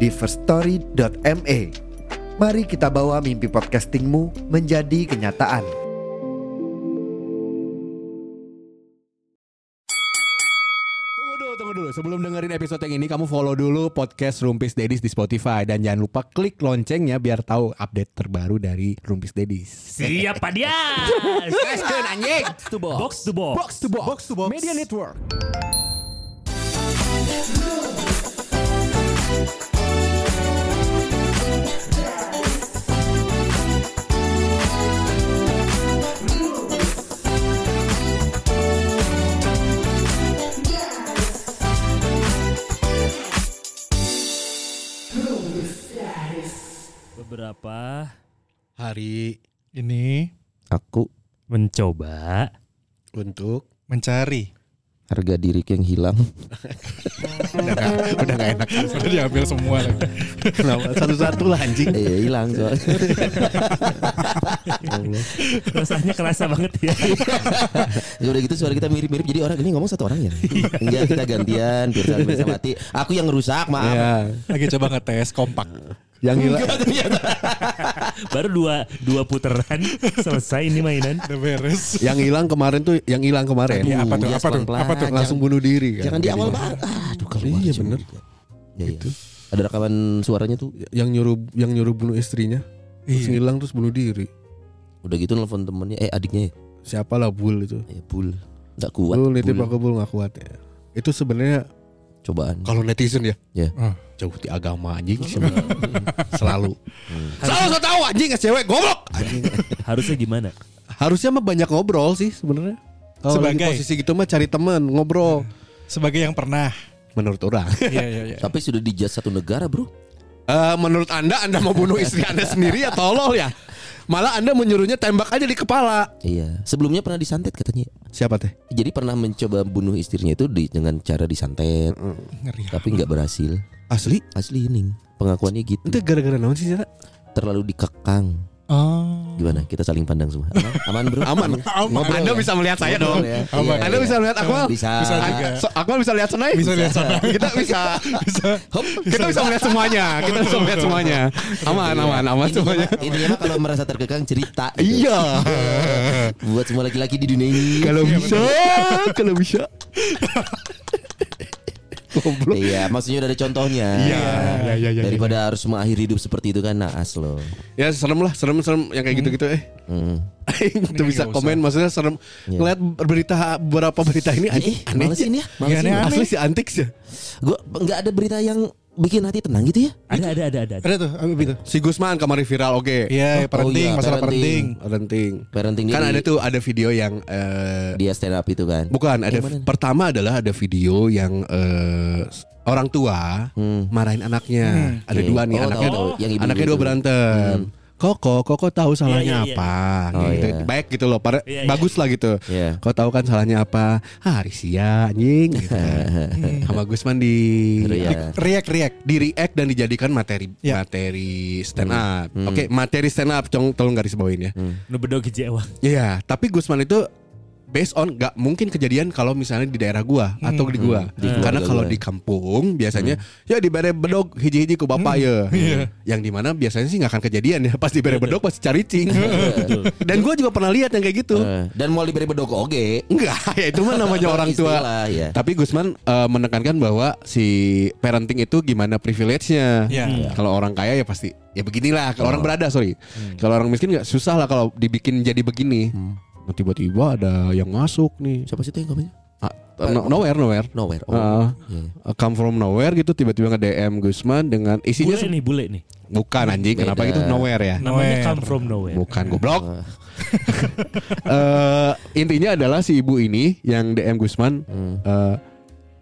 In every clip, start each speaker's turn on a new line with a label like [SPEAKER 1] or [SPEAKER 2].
[SPEAKER 1] di firststory.me. Mari kita bawa mimpi podcastingmu menjadi kenyataan.
[SPEAKER 2] Tunggu dulu, tunggu dulu. Sebelum dengerin episode yang ini, kamu follow dulu podcast Rumpis Dedis di Spotify dan jangan lupa klik loncengnya biar tahu update terbaru dari Rumpis Dedis.
[SPEAKER 3] Siap Pak Dias.
[SPEAKER 2] Question anjing. To box.
[SPEAKER 3] box to box.
[SPEAKER 2] Box to box. Box to box. Media Network.
[SPEAKER 3] Beberapa
[SPEAKER 2] Hari
[SPEAKER 4] Ini
[SPEAKER 5] aku
[SPEAKER 3] mencoba
[SPEAKER 2] untuk
[SPEAKER 4] mencari.
[SPEAKER 5] harga diriku yang hilang
[SPEAKER 2] udah gak enak
[SPEAKER 4] Sudah kan? diambil semua lagi.
[SPEAKER 2] kenapa satu-satu lah anjing.
[SPEAKER 5] eh hilang soalnya
[SPEAKER 3] Rasanya kerasa banget ya
[SPEAKER 5] Ya udah gitu suara kita mirip-mirip jadi orang ini ngomong satu orang ya enggak kita gantian Pirsa Pirsa mati aku yang ngerusak maaf
[SPEAKER 2] Ya,
[SPEAKER 4] Lagi coba ngetes kompak.
[SPEAKER 2] yang hilang
[SPEAKER 3] Baru dua dua puteran Selesai ini mainan
[SPEAKER 4] Udah beres.
[SPEAKER 2] yang hilang kemarin tuh yang hilang kemarin.
[SPEAKER 4] Ya, apa tuh?
[SPEAKER 5] Iya,
[SPEAKER 4] Apa tuh?
[SPEAKER 5] pelan-pelan.
[SPEAKER 4] Apa tuh?
[SPEAKER 2] Langsung bunuh diri kan.
[SPEAKER 5] jangan di
[SPEAKER 2] Jadi,
[SPEAKER 5] awal banget aduh kalau
[SPEAKER 2] Iya, bener.
[SPEAKER 5] ya, ya. ada rekaman suaranya tuh
[SPEAKER 2] yang nyuruh yang nyuruh bunuh istrinya. Terus
[SPEAKER 4] Iya.
[SPEAKER 2] hilang terus bunuh diri.
[SPEAKER 5] udah gitu nelfon temennya eh adiknya ya
[SPEAKER 2] Siapalah bul itu.
[SPEAKER 5] Eh, bul nggak kuat
[SPEAKER 2] Lu nitip
[SPEAKER 5] Bul.
[SPEAKER 2] aku bul gak kuat ya. Itu sebenarnya
[SPEAKER 5] cobaan
[SPEAKER 2] kalau netizen ya
[SPEAKER 5] ya
[SPEAKER 2] jauh di agama anjing selalu selalu selalu so tahu anjing es cewek goblok anjing
[SPEAKER 3] Harusnya gimana?
[SPEAKER 2] harusnya mah banyak ngobrol sih sebenarnya kalau lagi
[SPEAKER 4] Sebagai-
[SPEAKER 2] posisi gitu mah cari teman ngobrol
[SPEAKER 4] Sebagai yang pernah.
[SPEAKER 2] menurut orang
[SPEAKER 4] Iya iya iya.
[SPEAKER 5] tapi sudah dijat satu negara bro
[SPEAKER 2] Eh, menurut anda anda mau bunuh istri anda sendiri ya tolol ya malah anda menyuruhnya tembak aja di kepala
[SPEAKER 5] iya sebelumnya pernah disantet katanya
[SPEAKER 2] siapa teh
[SPEAKER 5] jadi pernah mencoba bunuh istrinya itu di- dengan cara disantet
[SPEAKER 4] Ngeri.
[SPEAKER 5] tapi nggak berhasil
[SPEAKER 2] asli
[SPEAKER 5] asli ini pengakuannya gitu
[SPEAKER 2] itu gara-gara naon sih Zara?
[SPEAKER 5] terlalu dikekang
[SPEAKER 4] Oh.
[SPEAKER 5] gimana kita saling pandang semua aman, aman bro
[SPEAKER 2] aman anda bisa melihat saya dong
[SPEAKER 5] Iya,
[SPEAKER 4] Aman.
[SPEAKER 5] iya,
[SPEAKER 2] anda
[SPEAKER 5] iya.
[SPEAKER 2] bisa melihat aku
[SPEAKER 5] bisa
[SPEAKER 4] Bisa
[SPEAKER 2] Ah,
[SPEAKER 4] juga.
[SPEAKER 2] so- Akmal bisa lihat Senai?
[SPEAKER 4] Bisa lihat Senai.
[SPEAKER 2] Kita bisa
[SPEAKER 4] Bisa.
[SPEAKER 5] Hop.
[SPEAKER 2] kita bisa melihat semuanya. Kita bisa melihat semuanya. Aman,
[SPEAKER 5] Iya.
[SPEAKER 2] aman, aman
[SPEAKER 5] Intinya
[SPEAKER 2] semuanya.
[SPEAKER 5] mah- intinya mah kalau merasa terkekang cerita gitu.
[SPEAKER 2] Iya.
[SPEAKER 5] buat semua laki-laki di dunia ini Iya,
[SPEAKER 2] Kalau bisa, kalau bisa. Goblok.
[SPEAKER 5] iya maksudnya udah ada contohnya
[SPEAKER 2] Iya, iya, iya, iya.
[SPEAKER 5] daripada harus mengakhiri hidup seperti itu kan naas loh
[SPEAKER 2] Ya serem lah, serem-serem yang kayak gitu-gitu eh.
[SPEAKER 5] Hmm.
[SPEAKER 2] Itu bisa
[SPEAKER 4] nggak usah.
[SPEAKER 2] komen maksudnya serem.
[SPEAKER 5] Iya.
[SPEAKER 2] Ngeliat berita beberapa berita ini aneh.
[SPEAKER 5] Ih,
[SPEAKER 2] aneh
[SPEAKER 5] malesin ya
[SPEAKER 4] Iya,
[SPEAKER 5] malesin
[SPEAKER 4] aneh.
[SPEAKER 2] Asli si antik sih.
[SPEAKER 5] gue nggak ada berita yang bikin hati tenang gitu ya
[SPEAKER 3] Ada ada ada ada, ada.
[SPEAKER 4] Ada tuh apa itu?
[SPEAKER 2] Si Gusman kemarin viral oke.
[SPEAKER 4] Iya, parenting,
[SPEAKER 5] iya,
[SPEAKER 4] masalah
[SPEAKER 5] parenting.
[SPEAKER 4] parenting.
[SPEAKER 2] Renting.
[SPEAKER 5] parenting
[SPEAKER 2] Kan
[SPEAKER 5] dia
[SPEAKER 2] ada
[SPEAKER 5] di-
[SPEAKER 2] tuh ada video yang eh,
[SPEAKER 5] dia stand up itu kan
[SPEAKER 2] Bukan, ada
[SPEAKER 5] Yang mana?
[SPEAKER 2] pertama adalah ada video yang eh, s- orang tua marahin anaknya.
[SPEAKER 3] Hmm.
[SPEAKER 2] Ada
[SPEAKER 5] Hmm. Oke.
[SPEAKER 2] dua nih
[SPEAKER 5] Oh,
[SPEAKER 2] anaknya.
[SPEAKER 5] tahu, tahu. Yang ibu
[SPEAKER 2] anaknya
[SPEAKER 5] itu.
[SPEAKER 2] dua berantem. Koko, Koko tahu salahnya
[SPEAKER 3] Iya, iya, iya.
[SPEAKER 2] apa.
[SPEAKER 5] Oh,
[SPEAKER 2] gitu.
[SPEAKER 5] iya.
[SPEAKER 2] Baik gitu loh, pare-
[SPEAKER 3] Iya, iya.
[SPEAKER 2] bagus lah gitu.
[SPEAKER 5] Iya.
[SPEAKER 2] Kau tahu kan salahnya apa? Ah, Risia anjing gitu. Sama Gusman di
[SPEAKER 5] Iya.
[SPEAKER 4] Riak riak.
[SPEAKER 2] di react dan dijadikan materi
[SPEAKER 4] Iya.
[SPEAKER 2] materi stand
[SPEAKER 5] Hmm.
[SPEAKER 2] up. Oke, materi stand up cong tolong garis bawain ya.
[SPEAKER 3] Nu bedo kecewa
[SPEAKER 2] Iya, tapi Gusman itu based on nggak mungkin kejadian kalau misalnya di daerah gua atau di gua.
[SPEAKER 5] keluarga
[SPEAKER 2] Karena kalau
[SPEAKER 5] gua.
[SPEAKER 2] di kampung biasanya ya di bare bedog hiji-hiji ku bapak ya. Yang dimana biasanya sih nggak akan kejadian ya. Pas di bare bedog pasti caricing. Dan gua juga pernah lihat yang kayak gitu.
[SPEAKER 5] Eh, dan mau diberi bedoko oke
[SPEAKER 2] Enggak, ya itu mah namanya orang tua.
[SPEAKER 5] Istilah, ya.
[SPEAKER 2] Tapi Gusman eh, menekankan bahwa si parenting itu gimana privilege-nya.
[SPEAKER 4] Iya.
[SPEAKER 2] Hmm. Kalau orang kaya ya pasti ya beginilah. Kalau orang berada sorry,
[SPEAKER 5] Hmm.
[SPEAKER 2] kalau orang miskin nggak susah lah kalau dibikin jadi begini. Nah, Tiba-tiba ada yang masuk nih.
[SPEAKER 5] siapa sih itu yang komennya
[SPEAKER 2] Ah, no- nowhere, nowhere.
[SPEAKER 5] nowhere oh
[SPEAKER 2] Ah.
[SPEAKER 5] iya.
[SPEAKER 2] Uh, come from nowhere gitu tiba-tiba nge DM Gusman dengan isinya
[SPEAKER 3] Bule
[SPEAKER 2] se-
[SPEAKER 3] nih bule nih
[SPEAKER 2] bukan anjing kenapa
[SPEAKER 5] Beda.
[SPEAKER 2] gitu nowhere ya
[SPEAKER 3] Namanya
[SPEAKER 4] Nowhere.
[SPEAKER 3] come from nowhere
[SPEAKER 2] bukan goblok Eh, intinya adalah si ibu ini yang
[SPEAKER 5] Hmm,
[SPEAKER 2] DM Gusman eh,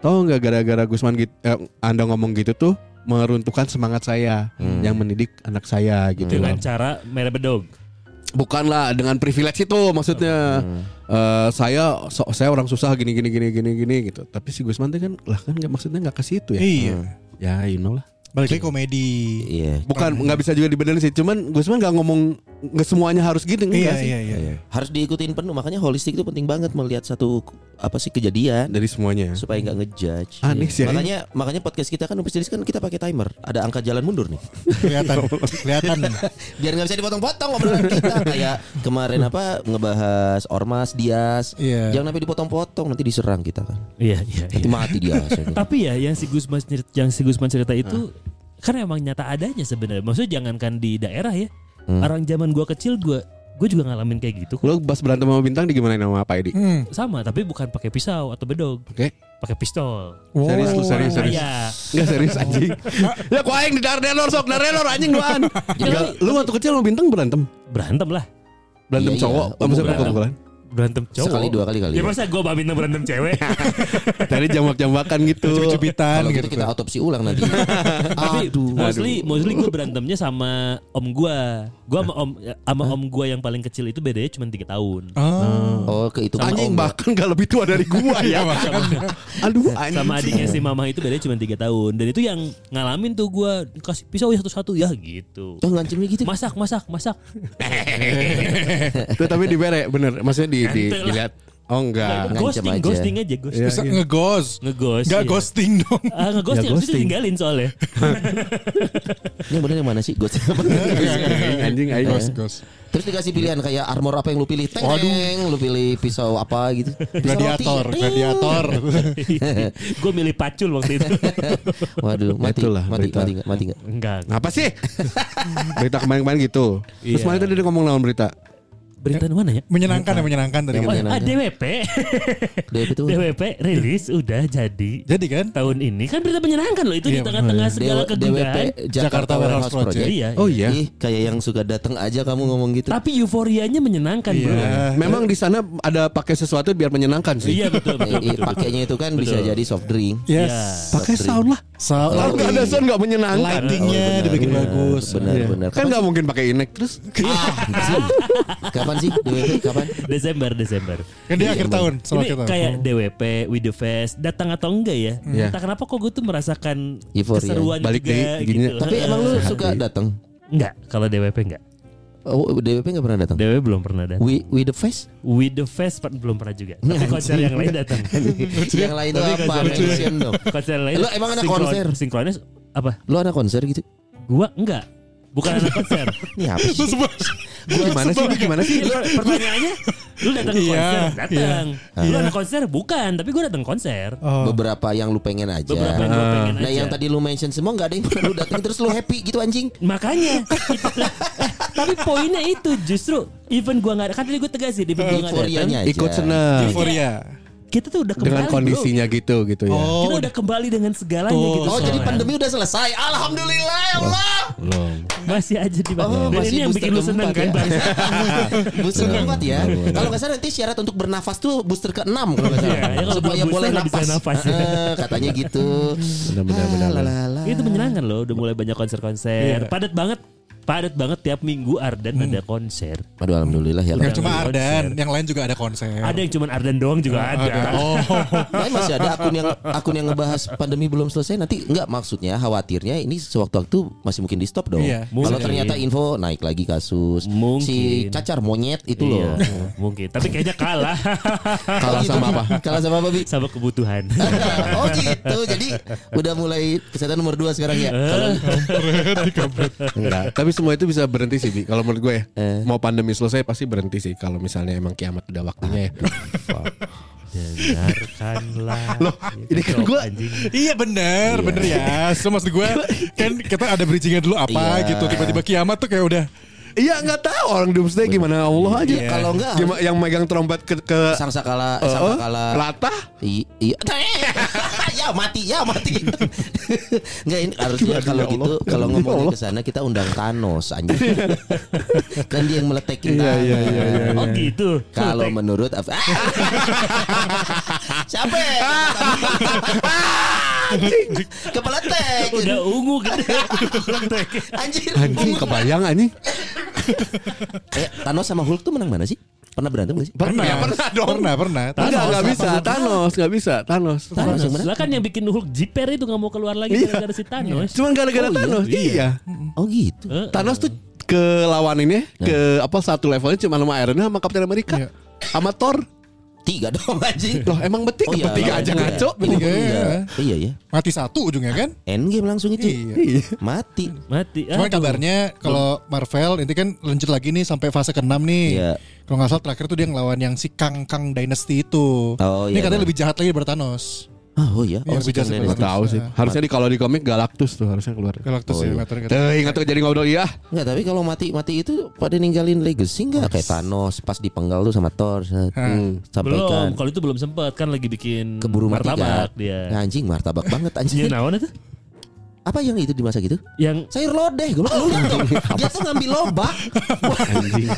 [SPEAKER 2] tahu nggak gara-gara Gusman gitu, eh, anda ngomong gitu tuh meruntuhkan semangat saya
[SPEAKER 5] Hmm.
[SPEAKER 2] yang mendidik anak saya gitu
[SPEAKER 3] dengan
[SPEAKER 2] loh.
[SPEAKER 3] cara merebedog.
[SPEAKER 2] Bukanlah dengan privilege itu maksudnya eh, saya so- saya orang susah gini gini gini gini gini gitu. Tapi si Gusman tuh kan lah kan nggak maksudnya nggak ke situ ya.
[SPEAKER 4] Iya.
[SPEAKER 2] Ya you know lah.
[SPEAKER 4] Balik lagi komedi.
[SPEAKER 5] Iya.
[SPEAKER 2] Bukan nggak bisa juga dibenerin sih. Cuman Gusman nggak ngomong nggak semuanya harus gitu
[SPEAKER 4] Iya,
[SPEAKER 2] enggak sih.
[SPEAKER 4] iya, iya.
[SPEAKER 5] Harus diikutin penuh makanya holistik itu penting banget melihat satu apa sih kejadian
[SPEAKER 2] Dari semuanya.
[SPEAKER 5] supaya nggak ngejudge.
[SPEAKER 2] Aneh sih, ya.
[SPEAKER 5] Makanya makanya podcast kita kan Umpis Dedis kan kita pakai timer. Ada angka jalan mundur nih.
[SPEAKER 4] Kelihatan. Kelihatan.
[SPEAKER 5] Biar nggak bisa dipotong-potong obrolan kita kayak kemarin apa ngebahas ormas Dias.
[SPEAKER 4] Iya.
[SPEAKER 5] Jangan sampai dipotong-potong nanti diserang kita kan.
[SPEAKER 3] Iya iya.
[SPEAKER 5] Nanti mati Dias. ya kan.
[SPEAKER 3] Tapi ya yang si Gusman cerita, yang si Gusman cerita itu kan emang nyata adanya sebenarnya. Maksudnya jangankan di daerah ya. Orang zaman gua kecil gua gua juga ngalamin kayak gitu. kok.
[SPEAKER 2] Lo pas berantem sama bintang digimanain sama Pak Edi?
[SPEAKER 4] Hmm.
[SPEAKER 3] Sama tapi bukan pakai pisau atau bedog,
[SPEAKER 2] Oke.
[SPEAKER 3] pakai pistol.
[SPEAKER 4] Wow.
[SPEAKER 2] Serius lu, serius, serius.
[SPEAKER 3] Iya.
[SPEAKER 2] Enggak serius anjing. ya ku aing di Dardenor sok Dardenor anjing doan.
[SPEAKER 5] Jadi-
[SPEAKER 2] lu waktu kecil sama bintang berantem?
[SPEAKER 3] Berantem lah.
[SPEAKER 2] Berantem
[SPEAKER 5] Iya,
[SPEAKER 2] cowok
[SPEAKER 5] iya.
[SPEAKER 2] sama siapa
[SPEAKER 5] Berantem.
[SPEAKER 2] kumpulan?
[SPEAKER 3] Berantem cowok.
[SPEAKER 5] Sekali dua kali kali.
[SPEAKER 3] Ya
[SPEAKER 5] ya.
[SPEAKER 3] masa gua babin berantem cewek?
[SPEAKER 2] Tadi jambak-jambakan gitu.
[SPEAKER 4] Cubit-cubitan
[SPEAKER 5] Kalau gitu
[SPEAKER 4] gitu.
[SPEAKER 5] kita autopsi ulang nanti.
[SPEAKER 3] Tapi
[SPEAKER 5] Aduh.
[SPEAKER 3] mostly mostly gue berantemnya sama om gua. Gua sama om sama om gua yang paling kecil itu bedanya cuma 3 tahun.
[SPEAKER 4] Oh.
[SPEAKER 5] Oh, ke itu
[SPEAKER 2] Anjing bahkan gak lebih tua dari gua ya. Aduh anjing.
[SPEAKER 3] Iya, Sama adiknya si mama itu bedanya cuma 3 tahun. Dan itu yang ngalamin tuh gua kasih pisau ya satu-satu ya gitu.
[SPEAKER 5] Tuh ngancimnya gitu.
[SPEAKER 3] Masak, masak, masak.
[SPEAKER 2] Tuh, tapi di bere bener. Maksudnya di, di
[SPEAKER 3] Ente lah.
[SPEAKER 2] dilihat. Oh enggak.
[SPEAKER 3] ghosting,
[SPEAKER 5] Ngancem aja.
[SPEAKER 3] ghosting Ah, aja ghosting.
[SPEAKER 4] Terus ngeghost.
[SPEAKER 3] Ngeghost.
[SPEAKER 4] Nggak
[SPEAKER 3] iya.
[SPEAKER 4] ghosting dong.
[SPEAKER 3] Ah, ngeghost
[SPEAKER 2] Ya,
[SPEAKER 3] Iya. ya, itu
[SPEAKER 2] ghosting.
[SPEAKER 3] tinggalin soalnya.
[SPEAKER 5] Ini yang bener yang mana sih? Ghost.
[SPEAKER 2] Anjing aing.
[SPEAKER 4] Ghost, ghost.
[SPEAKER 5] Terus dikasih pilihan kayak armor apa yang lu pilih? Teng,
[SPEAKER 4] Waduh.
[SPEAKER 5] teng, lu pilih pisau apa gitu. Pisau
[SPEAKER 4] Gladiator,
[SPEAKER 5] roti.
[SPEAKER 4] gladiator.
[SPEAKER 3] gue milih pacul waktu itu.
[SPEAKER 5] Waduh, mati,
[SPEAKER 2] Itulah
[SPEAKER 5] mati,
[SPEAKER 2] berita.
[SPEAKER 5] mati, nggak, mati nggak?
[SPEAKER 3] Enggak.
[SPEAKER 2] Apa sih? berita kemarin-kemarin gitu. Terus
[SPEAKER 3] Iya.
[SPEAKER 2] mana tadi dia ngomong lawan berita?
[SPEAKER 3] Berita mana ya?
[SPEAKER 4] Menyenangkan ya, menyenangkan tadi.
[SPEAKER 5] Eh. Yang
[SPEAKER 3] Oh,
[SPEAKER 4] kan.
[SPEAKER 5] mana?
[SPEAKER 3] ah, DWP.
[SPEAKER 5] DWP itu
[SPEAKER 3] DWP rilis udah jadi.
[SPEAKER 4] Jadi kan?
[SPEAKER 3] tahun ini kan berita menyenangkan loh itu di
[SPEAKER 4] Iya,
[SPEAKER 3] tengah-tengah segala
[SPEAKER 5] Dewa- DWP
[SPEAKER 3] kegundahan.
[SPEAKER 5] Jakarta Warehouse Project.
[SPEAKER 3] Iya.
[SPEAKER 2] Oh
[SPEAKER 3] iya.
[SPEAKER 2] iya.
[SPEAKER 5] Ih, kayak yang suka datang aja kamu ngomong gitu.
[SPEAKER 3] Tapi euforianya menyenangkan, Bro.
[SPEAKER 5] Iya.
[SPEAKER 4] Iya.
[SPEAKER 2] Memang di sana ada pakai sesuatu biar menyenangkan sih.
[SPEAKER 3] Iya betul betul.
[SPEAKER 5] Eh, eh,
[SPEAKER 3] betul,
[SPEAKER 5] Pakainya itu kan bisa jadi soft drink.
[SPEAKER 4] Yes.
[SPEAKER 3] Iya.
[SPEAKER 2] Pakai sound lah.
[SPEAKER 4] Sound
[SPEAKER 2] Kalau Oh, nggak ada sound nggak menyenangkan.
[SPEAKER 4] lightingnya
[SPEAKER 5] benar,
[SPEAKER 4] dibikin
[SPEAKER 5] benar,
[SPEAKER 4] bagus.
[SPEAKER 5] Iya, Benar, benar.
[SPEAKER 2] Kan nggak mungkin pakai inek terus.
[SPEAKER 3] Iya.
[SPEAKER 5] Kapan Ah, sih? Kapan sih DWP? Kapan?
[SPEAKER 3] Desember Desember.
[SPEAKER 4] Kan dia akhir tahun,
[SPEAKER 3] Ini
[SPEAKER 4] sama akhir tahun.
[SPEAKER 5] Hmm.
[SPEAKER 3] kayak DWP with the fest datang atau enggak ya?
[SPEAKER 2] Iya.
[SPEAKER 3] Entah kenapa kok gue tuh merasakan
[SPEAKER 5] Euforia.
[SPEAKER 3] keseruan
[SPEAKER 2] Balik
[SPEAKER 3] juga
[SPEAKER 2] deh, gini.
[SPEAKER 3] gitu.
[SPEAKER 5] Tapi emang lu suka datang?
[SPEAKER 3] enggak kalau DWP enggak.
[SPEAKER 5] Oh, DWP nggak pernah datang.
[SPEAKER 3] DWP belum pernah datang.
[SPEAKER 5] We, we the face?
[SPEAKER 3] With the fest per- belum pernah juga. Tapi konser yang lain datang.
[SPEAKER 5] yang lain
[SPEAKER 3] ya.
[SPEAKER 5] itu
[SPEAKER 3] Tapi
[SPEAKER 5] apa?
[SPEAKER 3] konser yang
[SPEAKER 5] Mention
[SPEAKER 3] lain.
[SPEAKER 5] dong.
[SPEAKER 3] Konser yang lain.
[SPEAKER 5] Lu emang anak
[SPEAKER 3] sinkron-
[SPEAKER 5] konser?
[SPEAKER 3] Sinkronis apa?
[SPEAKER 5] Lu anak konser gitu?
[SPEAKER 3] Gua enggak. Bukan anak konser.
[SPEAKER 5] Ini apa sih?
[SPEAKER 4] Nah,
[SPEAKER 2] Gimana sih? ini Gimana sih?
[SPEAKER 3] Iya, per- pertanyaannya lu datang ke
[SPEAKER 4] Iya,
[SPEAKER 3] konser
[SPEAKER 4] iya.
[SPEAKER 3] datang lu anak konser bukan tapi gue datang konser
[SPEAKER 4] Oh.
[SPEAKER 5] Beberapa yang lu pengen aja.
[SPEAKER 3] beberapa yang gue pengen
[SPEAKER 5] Nah
[SPEAKER 3] aja
[SPEAKER 5] yang tadi lu mention semua nggak ada yang pernah lu datang terus lu happy gitu anjing.
[SPEAKER 3] makanya itu lah. Eh, tapi poinnya itu justru even gue nggak kan tadi gue tegas sih di gue nggak datang
[SPEAKER 5] Eh, Euforianya aja.
[SPEAKER 2] Ikut senang
[SPEAKER 3] Iya.
[SPEAKER 4] Euforia.
[SPEAKER 3] kita tuh udah kembali
[SPEAKER 2] dengan kondisinya gitu gitu ya.
[SPEAKER 3] bro. kita
[SPEAKER 4] Oh,
[SPEAKER 3] udah kembali dengan segalanya
[SPEAKER 4] Tuh.
[SPEAKER 3] gitu
[SPEAKER 5] Oh jadi
[SPEAKER 3] soalnya.
[SPEAKER 5] pandemi udah selesai. Alhamdulillah ya Allah.
[SPEAKER 3] masih aja di
[SPEAKER 5] Oh,
[SPEAKER 3] Dan
[SPEAKER 5] masih
[SPEAKER 3] ini yang
[SPEAKER 5] booster
[SPEAKER 3] bikin lu seneng
[SPEAKER 5] keempat
[SPEAKER 3] kan
[SPEAKER 5] ya.
[SPEAKER 3] Bang?
[SPEAKER 5] Booster keempat ya. Kalau nggak salah nanti syarat untuk bernafas tuh booster ke enam kalau nggak
[SPEAKER 3] Iya, ya
[SPEAKER 5] salah.
[SPEAKER 3] kalau
[SPEAKER 5] Supaya
[SPEAKER 3] belum
[SPEAKER 5] boleh
[SPEAKER 3] booster nggak bisa
[SPEAKER 5] nafas.
[SPEAKER 3] nafas ya.
[SPEAKER 5] Eh, Katanya gitu.
[SPEAKER 2] Benar-benar benar.
[SPEAKER 5] Lalala.
[SPEAKER 3] itu menyenangkan loh udah mulai banyak konser-konser padat banget padat banget tiap minggu Ardan ada konser
[SPEAKER 5] Aduh alhamdulillah ya.
[SPEAKER 4] Gak
[SPEAKER 5] Allah.
[SPEAKER 4] cuma
[SPEAKER 3] Konser.
[SPEAKER 4] Ardan, yang lain juga ada konser.
[SPEAKER 3] Iya. ada yang cuman Ardan doang juga Ya. Ah, ada
[SPEAKER 4] Oh,
[SPEAKER 5] Tapi masih ada akun yang akun yang ngebahas pandemi belum selesai nanti nggak maksudnya khawatirnya ini sewaktu-waktu masih mungkin di stop dong.
[SPEAKER 4] Iya.
[SPEAKER 5] Kalau
[SPEAKER 3] Mungkin.
[SPEAKER 5] ternyata info naik lagi kasus
[SPEAKER 3] Mungkin.
[SPEAKER 5] si cacar monyet itu
[SPEAKER 3] Iya,
[SPEAKER 5] Gitu loh.
[SPEAKER 3] mungkin. Tapi kayaknya kalah
[SPEAKER 5] Kalau sama apa? Kalau sama apa Bi?
[SPEAKER 3] sama kebutuhan.
[SPEAKER 5] oh gitu. Jadi udah mulai kesehatan nomor dua sekarang ya. Kalau
[SPEAKER 2] Enggak. Tapi semua itu bisa berhenti sih, Bi. Kalau menurut gue ya. Mau pandemi selesai pasti berhenti sih kalau misalnya emang kiamat udah waktunya ya.
[SPEAKER 3] Dengarkanlah.
[SPEAKER 2] Loh, ini kan
[SPEAKER 3] Cocok,
[SPEAKER 2] gua-
[SPEAKER 3] anjing.
[SPEAKER 4] iya bener, bener ya. So maksud gue kan kita ada bridgingnya dulu apa
[SPEAKER 5] Iya.
[SPEAKER 4] gitu. Tiba-tiba kiamat tuh kayak udah
[SPEAKER 2] Iya nggak tahu orang doomsday gimana Allah aja.
[SPEAKER 5] Iya. Kalau nggak-
[SPEAKER 2] Gimana- yang megang trompet ke, ke
[SPEAKER 5] sangsakala
[SPEAKER 2] eh,
[SPEAKER 5] sangsakala
[SPEAKER 2] latah
[SPEAKER 5] I- iya. ya mati, ya mati. Enggak ini harusnya
[SPEAKER 2] ya
[SPEAKER 5] kalau gitu kalau ngomongin ke sana kita undang Thanos anjing. kan dia
[SPEAKER 2] Iya,
[SPEAKER 5] yang meletekin Thanos.
[SPEAKER 3] Oh gitu.
[SPEAKER 5] Kalau
[SPEAKER 3] Tek-
[SPEAKER 5] menurut Af- Ah! Siapa? ya? Kepeletek.
[SPEAKER 3] Udah ungu gitu.
[SPEAKER 5] Anjir.
[SPEAKER 2] Anjing kebayang anjing.
[SPEAKER 5] Eh, Thanos sama Hulk tuh menang mana sih? Pernah berantem gak sih?
[SPEAKER 4] Pernah, pernah dong. Pernah, pernah.
[SPEAKER 2] Enggak, enggak bisa. Thanos, enggak bisa. Thanos.
[SPEAKER 3] Thanos.
[SPEAKER 5] yang menang.
[SPEAKER 3] Lah kan yang bikin Hulk jiper itu nggak mau keluar lagi
[SPEAKER 2] Iya.
[SPEAKER 3] gara-gara si Thanos.
[SPEAKER 2] Cuman gara-gara Thanos. Iya.
[SPEAKER 5] Oh gitu.
[SPEAKER 3] Heeh.
[SPEAKER 2] Thanos tuh ke lawan ini ke apa satu levelnya cuma sama Iron Man sama Captain America. Sama Thor.
[SPEAKER 5] Tiga dong anjing.
[SPEAKER 2] Loh,
[SPEAKER 5] Oh,
[SPEAKER 2] emang betik bertiga
[SPEAKER 5] lawan
[SPEAKER 2] aja
[SPEAKER 5] tiga.
[SPEAKER 2] ngaco.
[SPEAKER 4] bertiga.
[SPEAKER 5] Iya. Iya ya.
[SPEAKER 4] Mati satu ujungnya kan?
[SPEAKER 5] Endgame langsung itu.
[SPEAKER 4] Iya.
[SPEAKER 2] Iya.
[SPEAKER 5] Mati.
[SPEAKER 3] Mati. Ah,
[SPEAKER 4] Cuman kabarnya kalau Marvel ini kan lanjut lagi nih sampai fase ke-6 nih.
[SPEAKER 5] Iya.
[SPEAKER 4] Kalau nggak salah terakhir tuh dia ngelawan yang si Kang Kang Dynasty itu.
[SPEAKER 5] Oh,
[SPEAKER 4] ini
[SPEAKER 5] iya.
[SPEAKER 4] katanya lebih jahat lagi daripada Thanos.
[SPEAKER 5] Ah, Oh iya. Oh
[SPEAKER 4] Iya,
[SPEAKER 5] si
[SPEAKER 4] beda
[SPEAKER 5] Kang
[SPEAKER 4] sih,
[SPEAKER 5] Dennis.
[SPEAKER 4] Bang.
[SPEAKER 2] Tahu sih. Harusnya di kalau di komik Galactus tuh harusnya keluar.
[SPEAKER 5] Oh, iya.
[SPEAKER 4] Galactus ya, nggak tahu,
[SPEAKER 3] Gitu.
[SPEAKER 4] nggak tahu.
[SPEAKER 2] Tuh, ingat tuh jadi ngobrol ya.
[SPEAKER 5] Enggak, tapi kalau mati-mati itu pada ninggalin legacy enggak kayak Thanos pas dipenggal tuh sama Thor. Hmm, sampai kan
[SPEAKER 3] belum. Kalau itu belum sempat kan lagi bikin
[SPEAKER 5] keburu mati
[SPEAKER 3] martabak
[SPEAKER 5] kan.
[SPEAKER 3] dia.
[SPEAKER 5] Anjing martabak banget
[SPEAKER 3] Iya
[SPEAKER 5] anjing.
[SPEAKER 3] naon itu?
[SPEAKER 5] Apa yang itu di masa gitu?
[SPEAKER 3] Yang
[SPEAKER 5] Sayur lodeh gue bilang, lu lihat dong.
[SPEAKER 3] Iya.
[SPEAKER 5] Dia tuh ngambil lobak. Wah,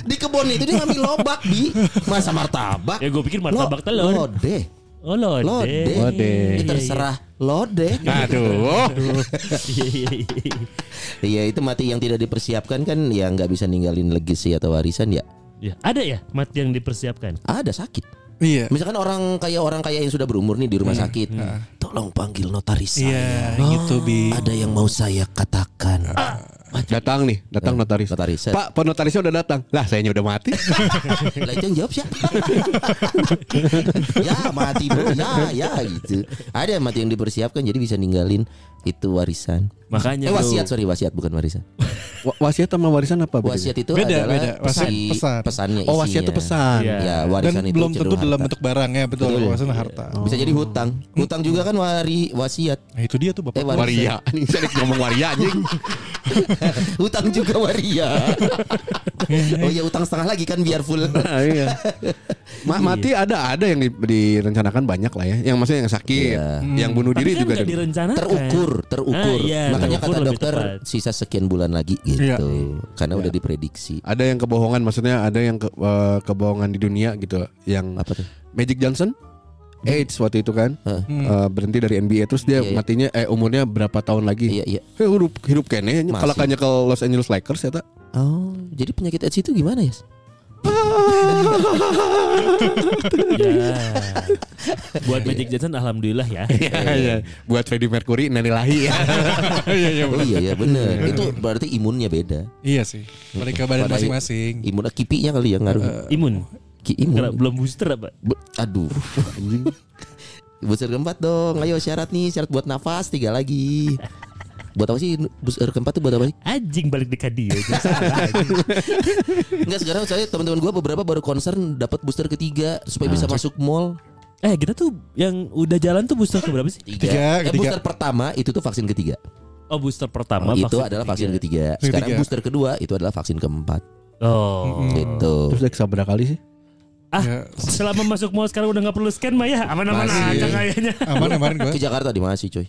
[SPEAKER 5] di kebun itu dia ngambil lobak bi. Masa martabak.
[SPEAKER 3] ya gue pikir martabak telur.
[SPEAKER 5] Lodeh.
[SPEAKER 3] Oh lode.
[SPEAKER 5] Lodeh.
[SPEAKER 2] Lodeh.
[SPEAKER 5] Ini terserah lodeh.
[SPEAKER 2] Aduh.
[SPEAKER 3] Iya, iya, iya.
[SPEAKER 5] Iya itu mati yang tidak dipersiapkan kan ya nggak bisa ninggalin legacy atau warisan ya.
[SPEAKER 3] Ya, ada ya mati yang dipersiapkan.
[SPEAKER 5] Ada sakit.
[SPEAKER 4] Iya.
[SPEAKER 5] Misalkan orang kaya orang kaya yang sudah berumur nih di rumah
[SPEAKER 3] Iya,
[SPEAKER 5] sakit, tolong panggil notaris saya.
[SPEAKER 4] gitu bi.
[SPEAKER 3] iya.
[SPEAKER 5] Ada yang mau saya katakan.
[SPEAKER 3] Ah.
[SPEAKER 2] Datang nih, datang notaris.
[SPEAKER 5] Notaris.
[SPEAKER 2] Pak, penotarisnya udah datang. Lah, sayanya udah mati.
[SPEAKER 5] Lah itu yang jawab siapa? ya mati bro, ya ya gitu. Ada yang mati yang dipersiapkan jadi bisa ninggalin itu warisan.
[SPEAKER 3] Makanya
[SPEAKER 5] eh
[SPEAKER 3] bro.
[SPEAKER 5] wasiat sorry wasiat bukan warisan.
[SPEAKER 2] Wa- Wasiat sama warisan apa? bedanya?
[SPEAKER 5] Wasiat itu
[SPEAKER 4] Beda,
[SPEAKER 5] adalah
[SPEAKER 4] beda. Wasiat
[SPEAKER 5] si-
[SPEAKER 4] pesan.
[SPEAKER 5] pesannya.
[SPEAKER 2] Oh, wasiat
[SPEAKER 5] isinya.
[SPEAKER 2] itu pesan.
[SPEAKER 3] Iya.
[SPEAKER 5] Ya
[SPEAKER 4] Dan
[SPEAKER 5] warisan itu
[SPEAKER 4] belum
[SPEAKER 5] cenderung
[SPEAKER 4] tentu dalam
[SPEAKER 5] harta.
[SPEAKER 4] bentuk barang ya betul.
[SPEAKER 5] Betul. Iya.
[SPEAKER 4] Warisan harta.
[SPEAKER 5] bisa jadi hutang. Hutang juga kan wari wasiat.
[SPEAKER 4] Nah itu dia tuh bapak.
[SPEAKER 5] Eh, warisan.
[SPEAKER 2] Waria. Anjing saya ngomong waria anjing.
[SPEAKER 5] hutang juga waria. oh ya utang setengah lagi kan biar full.
[SPEAKER 2] Nah, iya.
[SPEAKER 3] Iya.
[SPEAKER 2] Ma- mati ada ada yang di- direncanakan banyak lah ya. Yang maksudnya yang sakit,
[SPEAKER 5] Iya.
[SPEAKER 2] yang bunuh
[SPEAKER 3] Tapi
[SPEAKER 2] diri
[SPEAKER 3] kan
[SPEAKER 2] juga.
[SPEAKER 3] nggak
[SPEAKER 2] ada.
[SPEAKER 3] direncanakan.
[SPEAKER 5] terukur, terukur.
[SPEAKER 3] Ah, iya,
[SPEAKER 5] Makanya
[SPEAKER 3] terukur
[SPEAKER 5] kata
[SPEAKER 3] lebih
[SPEAKER 5] dokter
[SPEAKER 3] tepat.
[SPEAKER 5] sisa sekian bulan lagi gitu.
[SPEAKER 4] Iya.
[SPEAKER 5] Karena udah diprediksi.
[SPEAKER 2] Ada yang kebohongan, maksudnya ada yang ke- eh, kebohongan di dunia gitu. Yang
[SPEAKER 5] Apa tuh?
[SPEAKER 2] Magic Johnson AIDS waktu itu kan
[SPEAKER 5] Heeh.
[SPEAKER 3] Hmm.
[SPEAKER 2] eh, berhenti dari NBA terus dia
[SPEAKER 5] Iya, iya.
[SPEAKER 2] matinya eh umurnya berapa tahun lagi?
[SPEAKER 5] Iya, iya.
[SPEAKER 2] Eh, hidup hidup kene
[SPEAKER 5] Masih.
[SPEAKER 2] kalau kanya ke Los Angeles Lakers ya tak?
[SPEAKER 5] Oh, jadi penyakit AIDS itu gimana ya?
[SPEAKER 3] Ya. Buat
[SPEAKER 5] Iya.
[SPEAKER 3] Magic Johnson alhamdulillah ya.
[SPEAKER 5] Eh,
[SPEAKER 2] Iya, Buat Freddie Mercury nari lahi ya.
[SPEAKER 4] Iya iya.
[SPEAKER 5] Oh
[SPEAKER 4] benar.
[SPEAKER 5] iya ya bener. itu berarti imunnya beda.
[SPEAKER 4] Iya sih. Mereka badan
[SPEAKER 5] Pada-
[SPEAKER 4] masing-masing.
[SPEAKER 5] Imunnya kipinya kali ya
[SPEAKER 4] Eh,
[SPEAKER 5] ngaruh.
[SPEAKER 3] Imun.
[SPEAKER 5] Ki
[SPEAKER 3] Karena
[SPEAKER 5] imun.
[SPEAKER 3] belum booster apa?
[SPEAKER 5] Be- aduh. booster keempat dong. Ayo syarat nih, syarat buat nafas tiga lagi. Buat apa sih booster keempat tuh buat apa sih?
[SPEAKER 3] Anjing balik dekat dia.
[SPEAKER 5] Enggak sekarang saya teman-teman gua beberapa baru concern dapat booster ketiga supaya bisa masuk mall.
[SPEAKER 3] eh kita tuh yang udah jalan tuh booster ke berapa sih?
[SPEAKER 5] Tiga.
[SPEAKER 4] Tiga,
[SPEAKER 5] Eh,
[SPEAKER 4] ketiga.
[SPEAKER 5] booster pertama itu tuh vaksin ketiga.
[SPEAKER 3] Oh booster pertama
[SPEAKER 5] itu adalah vaksin ketiga.
[SPEAKER 4] Vaksin
[SPEAKER 5] Sekarang
[SPEAKER 4] ketiga.
[SPEAKER 5] booster kedua itu adalah vaksin keempat.
[SPEAKER 3] Oh.
[SPEAKER 2] Terus
[SPEAKER 5] Gitu.
[SPEAKER 2] dia sabra kali sih?
[SPEAKER 3] Ah,
[SPEAKER 4] Ya.
[SPEAKER 3] selama masuk mall sekarang udah nggak perlu scan mah ya aman-aman
[SPEAKER 4] Masih.
[SPEAKER 3] aja kayaknya.
[SPEAKER 5] Ah.
[SPEAKER 4] Aman kemarin gue.
[SPEAKER 5] Ke Jakarta di masih coy.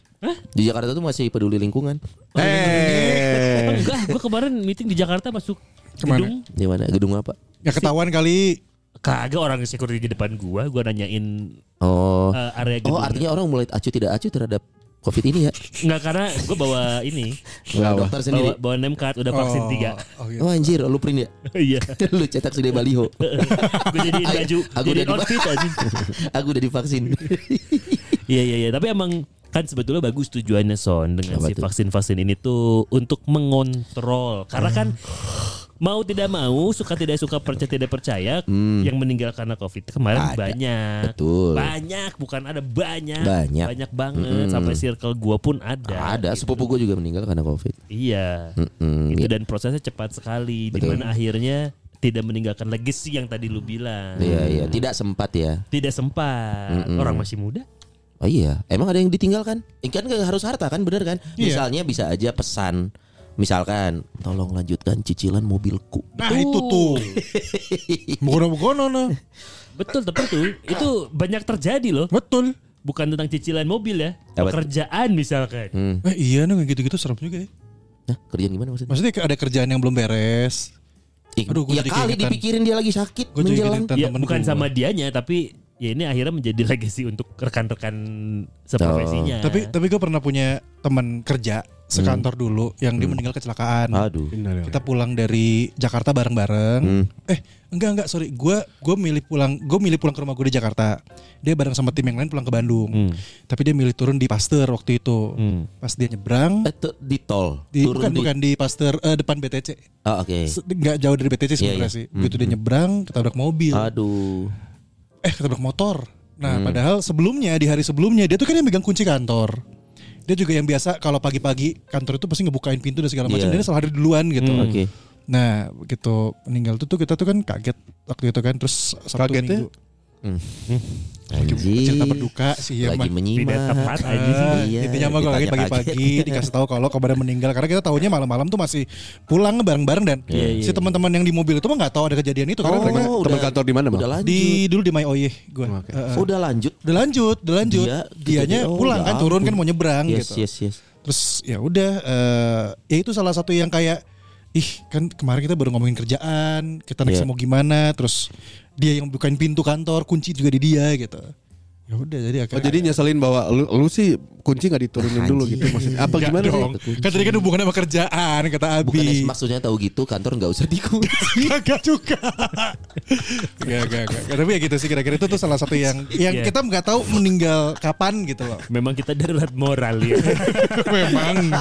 [SPEAKER 5] Di Jakarta tuh masih peduli lingkungan.
[SPEAKER 3] Oh, iya,
[SPEAKER 2] Eh,
[SPEAKER 3] Enggak, gue kemarin meeting di Jakarta masuk
[SPEAKER 4] Kemana?
[SPEAKER 3] gedung
[SPEAKER 5] Di mana? Gedung apa?
[SPEAKER 4] Ya ketahuan kali.
[SPEAKER 3] kagak orang security di depan gua, gua nanyain
[SPEAKER 5] Oh.
[SPEAKER 3] eh, area
[SPEAKER 5] oh,
[SPEAKER 3] gedung.
[SPEAKER 5] artinya orang mulai acuh tidak acuh terhadap Covid ini ya.
[SPEAKER 3] Enggak karena gua bawa ini,
[SPEAKER 2] Kenapa?
[SPEAKER 5] Dokter
[SPEAKER 3] bawa
[SPEAKER 5] sendiri.
[SPEAKER 3] bawa name card udah vaksin
[SPEAKER 4] Oh,
[SPEAKER 3] tiga.
[SPEAKER 4] Oh, gitu.
[SPEAKER 5] Oh anjir, lu print ya?
[SPEAKER 3] Iya.
[SPEAKER 5] lu cetak sudah baliho.
[SPEAKER 3] gue jadiin baju,
[SPEAKER 5] Aku
[SPEAKER 3] jadi
[SPEAKER 5] udah di-
[SPEAKER 3] outfit aja.
[SPEAKER 5] Aku udah divaksin.
[SPEAKER 3] Iya iya iya, tapi emang kan sebetulnya bagus tujuannya Son dengan
[SPEAKER 5] Apa
[SPEAKER 3] si
[SPEAKER 5] tuh?
[SPEAKER 3] vaksin-vaksin ini tuh untuk mengontrol. Karena kan mau tidak mau, suka tidak suka, percaya tidak percaya, yang meninggal karena Covid kemarin
[SPEAKER 5] Ada.
[SPEAKER 3] banyak.
[SPEAKER 5] Betul.
[SPEAKER 3] Banyak, bukan ada banyak.
[SPEAKER 5] Banyak.
[SPEAKER 3] banget sampai circle gua pun
[SPEAKER 4] Ya,
[SPEAKER 3] ada.
[SPEAKER 5] Ada
[SPEAKER 3] gitu.
[SPEAKER 5] sepupu gue juga meninggal karena Covid.
[SPEAKER 3] Iya.
[SPEAKER 5] Mm,
[SPEAKER 3] Itu
[SPEAKER 5] iya.
[SPEAKER 3] dan prosesnya cepat sekali di
[SPEAKER 5] Betul.
[SPEAKER 3] mana akhirnya tidak meninggalkan legacy yang tadi lu bilang.
[SPEAKER 5] Iya, iya, tidak sempat ya.
[SPEAKER 3] Tidak sempat. Orang masih muda.
[SPEAKER 5] Oh iya, emang ada yang ditinggalkan? Eh, kan gak harus harta kan, bener kan?
[SPEAKER 4] Iya.
[SPEAKER 5] Misalnya bisa aja pesan, misalkan tolong lanjutkan cicilan mobilku.
[SPEAKER 4] Nah itu tuh. Bukan-bukan nah.
[SPEAKER 3] Betul tapi itu itu banyak terjadi loh.
[SPEAKER 4] Betul.
[SPEAKER 3] Bukan tentang cicilan mobil ya,
[SPEAKER 5] Apa?
[SPEAKER 3] pekerjaan misalkan.
[SPEAKER 2] Hmm.
[SPEAKER 4] Eh, iya nih gitu-gitu serem juga ya.
[SPEAKER 5] Nah, kerjaan gimana maksudnya?
[SPEAKER 4] Maksudnya ada kerjaan yang belum beres.
[SPEAKER 5] Ih,
[SPEAKER 4] Aduh, gua
[SPEAKER 5] ya
[SPEAKER 4] jadi
[SPEAKER 5] kali
[SPEAKER 4] keingetan.
[SPEAKER 5] dipikirin dia lagi sakit
[SPEAKER 4] Gue jadi
[SPEAKER 5] menjelang.
[SPEAKER 4] keingetan
[SPEAKER 3] Ya
[SPEAKER 4] temen
[SPEAKER 3] bukan
[SPEAKER 4] gua.
[SPEAKER 3] sama dianya tapi ya ini akhirnya menjadi legacy untuk rekan-rekan
[SPEAKER 5] Iya.
[SPEAKER 3] seprofesinya.
[SPEAKER 4] Tapi tapi gue pernah punya teman kerja sekantor
[SPEAKER 5] Hmm.
[SPEAKER 4] dulu yang dia meninggal kecelakaan.
[SPEAKER 5] Aduh.
[SPEAKER 4] Kita pulang dari Jakarta bareng-bareng.
[SPEAKER 5] Hmm.
[SPEAKER 4] Eh, enggak enggak, sorry. Gua gua milih pulang, gua milih pulang ke rumah gue di Jakarta. Dia bareng sama tim yang lain pulang ke Bandung.
[SPEAKER 5] Hmm.
[SPEAKER 4] Tapi dia milih turun di Pasteur waktu itu. Pas dia nyebrang
[SPEAKER 5] Eh, tuh, di tol.
[SPEAKER 4] di,
[SPEAKER 5] Turun
[SPEAKER 4] bukan
[SPEAKER 5] di-
[SPEAKER 4] bukan di Pasteur eh, depan BTC.
[SPEAKER 5] Ah, Oke.
[SPEAKER 4] Se- Enggak jauh dari BTC sebenarnya
[SPEAKER 5] iya. Ah,
[SPEAKER 4] sih. Begitu dia nyebrang, ketabrak mobil.
[SPEAKER 5] Aduh.
[SPEAKER 4] eh ketabrak motor.
[SPEAKER 5] Hmm.
[SPEAKER 4] Nah, padahal sebelumnya di hari sebelumnya dia tuh kan yang megang kunci kantor. Dia juga yang biasa kalau pagi-pagi kantor itu pasti ngebukain pintu dan segala macam.
[SPEAKER 5] Iya. Hmm,
[SPEAKER 4] Dia selalu hadir duluan gitu.
[SPEAKER 5] Oke.
[SPEAKER 4] Nah, gitu meninggal tuh, tuh kita tuh kan kaget waktu itu kan terus Sabtu
[SPEAKER 2] Kagetnya?
[SPEAKER 4] minggu cerita berduka sih ya
[SPEAKER 5] Lagi
[SPEAKER 4] mah.
[SPEAKER 5] menyimak.
[SPEAKER 3] Tidak tepat aja sih.
[SPEAKER 4] Ah,
[SPEAKER 5] Iya,
[SPEAKER 4] intinya mah gue kaget
[SPEAKER 5] ditanya
[SPEAKER 4] pagi-pagi dikasih tahu kalau kabarnya meninggal karena kita tahunya malam-malam tuh masih pulang bareng-bareng dan
[SPEAKER 5] Iya,
[SPEAKER 4] si teman-teman yang di mobil itu mah nggak tahu ada kejadian itu karena mereka
[SPEAKER 5] Oh,
[SPEAKER 2] teman
[SPEAKER 5] udah-
[SPEAKER 2] kantor di mana, Bang?
[SPEAKER 5] Udah lanjut.
[SPEAKER 4] di dulu di Mayoye gue.
[SPEAKER 5] Udah lanjut.
[SPEAKER 4] Udah lanjut, udah lanjut.
[SPEAKER 5] Dia-
[SPEAKER 4] Dianya
[SPEAKER 5] oh,
[SPEAKER 4] pulang kan
[SPEAKER 5] udah
[SPEAKER 4] turun kan
[SPEAKER 5] ampun.
[SPEAKER 4] mau nyebrang
[SPEAKER 5] Yes,
[SPEAKER 4] gitu.
[SPEAKER 5] yes, yes.
[SPEAKER 4] Terus ya udah eh, ya itu salah satu yang kayak ih kan kemarin kita baru ngomongin kerjaan, kita next
[SPEAKER 5] Iya.
[SPEAKER 4] mau gimana, terus dia yang bukain pintu kantor, kunci juga di dia gitu. Ya udah jadi
[SPEAKER 2] Oh,
[SPEAKER 4] akhirnya
[SPEAKER 2] jadi nyeselin bahwa lu, lu sih kunci nggak diturunin dulu gitu maksudnya. Apa
[SPEAKER 4] Enggak
[SPEAKER 2] gimana sih?
[SPEAKER 4] dong. Kan tadi kan hubungannya sama kerjaan kata
[SPEAKER 5] Bukan
[SPEAKER 4] Abi.
[SPEAKER 5] maksudnya tahu gitu kantor nggak usah dikunci.
[SPEAKER 4] Kagak juga. Gak, gak, gak. Tapi ya gitu sih kira-kira itu tuh salah satu yang yang
[SPEAKER 3] Iya.
[SPEAKER 4] kita nggak tahu meninggal kapan gitu loh.
[SPEAKER 3] Memang kita darurat moral ya.
[SPEAKER 4] Memang.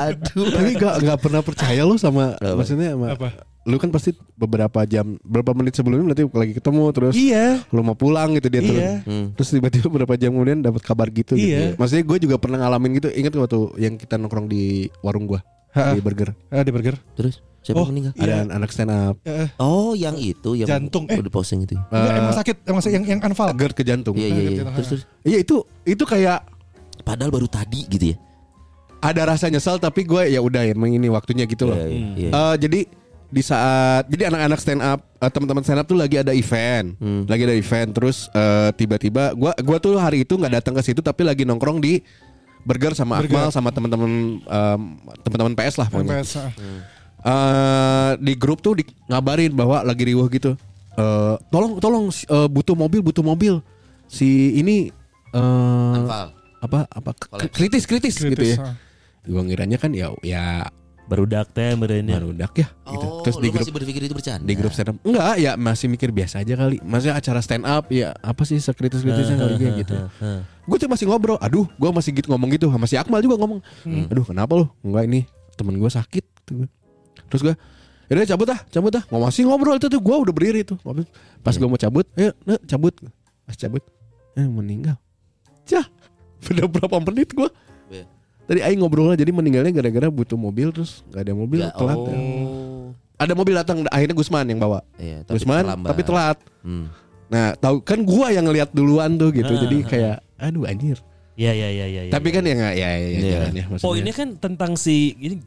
[SPEAKER 5] Aduh.
[SPEAKER 2] Tapi gak, nggak pernah percaya lu sama
[SPEAKER 5] Apa?
[SPEAKER 2] maksudnya sama
[SPEAKER 4] Apa?
[SPEAKER 2] lu kan pasti beberapa jam berapa menit sebelumnya berarti lagi ketemu terus
[SPEAKER 4] iya.
[SPEAKER 2] lu mau pulang gitu dia
[SPEAKER 4] Iya.
[SPEAKER 2] turun. Terus tiba-tiba berapa jam kemudian dapat kabar gitu
[SPEAKER 4] Iya.
[SPEAKER 2] gitu. Maksudnya gue juga pernah ngalamin gitu. Ingat waktu yang kita nongkrong di warung gua
[SPEAKER 4] Ha-ha.
[SPEAKER 2] di burger.
[SPEAKER 4] Ah, di burger.
[SPEAKER 5] Terus siapa
[SPEAKER 4] Oh,
[SPEAKER 5] yang meninggal?
[SPEAKER 4] Iya.
[SPEAKER 2] Ada an- anak stand up
[SPEAKER 4] Heeh.
[SPEAKER 5] Oh, yang itu yang
[SPEAKER 4] Jantung. Eh.
[SPEAKER 5] udah posting itu. ya?
[SPEAKER 4] Enggak, emang sakit, emang sakit yang yang anfal.
[SPEAKER 2] GERD ke jantung. Iya,
[SPEAKER 5] Iya, iya, iya.
[SPEAKER 4] Jantung.
[SPEAKER 5] Terus, terus
[SPEAKER 2] itu itu kayak
[SPEAKER 5] padahal baru tadi gitu ya.
[SPEAKER 2] ada rasa nyesal tapi gue ya udah ya emang ini waktunya gitu loh.
[SPEAKER 5] Iya, iya, iya.
[SPEAKER 2] Eh, jadi di saat jadi anak-anak stand up eh, teman-teman stand up tuh lagi ada event,
[SPEAKER 5] Hmm.
[SPEAKER 2] lagi ada event terus eh, tiba-tiba gua gua tuh hari itu nggak datang ke situ tapi lagi nongkrong di burger sama Akmal sama teman-teman em, teman-teman PS lah pokoknya.
[SPEAKER 4] Sampai sa-
[SPEAKER 2] Eh, di grup tuh di, ngabarin bahwa lagi riuh gitu. Eh, tolong tolong si- eh, butuh mobil butuh mobil si ini eh,
[SPEAKER 5] Anfal.
[SPEAKER 2] apa apa kritis, kritis gitu
[SPEAKER 4] Kritis,
[SPEAKER 2] ya. Gua ngiranya kan ya ya
[SPEAKER 3] Berudak teh merenya.
[SPEAKER 2] barudak ya gitu.
[SPEAKER 5] Oh,
[SPEAKER 2] Terus di
[SPEAKER 5] lu
[SPEAKER 2] grup
[SPEAKER 5] masih berpikir itu bercanda.
[SPEAKER 2] di grup stand up enggak ya masih mikir biasa aja kali maksudnya acara stand up ya apa sih sekritis kritisnya kali kayak gitu gue tuh masih ngobrol aduh gue masih gitu ngomong gitu sama si Akmal juga ngomong aduh kenapa lu enggak ini temen gue sakit gitu. terus gue Yaudah cabut ah, cabut ah. Mau masih ngobrol itu tuh gue udah berdiri tuh. Ngobrol. Pas gue mau cabut, ayo nah, cabut. Pas cabut, eh meninggal. Cah, udah berapa menit gue?
[SPEAKER 5] Iya.
[SPEAKER 2] Tadi Aing ngobrol lah, jadi meninggalnya gara-gara butuh mobil terus nggak ada mobil
[SPEAKER 5] Nggak,
[SPEAKER 2] telat.
[SPEAKER 5] oh.
[SPEAKER 2] Ada mobil datang, akhirnya Gusman yang bawa.
[SPEAKER 5] Iya, tapi
[SPEAKER 2] Gusman
[SPEAKER 5] terlambat.
[SPEAKER 2] tapi telat.
[SPEAKER 5] Hmm.
[SPEAKER 2] Nah, tahu kan gua yang ngelihat duluan tuh gitu. jadi kayak aduh anjir.
[SPEAKER 3] Ya ya ya ya. ya.
[SPEAKER 2] tapi kan ya nggak ya ya, ya,
[SPEAKER 5] Iya.
[SPEAKER 2] jangan ya maksudnya.
[SPEAKER 3] Poinnya kan tentang si ini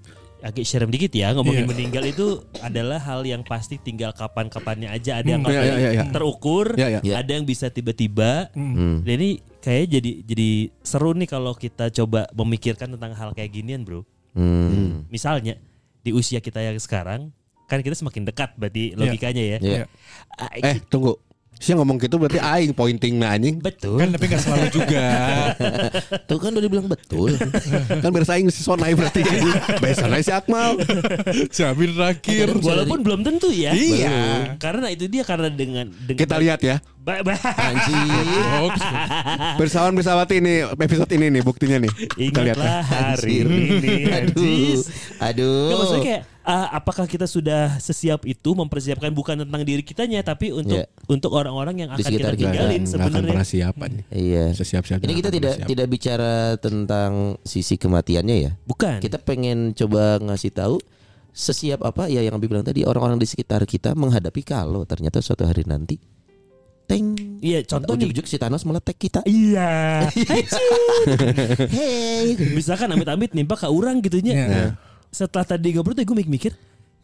[SPEAKER 3] agak serem dikit ya ngomongin
[SPEAKER 4] Iya.
[SPEAKER 3] meninggal itu adalah hal yang pasti tinggal kapan-kapannya aja ada yang
[SPEAKER 2] Hmm, iya,
[SPEAKER 3] kapan-
[SPEAKER 2] iya, iya.
[SPEAKER 3] terukur,
[SPEAKER 2] Iya, iya.
[SPEAKER 3] ada yang bisa tiba-tiba.
[SPEAKER 5] Hmm.
[SPEAKER 3] Dan ini kayaknya jadi jadi seru nih kalau kita coba memikirkan tentang hal kayak ginian, Bro.
[SPEAKER 5] Hmm.
[SPEAKER 3] Misalnya di usia kita yang sekarang kan kita semakin dekat berarti logikanya ya.
[SPEAKER 5] Iya.
[SPEAKER 3] Ah,
[SPEAKER 2] eh tunggu. Siang ngomong gitu berarti aing pointing nah anjing.
[SPEAKER 3] Betul.
[SPEAKER 4] Kan tapi nggak selalu juga.
[SPEAKER 5] Tuh kan udah dibilang betul.
[SPEAKER 2] kan beres aing si Sonai berarti. Bae Sonai si Akmal.
[SPEAKER 4] Jamin rakir.
[SPEAKER 3] Walaupun belum tentu ya.
[SPEAKER 4] Iya.
[SPEAKER 3] Karena itu dia karena dengan, dengan
[SPEAKER 2] Kita lihat ya.
[SPEAKER 3] Ba- ba-
[SPEAKER 5] Anjir.
[SPEAKER 2] Bersawan bersawati ini episode ini nih buktinya nih. Kita lihat ya.
[SPEAKER 3] Ingatlah hari ini.
[SPEAKER 5] Aduh.
[SPEAKER 3] Anjis.
[SPEAKER 5] Aduh.
[SPEAKER 3] Nggak, maksudnya kayak ah, apakah kita sudah sesiap itu mempersiapkan bukan tentang diri kitanya tapi untuk
[SPEAKER 5] Iya.
[SPEAKER 3] untuk orang-orang yang
[SPEAKER 5] Di
[SPEAKER 3] akan
[SPEAKER 5] sekitar
[SPEAKER 3] kita
[SPEAKER 5] kita.
[SPEAKER 3] tinggalin
[SPEAKER 2] Nggak akan
[SPEAKER 3] sebenarnya.
[SPEAKER 2] pernah siap anjing.
[SPEAKER 5] Iya.
[SPEAKER 2] Sesiap-siap.
[SPEAKER 5] Ini kita tidak tidak bicara tentang sisi kematiannya ya.
[SPEAKER 3] Bukan.
[SPEAKER 5] Kita pengen coba ngasih tahu sesiap apa ya yang Abi bilang tadi orang-orang di sekitar kita menghadapi kalau ternyata suatu hari nanti teng
[SPEAKER 3] Iya, contoh nih.
[SPEAKER 5] ujuk-ujuk si Thanos meletek kita.
[SPEAKER 3] Iya.
[SPEAKER 5] Hey.
[SPEAKER 3] Misalkan amit-amit nimpa ke orang gitu nya.
[SPEAKER 4] Iya.
[SPEAKER 3] Setelah tadi ngobrol tuh gue mikir-mikir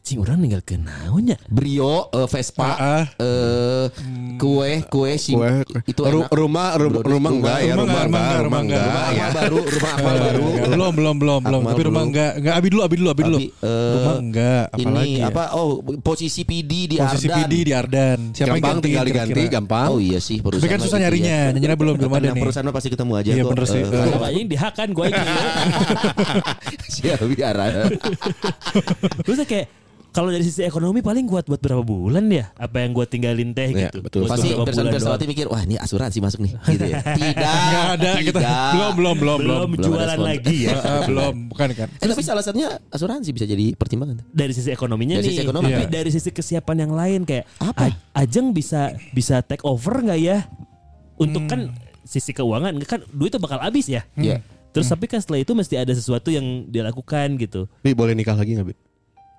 [SPEAKER 3] Cing orang ninggal kenaonya.
[SPEAKER 5] Brio, eh, Vespa,
[SPEAKER 4] Ah, Hmm. ah.
[SPEAKER 5] eh kue, kue sih.
[SPEAKER 2] Kue- kue.
[SPEAKER 5] Itu
[SPEAKER 2] Ru-
[SPEAKER 5] enak.
[SPEAKER 2] rumah ru- rumah enggak ya
[SPEAKER 4] Rumah
[SPEAKER 2] rumah
[SPEAKER 4] enggak,
[SPEAKER 2] enggak rumah enggak
[SPEAKER 5] Rumah
[SPEAKER 2] ya.
[SPEAKER 5] Akmal baru, rumah Akmal baru.
[SPEAKER 4] Enggak, belum belum belum belum
[SPEAKER 5] Akmal
[SPEAKER 4] tapi rumah
[SPEAKER 5] belum.
[SPEAKER 4] enggak enggak abi dulu abi dulu abi dulu
[SPEAKER 5] Abi, eh,
[SPEAKER 4] rumah enggak apalagi
[SPEAKER 5] Ini
[SPEAKER 4] ya?
[SPEAKER 5] apa? Oh, posisi PD di
[SPEAKER 4] posisi
[SPEAKER 5] Ardan.
[SPEAKER 4] PD di Ardan
[SPEAKER 2] Gampang
[SPEAKER 4] siapa yang gantiin
[SPEAKER 2] tinggal
[SPEAKER 4] kira-kira?
[SPEAKER 2] diganti gampang.
[SPEAKER 5] Oh iya sih perusahaan.
[SPEAKER 4] tapi kan susah
[SPEAKER 5] gitu
[SPEAKER 4] nyarinya
[SPEAKER 5] ya.
[SPEAKER 4] nyarinya belum belum ada
[SPEAKER 5] Nah,
[SPEAKER 4] nih
[SPEAKER 5] perusahaan mah pasti ketemu aja
[SPEAKER 4] Iya,
[SPEAKER 5] kok.
[SPEAKER 4] bener sih.
[SPEAKER 5] Eh,
[SPEAKER 4] Eh.
[SPEAKER 3] Wah, ini dihakan gue ini.
[SPEAKER 5] Siapa Iya, biar ada.
[SPEAKER 3] Terus saya kayak kalau dari sisi ekonomi paling kuat buat berapa bulan ya? Apa yang gue tinggalin teh
[SPEAKER 2] Iya,
[SPEAKER 3] gitu.
[SPEAKER 2] betul.
[SPEAKER 3] Buat
[SPEAKER 5] Pasti
[SPEAKER 3] beberapa
[SPEAKER 5] Bersan
[SPEAKER 3] bulan
[SPEAKER 5] Bersawati
[SPEAKER 3] doang.
[SPEAKER 5] mikir Wah ini asuransi masuk nih gitu ya. Tidak
[SPEAKER 4] enggak ada kita
[SPEAKER 5] tidak.
[SPEAKER 4] belum belum belum belum
[SPEAKER 3] belum
[SPEAKER 5] Iya. belum ada
[SPEAKER 3] jualan
[SPEAKER 5] sponsor.
[SPEAKER 3] lagi ya.
[SPEAKER 4] Ah, ah, belum bukan kan
[SPEAKER 5] Eh, tapi salah satunya asuransi bisa jadi pertimbangan.
[SPEAKER 3] dari sisi ekonominya
[SPEAKER 5] Dari
[SPEAKER 3] nih,
[SPEAKER 5] sisi ekonomi.
[SPEAKER 3] tapi
[SPEAKER 4] Iya.
[SPEAKER 3] dari sisi kesiapan yang lain kayak
[SPEAKER 5] Apa?
[SPEAKER 3] A- Ajeng bisa bisa take over nggak ya? Untuk kan sisi keuangan kan duit tuh bakal habis ya.
[SPEAKER 5] Iya.
[SPEAKER 3] Terus tapi kan setelah itu mesti ada sesuatu yang dilakukan gitu.
[SPEAKER 2] Bi boleh nikah lagi enggak, Bi?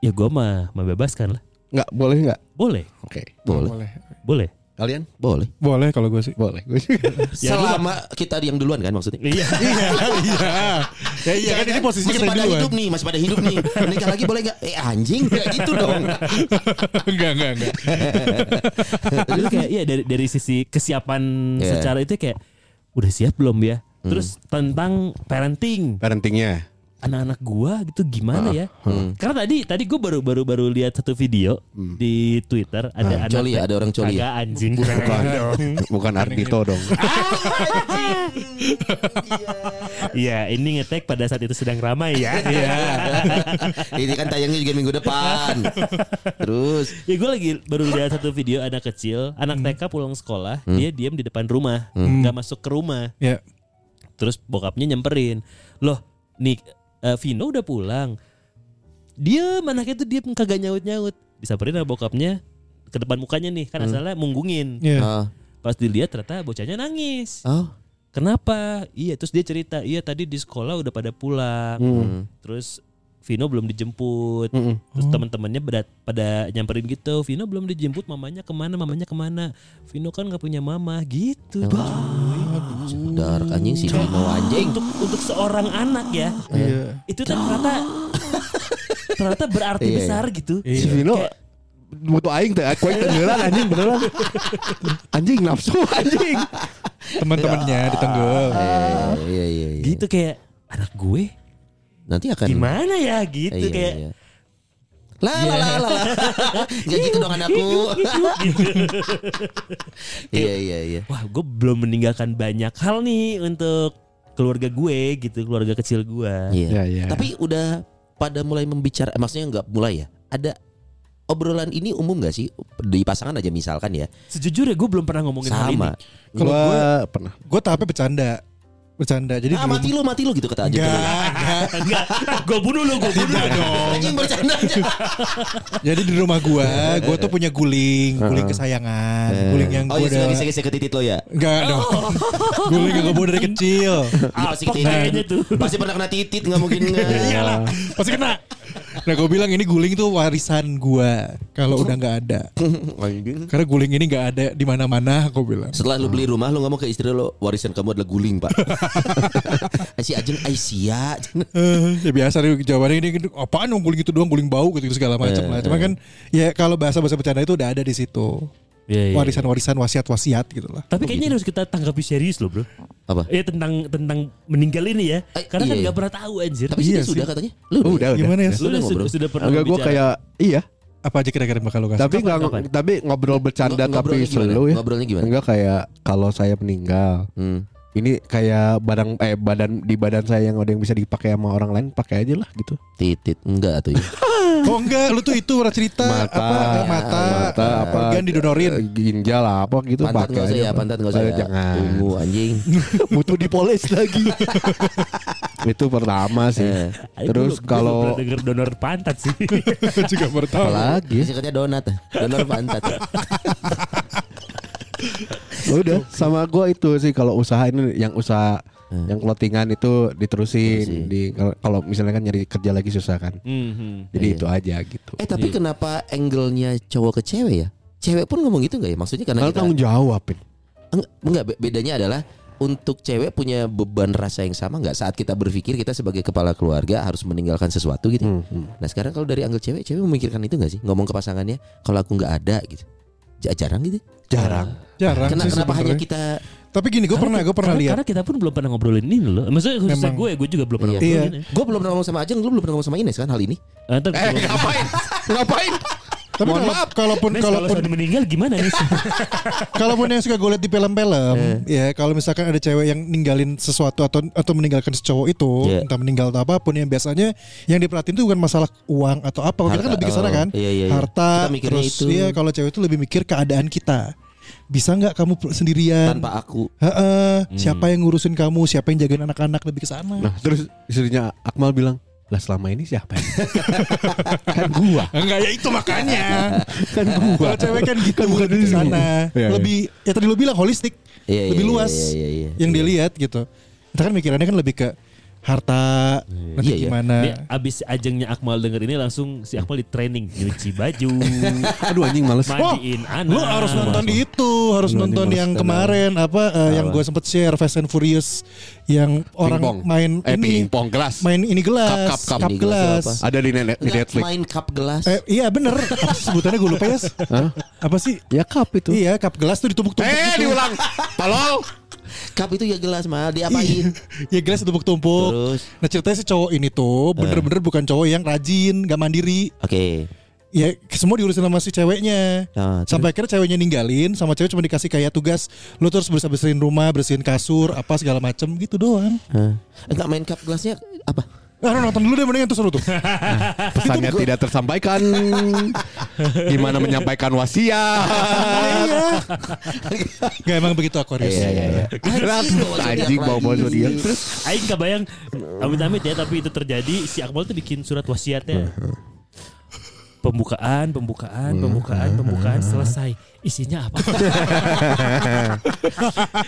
[SPEAKER 3] Ya gua mah membebaskan lah.
[SPEAKER 2] Enggak, boleh enggak?
[SPEAKER 3] Boleh,
[SPEAKER 2] Oke.
[SPEAKER 5] Boleh.
[SPEAKER 4] boleh
[SPEAKER 3] boleh.
[SPEAKER 2] Kalian?
[SPEAKER 5] Boleh.
[SPEAKER 4] boleh kalau gue sih
[SPEAKER 2] Boleh. Gue juga.
[SPEAKER 3] Ya,
[SPEAKER 5] Selama kita yang duluan kan maksudnya.
[SPEAKER 3] Iya.
[SPEAKER 4] iya iya ya iya kan ini posisi
[SPEAKER 5] masih
[SPEAKER 4] kita
[SPEAKER 5] pada
[SPEAKER 4] duluan
[SPEAKER 5] hidup nih, masih pada hidup nih. Nikah lagi boleh nggak? Eh anjing, nggak gitu dong.
[SPEAKER 4] enggak enggak enggak
[SPEAKER 3] Terus kayak iya dari dari sisi kesiapan
[SPEAKER 5] Iya. Hmm.
[SPEAKER 3] secara itu kayak udah siap belum ya? Terus tentang parenting
[SPEAKER 2] Parentingnya.
[SPEAKER 3] anak-anak gua gitu
[SPEAKER 5] Ah,
[SPEAKER 3] gimana ya?
[SPEAKER 5] hmm.
[SPEAKER 3] Karena tadi tadi gua baru baru baru lihat satu video di Twitter ada anak
[SPEAKER 5] Hmm. coli ya, ada orang coli ya?
[SPEAKER 3] Kagak anjing.
[SPEAKER 2] Bukan Ardito dong.
[SPEAKER 3] Iya, ini ngetek pada saat itu sedang ramai ya. Iya.
[SPEAKER 5] Ini kan tayangnya juga minggu depan. Terus
[SPEAKER 3] ya gue lagi baru lihat satu video anak kecil,
[SPEAKER 5] Hmm.
[SPEAKER 3] anak TK pulang sekolah, dia diam di depan rumah, nggak masuk ke rumah.
[SPEAKER 4] ya
[SPEAKER 3] Terus bokapnya nyamperin. Loh, nih eh, Vino udah pulang. Dia anaknya tuh dia kagak nyaut-nyaut. Disamperin sama bokapnya ke depan mukanya nih,
[SPEAKER 5] Hmm.
[SPEAKER 3] kan asalnya munggungin.
[SPEAKER 4] ya
[SPEAKER 5] ah,
[SPEAKER 3] Pas dilihat ternyata bocahnya nangis.
[SPEAKER 5] oh,
[SPEAKER 3] Kenapa? Iya, terus dia cerita, iya tadi di sekolah udah pada pulang.
[SPEAKER 5] Hmm.
[SPEAKER 3] Terus Vino belum dijemput. Terus teman-temannya berat pada nyamperin gitu. Vino belum dijemput, mamanya kemana? Mamanya kemana? Vino kan nggak punya mama, gitu.
[SPEAKER 5] Oh.
[SPEAKER 3] Bah.
[SPEAKER 5] dark anjing si Dino anjing.
[SPEAKER 3] Eh, Untuk untuk seorang anak ya,
[SPEAKER 4] iya
[SPEAKER 3] itu tuh ternyata ternyata berarti
[SPEAKER 5] Iya, iya.
[SPEAKER 3] besar gitu.
[SPEAKER 2] Si Vino
[SPEAKER 3] Kayak-
[SPEAKER 2] butuh aing teh koin tenggelan anjing beneran. Anjing nafsu anjing.
[SPEAKER 4] teman-temannya ditenggel
[SPEAKER 5] Eh, iya, iya, iya.
[SPEAKER 3] Gitu kayak anak gue
[SPEAKER 5] Nanti akan
[SPEAKER 3] gimana ya gitu
[SPEAKER 5] Iya,
[SPEAKER 3] kayak
[SPEAKER 5] iya. La la la la. la. Nggak gitu dong anakku.
[SPEAKER 3] gitu,
[SPEAKER 5] Iya iya iya.
[SPEAKER 3] wah gue belum meninggalkan banyak hal nih untuk keluarga gue gitu keluarga kecil gue
[SPEAKER 5] Iya.
[SPEAKER 2] Ya ya.
[SPEAKER 5] Tapi udah pada mulai membicara, eh, maksudnya nggak mulai ya? Ada obrolan ini umum nggak sih di pasangan aja misalkan ya?
[SPEAKER 3] sejujurnya gue belum pernah ngomongin hal ini
[SPEAKER 5] Sama.
[SPEAKER 4] Kalau
[SPEAKER 2] gua
[SPEAKER 4] gua-
[SPEAKER 2] pernah.
[SPEAKER 4] gue tapi bercanda bercanda jadi
[SPEAKER 5] Ah
[SPEAKER 4] belum-
[SPEAKER 5] mati lu mati lu gitu kata aja.
[SPEAKER 4] enggak
[SPEAKER 5] dulu.
[SPEAKER 4] enggak
[SPEAKER 3] enggak gue bunuh lu gue bunuh
[SPEAKER 4] Tidak
[SPEAKER 3] lu.
[SPEAKER 4] dong
[SPEAKER 5] Anjing bercanda aja.
[SPEAKER 4] Jadi di rumah
[SPEAKER 5] Iya,
[SPEAKER 4] gua, gua tuh punya guling, guling kesayangan, guling yang
[SPEAKER 5] Oh
[SPEAKER 4] gua
[SPEAKER 5] iya
[SPEAKER 4] udah
[SPEAKER 5] lagi segi-segi ke titit lo ya?
[SPEAKER 4] enggak dong. guling yang gua bawa dari kecil.
[SPEAKER 5] Iya pasti
[SPEAKER 3] Apa
[SPEAKER 5] ke titit.
[SPEAKER 3] kayaknya tuh.
[SPEAKER 5] Pasti pernah kena titit nggak mungkin. nggak.
[SPEAKER 3] iya.
[SPEAKER 5] Iya.
[SPEAKER 4] Iyalah, pasti kena. Nah, gua bilang ini guling tuh warisan gua kalau udah nggak ada.
[SPEAKER 5] Anjing.
[SPEAKER 4] Karena guling ini nggak ada di mana-mana, gua bilang.
[SPEAKER 5] Setelah lu beli rumah lu ngomong ke istri lu warisan kamu adalah guling, Pak. si Ajeng Aisyah.
[SPEAKER 4] Eh, ya biasa nih jawabannya ini gitu, apaan dong guling itu doang guling bau gitu, segala macam lah. Cuman kan ya kalau bahasa-bahasa bercanda itu udah ada di situ.
[SPEAKER 3] Iya, iya.
[SPEAKER 4] Warisan-warisan wasiat-wasiat gitu lah.
[SPEAKER 3] tapi kayaknya harus kita tanggapi serius loh bro
[SPEAKER 5] Apa?
[SPEAKER 3] ya tentang tentang meninggal ini ya
[SPEAKER 5] Eh,
[SPEAKER 3] karena kan
[SPEAKER 5] iya,
[SPEAKER 3] nggak
[SPEAKER 5] iya.
[SPEAKER 3] pernah tahu anjir Iya.
[SPEAKER 5] Tapi
[SPEAKER 4] Iya
[SPEAKER 5] sini sudah katanya. Lu
[SPEAKER 2] Oh, udah udah.
[SPEAKER 4] Gimana ya?
[SPEAKER 5] Lu udah
[SPEAKER 3] sudah,
[SPEAKER 5] ngobrol?
[SPEAKER 3] sudah, sudah pernah
[SPEAKER 2] Enggak gue
[SPEAKER 3] bicara.
[SPEAKER 2] kayak iya.
[SPEAKER 4] Apa aja kira-kira yang bakal lo kasih?
[SPEAKER 2] Tapi nggak
[SPEAKER 3] kapan?
[SPEAKER 2] tapi ngobrol bercanda
[SPEAKER 5] Ngobrolnya
[SPEAKER 2] tapi
[SPEAKER 5] gimana?
[SPEAKER 2] selalu ya.
[SPEAKER 5] Ngobrolnya gimana?
[SPEAKER 2] Enggak kayak kalau saya meninggal.
[SPEAKER 5] Hmm.
[SPEAKER 2] Ini kayak barang eh badan di badan saya yang ada yang bisa dipakai sama orang lain pakai aja lah gitu.
[SPEAKER 5] Titit enggak tuh ya.
[SPEAKER 4] Oh enggak, lu tuh itu orang cerita
[SPEAKER 2] Mata,
[SPEAKER 4] apa eh, mata,
[SPEAKER 2] mata apa
[SPEAKER 4] organ didonorin.
[SPEAKER 2] eh, ginjal apa gitu
[SPEAKER 5] Pantat
[SPEAKER 2] pakai
[SPEAKER 5] enggak usah
[SPEAKER 2] aja.
[SPEAKER 5] ya, pantat enggak usah ya.
[SPEAKER 2] Jangan.
[SPEAKER 5] Ungu anjing.
[SPEAKER 2] butuh dipoles lagi. itu pertama sih.
[SPEAKER 5] Eh.
[SPEAKER 3] Ayo, gua
[SPEAKER 2] Terus
[SPEAKER 3] belum- gua belum pernah
[SPEAKER 2] kalau
[SPEAKER 3] denger donor pantat sih
[SPEAKER 4] Gua juga baru tahu.
[SPEAKER 2] lagi
[SPEAKER 5] Singkatnya donat. ya. Donor pantat.
[SPEAKER 2] Ya udah sama gua itu sih kalau usaha ini yang usaha yang clothingan itu diterusin
[SPEAKER 5] Terusin.
[SPEAKER 2] di kalau- kalau misalnya kan nyari kerja lagi susah kan. Jadi itu aja gitu.
[SPEAKER 5] Mhm. Eh tapi kenapa angle-nya cowok ke cewek ya? Cewek pun ngomong gitu enggak ya? Maksudnya karena
[SPEAKER 2] Kalau
[SPEAKER 5] kita
[SPEAKER 2] tanggung jawabin.
[SPEAKER 5] Eng- enggak be- bedanya adalah untuk cewek punya beban rasa yang sama nggak saat kita berpikir kita sebagai kepala keluarga harus meninggalkan sesuatu gitu.
[SPEAKER 2] Hmm,
[SPEAKER 5] Nah sekarang kalau dari angle cewek, cewek memikirkan itu nggak sih? Ngomong ke pasangannya kalau aku nggak ada gitu, Ja- jarang gitu.
[SPEAKER 2] jarang
[SPEAKER 4] Jarang
[SPEAKER 5] Kena-
[SPEAKER 4] sih
[SPEAKER 5] kenapa hanya
[SPEAKER 4] sebenarnya.
[SPEAKER 5] kita
[SPEAKER 4] Tapi gini, gue pernah, gue pernah
[SPEAKER 3] karena,
[SPEAKER 4] lihat.
[SPEAKER 3] karena kita pun belum pernah ngobrolin ini loh. Maksudnya khususnya
[SPEAKER 4] Memang.
[SPEAKER 3] gue, gue juga belum pernah
[SPEAKER 5] Iya.
[SPEAKER 3] ngobrolin
[SPEAKER 4] Iya.
[SPEAKER 3] ini.
[SPEAKER 5] Gue belum pernah ngomong sama Ajeng, lu belum pernah ngomong sama Ines kan hal ini?
[SPEAKER 3] Ah, ntar
[SPEAKER 2] eh
[SPEAKER 3] kalau-
[SPEAKER 2] ngapain ngapain
[SPEAKER 4] Tapi
[SPEAKER 2] Mohon
[SPEAKER 4] kalau-
[SPEAKER 2] maaf.
[SPEAKER 4] kalaupun,
[SPEAKER 3] Nes, kalau
[SPEAKER 4] kalaupun,
[SPEAKER 3] sudah meninggal gimana nih?
[SPEAKER 4] kalaupun yang suka gue lihat di film-film,
[SPEAKER 5] Eh.
[SPEAKER 4] ya kalau misalkan ada cewek yang ninggalin sesuatu atau atau meninggalkan si cowok itu,
[SPEAKER 5] Iya.
[SPEAKER 4] entah meninggal atau apapun, yang biasanya yang diperhatiin itu bukan masalah uang atau apa, kita kan
[SPEAKER 5] Harta,
[SPEAKER 4] lebih ke sana
[SPEAKER 5] oh,
[SPEAKER 4] kan,
[SPEAKER 5] iya, iya, iya.
[SPEAKER 4] harta,
[SPEAKER 5] Kita mikirnya
[SPEAKER 4] terus
[SPEAKER 5] itu.
[SPEAKER 4] iya, kalau cewek itu lebih mikir keadaan kita, bisa nggak kamu sendirian?
[SPEAKER 5] Tanpa aku.
[SPEAKER 4] Heeh, siapa yang ngurusin kamu, siapa yang jagain anak-anak lebih ke sana.
[SPEAKER 2] Hmm. nah terus istrinya Akmal bilang lah selama ini siapa ya? kan gua
[SPEAKER 4] Enggak ya itu makanya.
[SPEAKER 2] kan gua
[SPEAKER 4] Kalau cewek kan gitu
[SPEAKER 2] Kan bukan
[SPEAKER 4] bukan di
[SPEAKER 2] dulu.
[SPEAKER 4] sana.
[SPEAKER 2] Iya, iya.
[SPEAKER 4] lebih ya tadi lu bilang holistik.
[SPEAKER 5] Iya, iya,
[SPEAKER 4] lebih
[SPEAKER 5] iya,
[SPEAKER 4] luas.
[SPEAKER 5] iya, iya, iya.
[SPEAKER 4] yang dilihat gitu. Kita kan mikirannya kan lebih ke harta nanti
[SPEAKER 5] Iya, iya.
[SPEAKER 4] gimana.
[SPEAKER 3] Ini abis ajengnya Akmal denger ini langsung si Akmal di training nyuci baju,
[SPEAKER 2] aduh anjing males
[SPEAKER 4] Wah,
[SPEAKER 3] mandiin anak.
[SPEAKER 4] Lu harus
[SPEAKER 2] Nah,
[SPEAKER 4] nonton
[SPEAKER 3] Wah,
[SPEAKER 4] itu, harus
[SPEAKER 2] Lu
[SPEAKER 4] nonton
[SPEAKER 2] Iya, kan harus
[SPEAKER 4] yang kemarin apa eh, yang gue sempet share Fast and Furious yang orang
[SPEAKER 2] Pingpong.
[SPEAKER 4] main
[SPEAKER 2] eh
[SPEAKER 4] ini
[SPEAKER 2] pingpong gelas
[SPEAKER 4] main ini gelas,
[SPEAKER 2] Cup, cup, cup.
[SPEAKER 5] Ini gelas
[SPEAKER 4] gelas.
[SPEAKER 5] apa?
[SPEAKER 2] ada di, net- di
[SPEAKER 5] Nggak
[SPEAKER 2] Netflix
[SPEAKER 5] main cup gelas.
[SPEAKER 4] Eh, iya bener Apa sih sebutannya gue lupa ya. Apa sih?
[SPEAKER 2] ya cup itu
[SPEAKER 4] Iya, cup gelas tuh ditumpuk-tumpuk.
[SPEAKER 2] eh
[SPEAKER 4] gitu.
[SPEAKER 2] diulang palol
[SPEAKER 5] Cup itu ya gelas mah diapain?
[SPEAKER 4] ya gelas ditumpuk-tumpuk.
[SPEAKER 5] Terus?
[SPEAKER 4] Nah ceritanya si cowok ini tuh bener-bener bukan cowok yang rajin, gak mandiri.
[SPEAKER 5] Oke.
[SPEAKER 4] Ya semua diurusin sama si ceweknya.
[SPEAKER 5] Nah, terus?
[SPEAKER 4] Sampai akhirnya ceweknya ninggalin, sama cewek cuma dikasih kayak tugas. Lu terus bersih-bersihin rumah, bersihin kasur, apa segala macem gitu doang.
[SPEAKER 5] Hah. Enggak Eh, main cup gelasnya apa?
[SPEAKER 4] Ah, nonton dulu deh mendingan tuh seru tuh.
[SPEAKER 2] pesannya tidak tersampaikan gimana menyampaikan wasiat
[SPEAKER 4] Iya. Gak emang begitu Aquarius.
[SPEAKER 5] Iya, iya, iya.
[SPEAKER 2] anjing bawa bawa zodiak terus
[SPEAKER 3] Aing kebayang amit-amit ya tapi itu terjadi si Akmal tuh bikin surat wasiatnya. Pembukaan, pembukaan, pembukaan, pembukaan selesai. Isinya apa?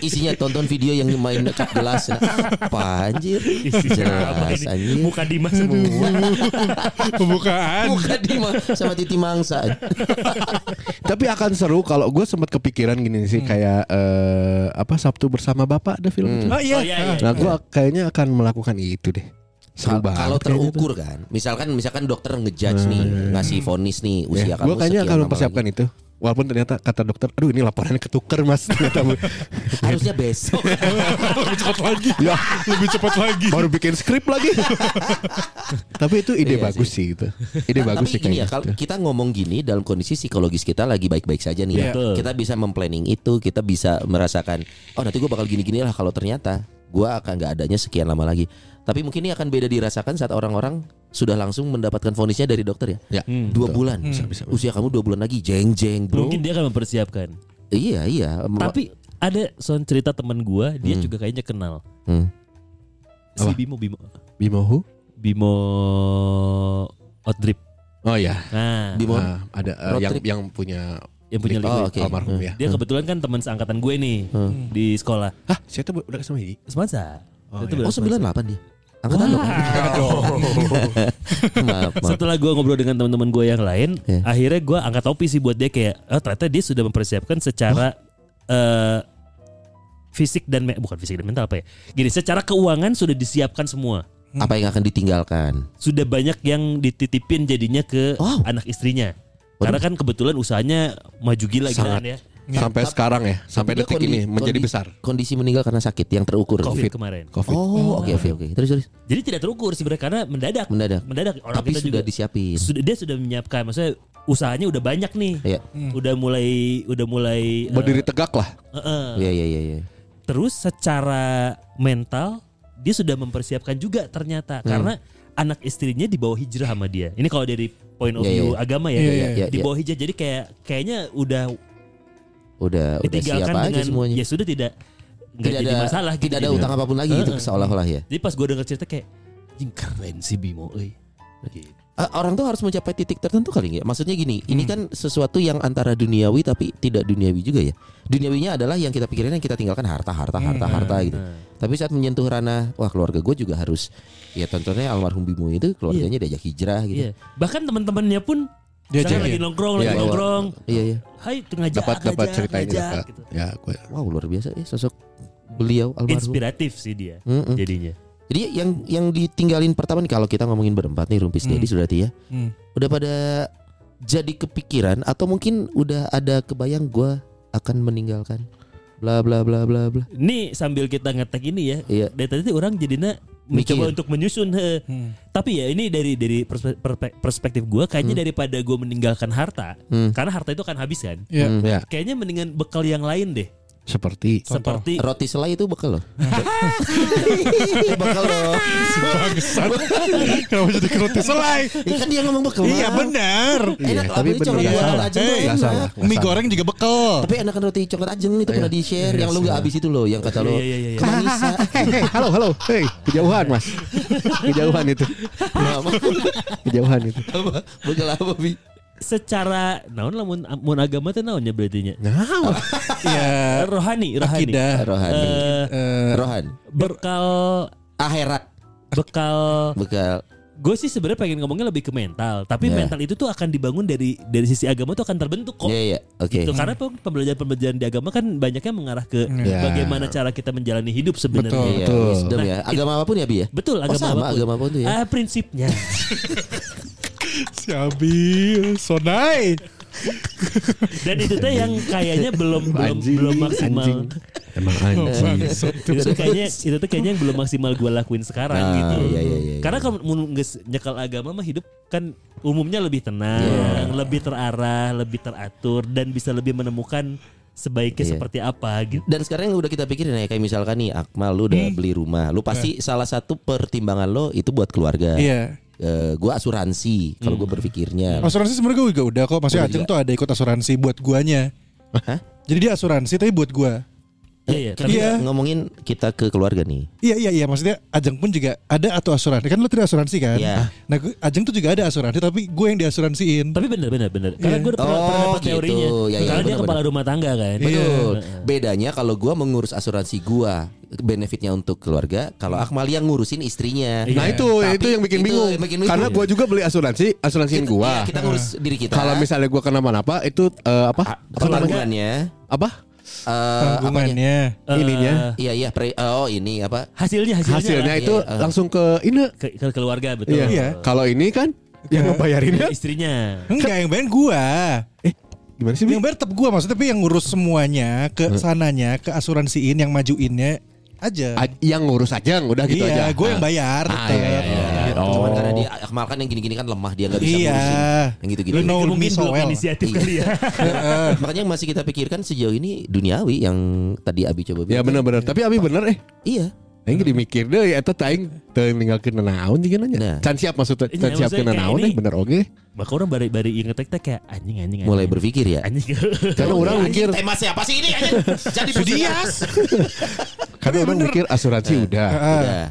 [SPEAKER 5] Isinya tonton video yang main cup gelas. Apa anjir?
[SPEAKER 4] Ya,
[SPEAKER 3] Isinya apa
[SPEAKER 5] Jelas
[SPEAKER 3] ini?
[SPEAKER 5] anjir.
[SPEAKER 3] Muka Dimas semua.
[SPEAKER 4] Pembukaan.
[SPEAKER 5] Bukan di ma- sama titi mangsa.
[SPEAKER 2] tapi akan seru kalau gue sempat kepikiran gini
[SPEAKER 5] Hmm.
[SPEAKER 2] sih kayak eh, apa Sabtu bersama Bapak ada film itu.
[SPEAKER 4] Oh iya.
[SPEAKER 3] Oh, iya, iya.
[SPEAKER 2] Nah gue kayaknya akan melakukan itu deh. Seru banget.
[SPEAKER 5] Kalau
[SPEAKER 2] kayaknya tuh.
[SPEAKER 5] terukur kan, misalkan misalkan dokter ngejudge nih, ngasih vonis nih
[SPEAKER 2] Ya,
[SPEAKER 5] usia kamu.
[SPEAKER 2] gue kayaknya
[SPEAKER 5] sekian
[SPEAKER 2] akan
[SPEAKER 5] lama
[SPEAKER 2] mempersiapkan
[SPEAKER 5] lagi.
[SPEAKER 2] itu. Walaupun ternyata kata dokter, aduh ini laporannya ketuker mas. Ternyata bu-
[SPEAKER 5] Harusnya besok.
[SPEAKER 4] Lebih cepat lagi.
[SPEAKER 2] ya
[SPEAKER 4] Lebih cepat lagi.
[SPEAKER 2] baru bikin skrip lagi. Tapi itu ide
[SPEAKER 5] Iya
[SPEAKER 2] bagus sih itu. Ide
[SPEAKER 5] Nah,
[SPEAKER 2] bagus sih gitu.
[SPEAKER 5] tapi ini
[SPEAKER 2] kayaknya.
[SPEAKER 5] ya kalau kita ngomong gini dalam kondisi psikologis kita lagi baik-baik saja nih ya.
[SPEAKER 3] Betul.
[SPEAKER 5] kita bisa memplanning itu kita bisa merasakan oh nanti gue bakal gini-gini lah kalau ternyata gue akan nggak adanya sekian lama lagi tapi mungkin ini akan beda dirasakan saat orang-orang sudah langsung mendapatkan vonisnya dari dokter ya,
[SPEAKER 2] Ya,
[SPEAKER 3] Hmm.
[SPEAKER 5] dua bulan usia kamu dua bulan lagi jeng jeng bro
[SPEAKER 3] Mungkin dia akan mempersiapkan.
[SPEAKER 5] iya iya
[SPEAKER 3] Tapi ada soal cerita teman gua, dia juga kayaknya kenal.
[SPEAKER 5] Hmm.
[SPEAKER 3] Si
[SPEAKER 2] Apa?
[SPEAKER 3] Bimo Bimo
[SPEAKER 2] Bimo Hu?
[SPEAKER 3] Bimo Outdrip.
[SPEAKER 2] Oh ya.
[SPEAKER 3] Nah,
[SPEAKER 5] Bimo
[SPEAKER 2] Ah, ada eh,
[SPEAKER 5] Road
[SPEAKER 2] yang
[SPEAKER 5] trip.
[SPEAKER 2] yang punya
[SPEAKER 3] yang punya
[SPEAKER 5] Oh,
[SPEAKER 3] liquid.
[SPEAKER 5] oke. Hmm.
[SPEAKER 2] almarhum ya.
[SPEAKER 3] Dia kebetulan kan teman seangkatan gue nih di sekolah.
[SPEAKER 2] Hah, saya tuh udah sama ini.
[SPEAKER 3] Semasa.
[SPEAKER 2] Oh,
[SPEAKER 3] Itu
[SPEAKER 2] iya.
[SPEAKER 3] bilang
[SPEAKER 5] oh
[SPEAKER 3] semasa.
[SPEAKER 5] sembilan delapan dia angkatan lo maaf, maaf.
[SPEAKER 3] Setelah gue ngobrol dengan teman-teman gue yang lain,
[SPEAKER 5] Iya.
[SPEAKER 3] akhirnya gue angkat topi sih buat dia kayak, oh ternyata dia sudah mempersiapkan secara eh, fisik dan me- bukan fisik dan mental apa ya? Gini, secara keuangan sudah disiapkan semua,
[SPEAKER 5] apa yang akan ditinggalkan
[SPEAKER 3] sudah banyak yang dititipin jadinya ke
[SPEAKER 5] Wow.
[SPEAKER 3] anak istrinya. Karena kan kebetulan usahanya maju gila gilaan ya.
[SPEAKER 2] Sampai sekarang ya, sampai
[SPEAKER 5] Tapi dia
[SPEAKER 2] detik
[SPEAKER 5] kondi-
[SPEAKER 2] ini menjadi
[SPEAKER 5] kondi-
[SPEAKER 2] besar.
[SPEAKER 5] kondisi meninggal karena sakit yang terukur
[SPEAKER 3] COVID, kemarin.
[SPEAKER 2] Covid.
[SPEAKER 5] Oh, oke oke oke. Terus terus
[SPEAKER 3] Jadi tidak terukur sebenarnya karena mendadak.
[SPEAKER 5] mendadak.
[SPEAKER 3] Mendadak orang
[SPEAKER 5] Tapi
[SPEAKER 3] kita
[SPEAKER 5] sudah
[SPEAKER 3] juga
[SPEAKER 5] disiapin.
[SPEAKER 3] sudah dia sudah menyiapkan maksudnya usahanya udah banyak nih.
[SPEAKER 5] Iya.
[SPEAKER 4] Hmm.
[SPEAKER 3] Udah mulai udah mulai eh,
[SPEAKER 2] Berdiri tegak lah.
[SPEAKER 3] eh, eh.
[SPEAKER 5] Iya iya iya iya.
[SPEAKER 3] terus secara mental dia sudah mempersiapkan juga ternyata
[SPEAKER 5] Hmm.
[SPEAKER 3] karena anak istrinya di bawah hijrah sama dia. Ini kalau dari point of
[SPEAKER 5] Iya,
[SPEAKER 3] view
[SPEAKER 5] iya.
[SPEAKER 3] agama ya.
[SPEAKER 4] Iya,
[SPEAKER 5] iya, iya,
[SPEAKER 3] di
[SPEAKER 5] iya.
[SPEAKER 3] bawah hijrah jadi kayak kayaknya udah
[SPEAKER 5] Udah udah siap
[SPEAKER 3] ditinggalkan
[SPEAKER 5] aja
[SPEAKER 3] dengan
[SPEAKER 5] semuanya.
[SPEAKER 3] ya sudah tidak nggak
[SPEAKER 5] tidak
[SPEAKER 3] jadi
[SPEAKER 5] ada
[SPEAKER 3] masalah gitu Eh,
[SPEAKER 5] tidak ada
[SPEAKER 3] jadinya.
[SPEAKER 5] utang apapun lagi gitu
[SPEAKER 3] Heeh.
[SPEAKER 5] seolah-olah ya.
[SPEAKER 3] Jadi pas gue denger cerita kayak Jing keren si Bimo euy. Gitu.
[SPEAKER 5] Eh, orang tuh harus mencapai titik tertentu kali nggak? Maksudnya gini,
[SPEAKER 3] Hmm.
[SPEAKER 5] ini kan sesuatu yang antara duniawi tapi tidak duniawi juga ya. Duniawinya adalah yang kita pikirin yang kita tinggalkan harta harta harta
[SPEAKER 3] Hmm,
[SPEAKER 5] harta gitu. Tapi saat menyentuh ranah wah keluarga gue juga harus ya contohnya almarhum Bimo itu keluarganya diajak hijrah gitu.
[SPEAKER 3] Iya. Bahkan teman-temannya pun
[SPEAKER 4] Dia
[SPEAKER 3] misalkan
[SPEAKER 4] ajakin.
[SPEAKER 3] lagi nongkrong, lagi
[SPEAKER 2] Iya, iya.
[SPEAKER 3] nongkrong.
[SPEAKER 5] Iya iya.
[SPEAKER 3] Hai, ngajak,
[SPEAKER 2] Dapat dapat
[SPEAKER 3] ngajak,
[SPEAKER 2] cerita ini
[SPEAKER 3] ngajak,
[SPEAKER 2] dapat.
[SPEAKER 3] gitu.
[SPEAKER 2] Ya, gue
[SPEAKER 5] Wow luar biasa ya sosok beliau almarhum.
[SPEAKER 3] Inspiratif sih dia
[SPEAKER 5] Mm-mm.
[SPEAKER 3] jadinya.
[SPEAKER 5] Jadi yang yang ditinggalin pertama nih kalau kita ngomongin berempat nih Rumpis
[SPEAKER 4] Hmm.
[SPEAKER 5] Dedi sudah ya.
[SPEAKER 4] Hmm.
[SPEAKER 5] Udah pada jadi kepikiran atau mungkin udah ada kebayang gua akan meninggalkan bla bla bla bla bla.
[SPEAKER 3] Ini sambil kita ngetek ini ya.
[SPEAKER 5] Iya.
[SPEAKER 3] Dari tadi tuh orang jadinya
[SPEAKER 5] Mikir.
[SPEAKER 3] mencoba untuk menyusun. he.
[SPEAKER 4] Hmm.
[SPEAKER 3] Tapi ya ini dari dari perspe- perpe- perspektif gua kayaknya daripada gua meninggalkan harta,
[SPEAKER 5] Hmm.
[SPEAKER 3] karena harta itu akan habis kan.
[SPEAKER 4] Iya.
[SPEAKER 5] Hmm.
[SPEAKER 2] Ya,
[SPEAKER 3] Kayaknya mendingan bekal yang lain deh.
[SPEAKER 2] seperti
[SPEAKER 4] Contoh.
[SPEAKER 3] Seperti
[SPEAKER 5] Roti selai itu bekal loh. bekal loh.
[SPEAKER 4] Bangsat. Kenapa jadi keroti selai?
[SPEAKER 5] Iya kan dia ngomong bekal.
[SPEAKER 4] Iya
[SPEAKER 5] Mak.
[SPEAKER 4] benar.
[SPEAKER 5] Enak
[SPEAKER 2] Iya,
[SPEAKER 5] loh,
[SPEAKER 2] tapi
[SPEAKER 5] beli
[SPEAKER 2] bener,
[SPEAKER 5] coklat
[SPEAKER 2] nggak
[SPEAKER 5] doang
[SPEAKER 2] salah.
[SPEAKER 5] aja tuh
[SPEAKER 4] Eh,
[SPEAKER 5] enak.
[SPEAKER 2] Nggak salah.
[SPEAKER 4] Mie goreng juga bekal.
[SPEAKER 5] Tapi enakan roti coklat ajeng itu pernah di share yang lu nggak habis itu loh yang kata lu.
[SPEAKER 3] Iya, iya, iya, iya.
[SPEAKER 5] "Kemana Nisa?"
[SPEAKER 2] Hei, halo, halo. Hei, kejauhan, Mas. Kejauhan itu. Kejauhan itu.
[SPEAKER 5] Apa? Bekal apa bi?
[SPEAKER 3] secara naon lah mun, mun agama teh naonnya berarti nya.
[SPEAKER 2] Nah,
[SPEAKER 4] Iya.
[SPEAKER 3] rohani, rohani.
[SPEAKER 4] Akidah.
[SPEAKER 5] Rohani.
[SPEAKER 3] Eh,
[SPEAKER 4] Eh,
[SPEAKER 5] Rohan.
[SPEAKER 3] bekal
[SPEAKER 5] Akhirat
[SPEAKER 3] bekal
[SPEAKER 5] bekal.
[SPEAKER 3] gue sih sebenarnya pengen ngomongnya lebih ke mental tapi
[SPEAKER 5] Ya.
[SPEAKER 3] mental itu tuh akan dibangun dari dari sisi agama tuh akan terbentuk kok
[SPEAKER 5] Iya iya. Oke.
[SPEAKER 3] Gitu, karena pem- pembelajaran-pembelajaran di agama kan banyaknya mengarah ke
[SPEAKER 2] Ya.
[SPEAKER 3] bagaimana cara kita menjalani hidup sebenarnya.
[SPEAKER 5] Iya,
[SPEAKER 2] Betul.
[SPEAKER 5] wisdom ya. Agama apapun ya, Bi ya?
[SPEAKER 3] Betul
[SPEAKER 5] Oh,
[SPEAKER 3] agama
[SPEAKER 5] sama
[SPEAKER 3] apapun.
[SPEAKER 5] agama apapun tuh ya?
[SPEAKER 3] Ah, prinsipnya.
[SPEAKER 4] Si Abi, Sonai.
[SPEAKER 3] Dan itu tuh yang kayaknya belum belum belum maksimal.
[SPEAKER 2] anjing. Emang
[SPEAKER 4] Oh,
[SPEAKER 2] anjing.
[SPEAKER 3] Itu tuh kayaknya itu tuh kayaknya yang belum maksimal gue lakuin sekarang
[SPEAKER 5] Iya. Nah,
[SPEAKER 3] gitu.
[SPEAKER 5] iya, iya, iya,
[SPEAKER 3] Karena kalau mun geus nyekal agama mah hidup kan umumnya lebih tenang,
[SPEAKER 5] Iya.
[SPEAKER 3] lebih terarah, lebih teratur dan bisa lebih menemukan sebaiknya
[SPEAKER 5] Iya.
[SPEAKER 3] seperti apa gitu.
[SPEAKER 5] Dan sekarang yang udah kita pikirin ya kayak misalkan nih Akmal lu udah beli rumah, lu pasti salah satu pertimbangan lo itu buat keluarga.
[SPEAKER 4] Iya.
[SPEAKER 5] Eh, gua asuransi kalau gua berpikirnya.
[SPEAKER 4] Asuransi sebenarnya gue juga udah kok. Masih
[SPEAKER 5] Udah
[SPEAKER 4] Ajeng
[SPEAKER 5] juga.
[SPEAKER 4] tuh ada ikut asuransi buat guanya.
[SPEAKER 5] Hah?
[SPEAKER 4] Jadi dia asuransi tapi buat gua.
[SPEAKER 3] Iya, iya.
[SPEAKER 5] Kan
[SPEAKER 3] Tapi-
[SPEAKER 4] Iya.
[SPEAKER 5] ngomongin kita ke keluarga nih.
[SPEAKER 4] Iya iya iya maksudnya Ajeng pun juga ada atau asuransi kan lu tidak asuransi kan?
[SPEAKER 5] Iya.
[SPEAKER 4] Nah gue- Ajeng tuh juga ada asuransi tapi gue yang diasuransiin.
[SPEAKER 3] Tapi bener bener bener. Karena
[SPEAKER 4] Iya.
[SPEAKER 3] gue pernah, pernah
[SPEAKER 5] Oh,
[SPEAKER 3] dapat
[SPEAKER 5] gitu.
[SPEAKER 3] teorinya.
[SPEAKER 5] Iya, iya,
[SPEAKER 3] Karena dia
[SPEAKER 5] bener-bener.
[SPEAKER 3] kepala rumah tangga kan.
[SPEAKER 5] Betul. Bedanya kalau gua mengurus asuransi gua, benefitnya untuk keluarga, kalau Akmal yang ngurusin istrinya.
[SPEAKER 2] Nah, itu
[SPEAKER 5] Tapi
[SPEAKER 2] itu yang bikin
[SPEAKER 5] itu
[SPEAKER 2] bingung.
[SPEAKER 5] yang bikin bingung.
[SPEAKER 2] Karena gua juga beli asuransi, asuransiin
[SPEAKER 5] Kita- iya,
[SPEAKER 2] gua.
[SPEAKER 5] kita ngurus diri kita.
[SPEAKER 2] Kalau misalnya gua kenapa-napa itu eh, apa? Apa namanya?
[SPEAKER 5] pertanggungannya
[SPEAKER 2] Apa?
[SPEAKER 5] eh apanya?
[SPEAKER 4] Tanggungannya.
[SPEAKER 3] Eh,
[SPEAKER 2] Ininya.
[SPEAKER 5] Iya iya pre- oh ini apa?
[SPEAKER 3] Hasilnya hasilnya,
[SPEAKER 2] Hasilnya
[SPEAKER 3] lah.
[SPEAKER 2] itu
[SPEAKER 5] iya, iya.
[SPEAKER 2] langsung ke ini.
[SPEAKER 3] ke, ke keluarga betul.
[SPEAKER 2] Iya.
[SPEAKER 4] Iya.
[SPEAKER 2] Kalau ini kan yang
[SPEAKER 3] Iya,
[SPEAKER 2] ngebayarinnya
[SPEAKER 3] istrinya.
[SPEAKER 4] Enggak yang bayar gua.
[SPEAKER 2] gimana sih? Bi?
[SPEAKER 4] Yang bayar tetap gua maksudnya tapi yang ngurus semuanya ke sananya ke asuransiin yang majuinnya aja.
[SPEAKER 2] A- yang ngurus aja udah gitu aja.
[SPEAKER 4] iya, gue yang
[SPEAKER 2] Nah.
[SPEAKER 4] bayar.
[SPEAKER 2] Ah,
[SPEAKER 4] tetap.
[SPEAKER 2] iya, iya,
[SPEAKER 3] kan?
[SPEAKER 2] iya, iya.
[SPEAKER 3] Oh.
[SPEAKER 4] Gitu.
[SPEAKER 5] Oh, kan? Cuman karena dia Akmal kan yang gini-gini kan lemah dia nggak bisa
[SPEAKER 4] Iya.
[SPEAKER 5] ngurusin yang gitu-gitu.
[SPEAKER 4] Lu know me
[SPEAKER 3] Mungkin
[SPEAKER 4] so
[SPEAKER 3] belum
[SPEAKER 4] well.
[SPEAKER 3] inisiatif
[SPEAKER 5] Iya.
[SPEAKER 3] kali ya.
[SPEAKER 5] Makanya yang masih kita pikirkan sejauh ini duniawi yang tadi Abi
[SPEAKER 3] Iya,
[SPEAKER 5] coba
[SPEAKER 2] Ya
[SPEAKER 5] bilang.
[SPEAKER 2] benar-benar. Tapi abi bener eh.
[SPEAKER 5] Iya.
[SPEAKER 2] Aing gede mikir deh ya eta aing teu ninggalkeun nanaon jeung nanya.
[SPEAKER 5] Nah.
[SPEAKER 2] Can siap maksudnya
[SPEAKER 3] Iya,
[SPEAKER 2] can siap
[SPEAKER 3] maksudnya kayak
[SPEAKER 2] nanaon
[SPEAKER 3] ini-
[SPEAKER 2] eh bener oge.
[SPEAKER 3] Maka orang bari bari inget teh kayak anjing anjing. anjing.
[SPEAKER 5] Mulai berpikir ya. Iya,
[SPEAKER 3] anjing.
[SPEAKER 2] Karena orang mikir
[SPEAKER 5] Tema siapa sih ini? anjing? Jadi budias.
[SPEAKER 2] karena Eh. orang mikir asuransi udah.
[SPEAKER 4] Ah.
[SPEAKER 5] Udah.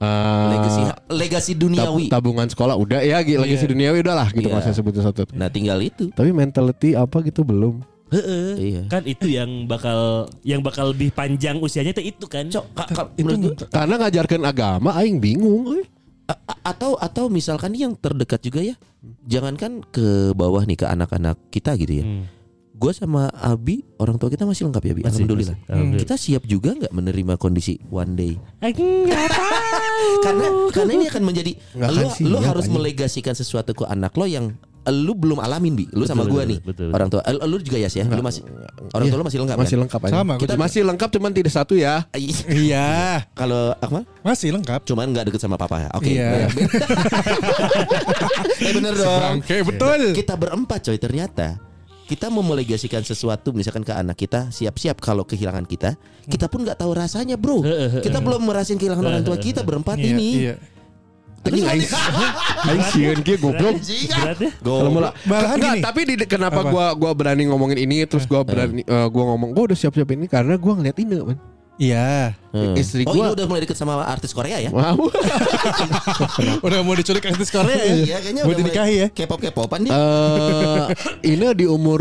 [SPEAKER 2] Eh,
[SPEAKER 5] Legacy
[SPEAKER 3] Ah.
[SPEAKER 5] legacy
[SPEAKER 2] tab-
[SPEAKER 5] Iya, duniawi.
[SPEAKER 2] tabungan sekolah udah ya lagi lagi duniawi udah lah gitu yeah.
[SPEAKER 5] Iya.
[SPEAKER 2] saya sebutin satu.
[SPEAKER 5] Nah, tinggal itu.
[SPEAKER 2] Tapi mentality apa gitu belum.
[SPEAKER 3] Heeh.
[SPEAKER 5] Iya.
[SPEAKER 3] Kan itu yang bakal yang bakal lebih panjang usianya teh itu kan.
[SPEAKER 5] Cok, ka- ka- menurut gua-
[SPEAKER 2] Karena ngajarkan agama aing bingung. eh.
[SPEAKER 5] A- a- atau atau misalkan yang terdekat juga ya jangankan ke bawah nih ke anak-anak kita gitu ya
[SPEAKER 3] Hmm.
[SPEAKER 5] gue sama Abi orang tua kita masih lengkap ya Abi
[SPEAKER 3] Masih,
[SPEAKER 5] alhamdulillah
[SPEAKER 3] masih. Alhamdulillah.
[SPEAKER 5] kita siap juga nggak menerima kondisi one day
[SPEAKER 3] Enggak tahu.
[SPEAKER 5] karena karena ini akan menjadi
[SPEAKER 2] Nggak
[SPEAKER 5] lo,
[SPEAKER 2] akan siap,
[SPEAKER 5] lo harus
[SPEAKER 2] anjing.
[SPEAKER 5] melegasikan sesuatu ke anak lo yang lu belum alamin bi
[SPEAKER 3] Betul,
[SPEAKER 5] lu sama gue
[SPEAKER 3] betul,
[SPEAKER 5] nih
[SPEAKER 3] betul, betul.
[SPEAKER 5] orang tua Eh, lu juga ya sih ya lu masih orang tua
[SPEAKER 2] Iya,
[SPEAKER 5] lu masih lengkap
[SPEAKER 2] Masih
[SPEAKER 5] kan?
[SPEAKER 2] lengkap aja.
[SPEAKER 4] Sama, gua
[SPEAKER 2] Kita
[SPEAKER 5] juga.
[SPEAKER 2] masih lengkap cuman tidak satu ya.
[SPEAKER 5] Ai-
[SPEAKER 4] Iya,
[SPEAKER 5] kalau Akmal
[SPEAKER 4] masih lengkap.
[SPEAKER 5] cuman nggak deket sama papa ya oke
[SPEAKER 4] Iya.
[SPEAKER 5] Eh, bener dong
[SPEAKER 4] Oke, betul.
[SPEAKER 5] kita berempat coy ternyata kita memelegasikan sesuatu misalkan ke anak kita siap-siap kalau kehilangan kita kita pun nggak tahu rasanya bro kita belum merasain kehilangan orang tua kita berempat
[SPEAKER 4] Iya,
[SPEAKER 5] ini
[SPEAKER 4] iya.
[SPEAKER 5] Terus
[SPEAKER 2] Aing aing sieun ge goblok.
[SPEAKER 3] Berat ya?
[SPEAKER 2] Kalau mula-
[SPEAKER 4] Malahan
[SPEAKER 2] Nggak,
[SPEAKER 4] gini.
[SPEAKER 2] tapi di- kenapa
[SPEAKER 4] Apa?
[SPEAKER 2] gua gua berani ngomongin ini terus gua berani eh, gua ngomong gua udah siap-siap ini karena gua ngeliat ini, man.
[SPEAKER 4] Iya.
[SPEAKER 5] Hmm.
[SPEAKER 2] Istri
[SPEAKER 5] oh
[SPEAKER 2] gua-
[SPEAKER 5] ini udah mulai deket sama artis Korea ya
[SPEAKER 2] Wow.
[SPEAKER 4] Udah mau diculik
[SPEAKER 5] kan
[SPEAKER 4] artis Korea ya? mau
[SPEAKER 5] Iya, mulai
[SPEAKER 4] dinikahi ya?
[SPEAKER 5] K-pop K-popan dia
[SPEAKER 2] Eh, ini di umur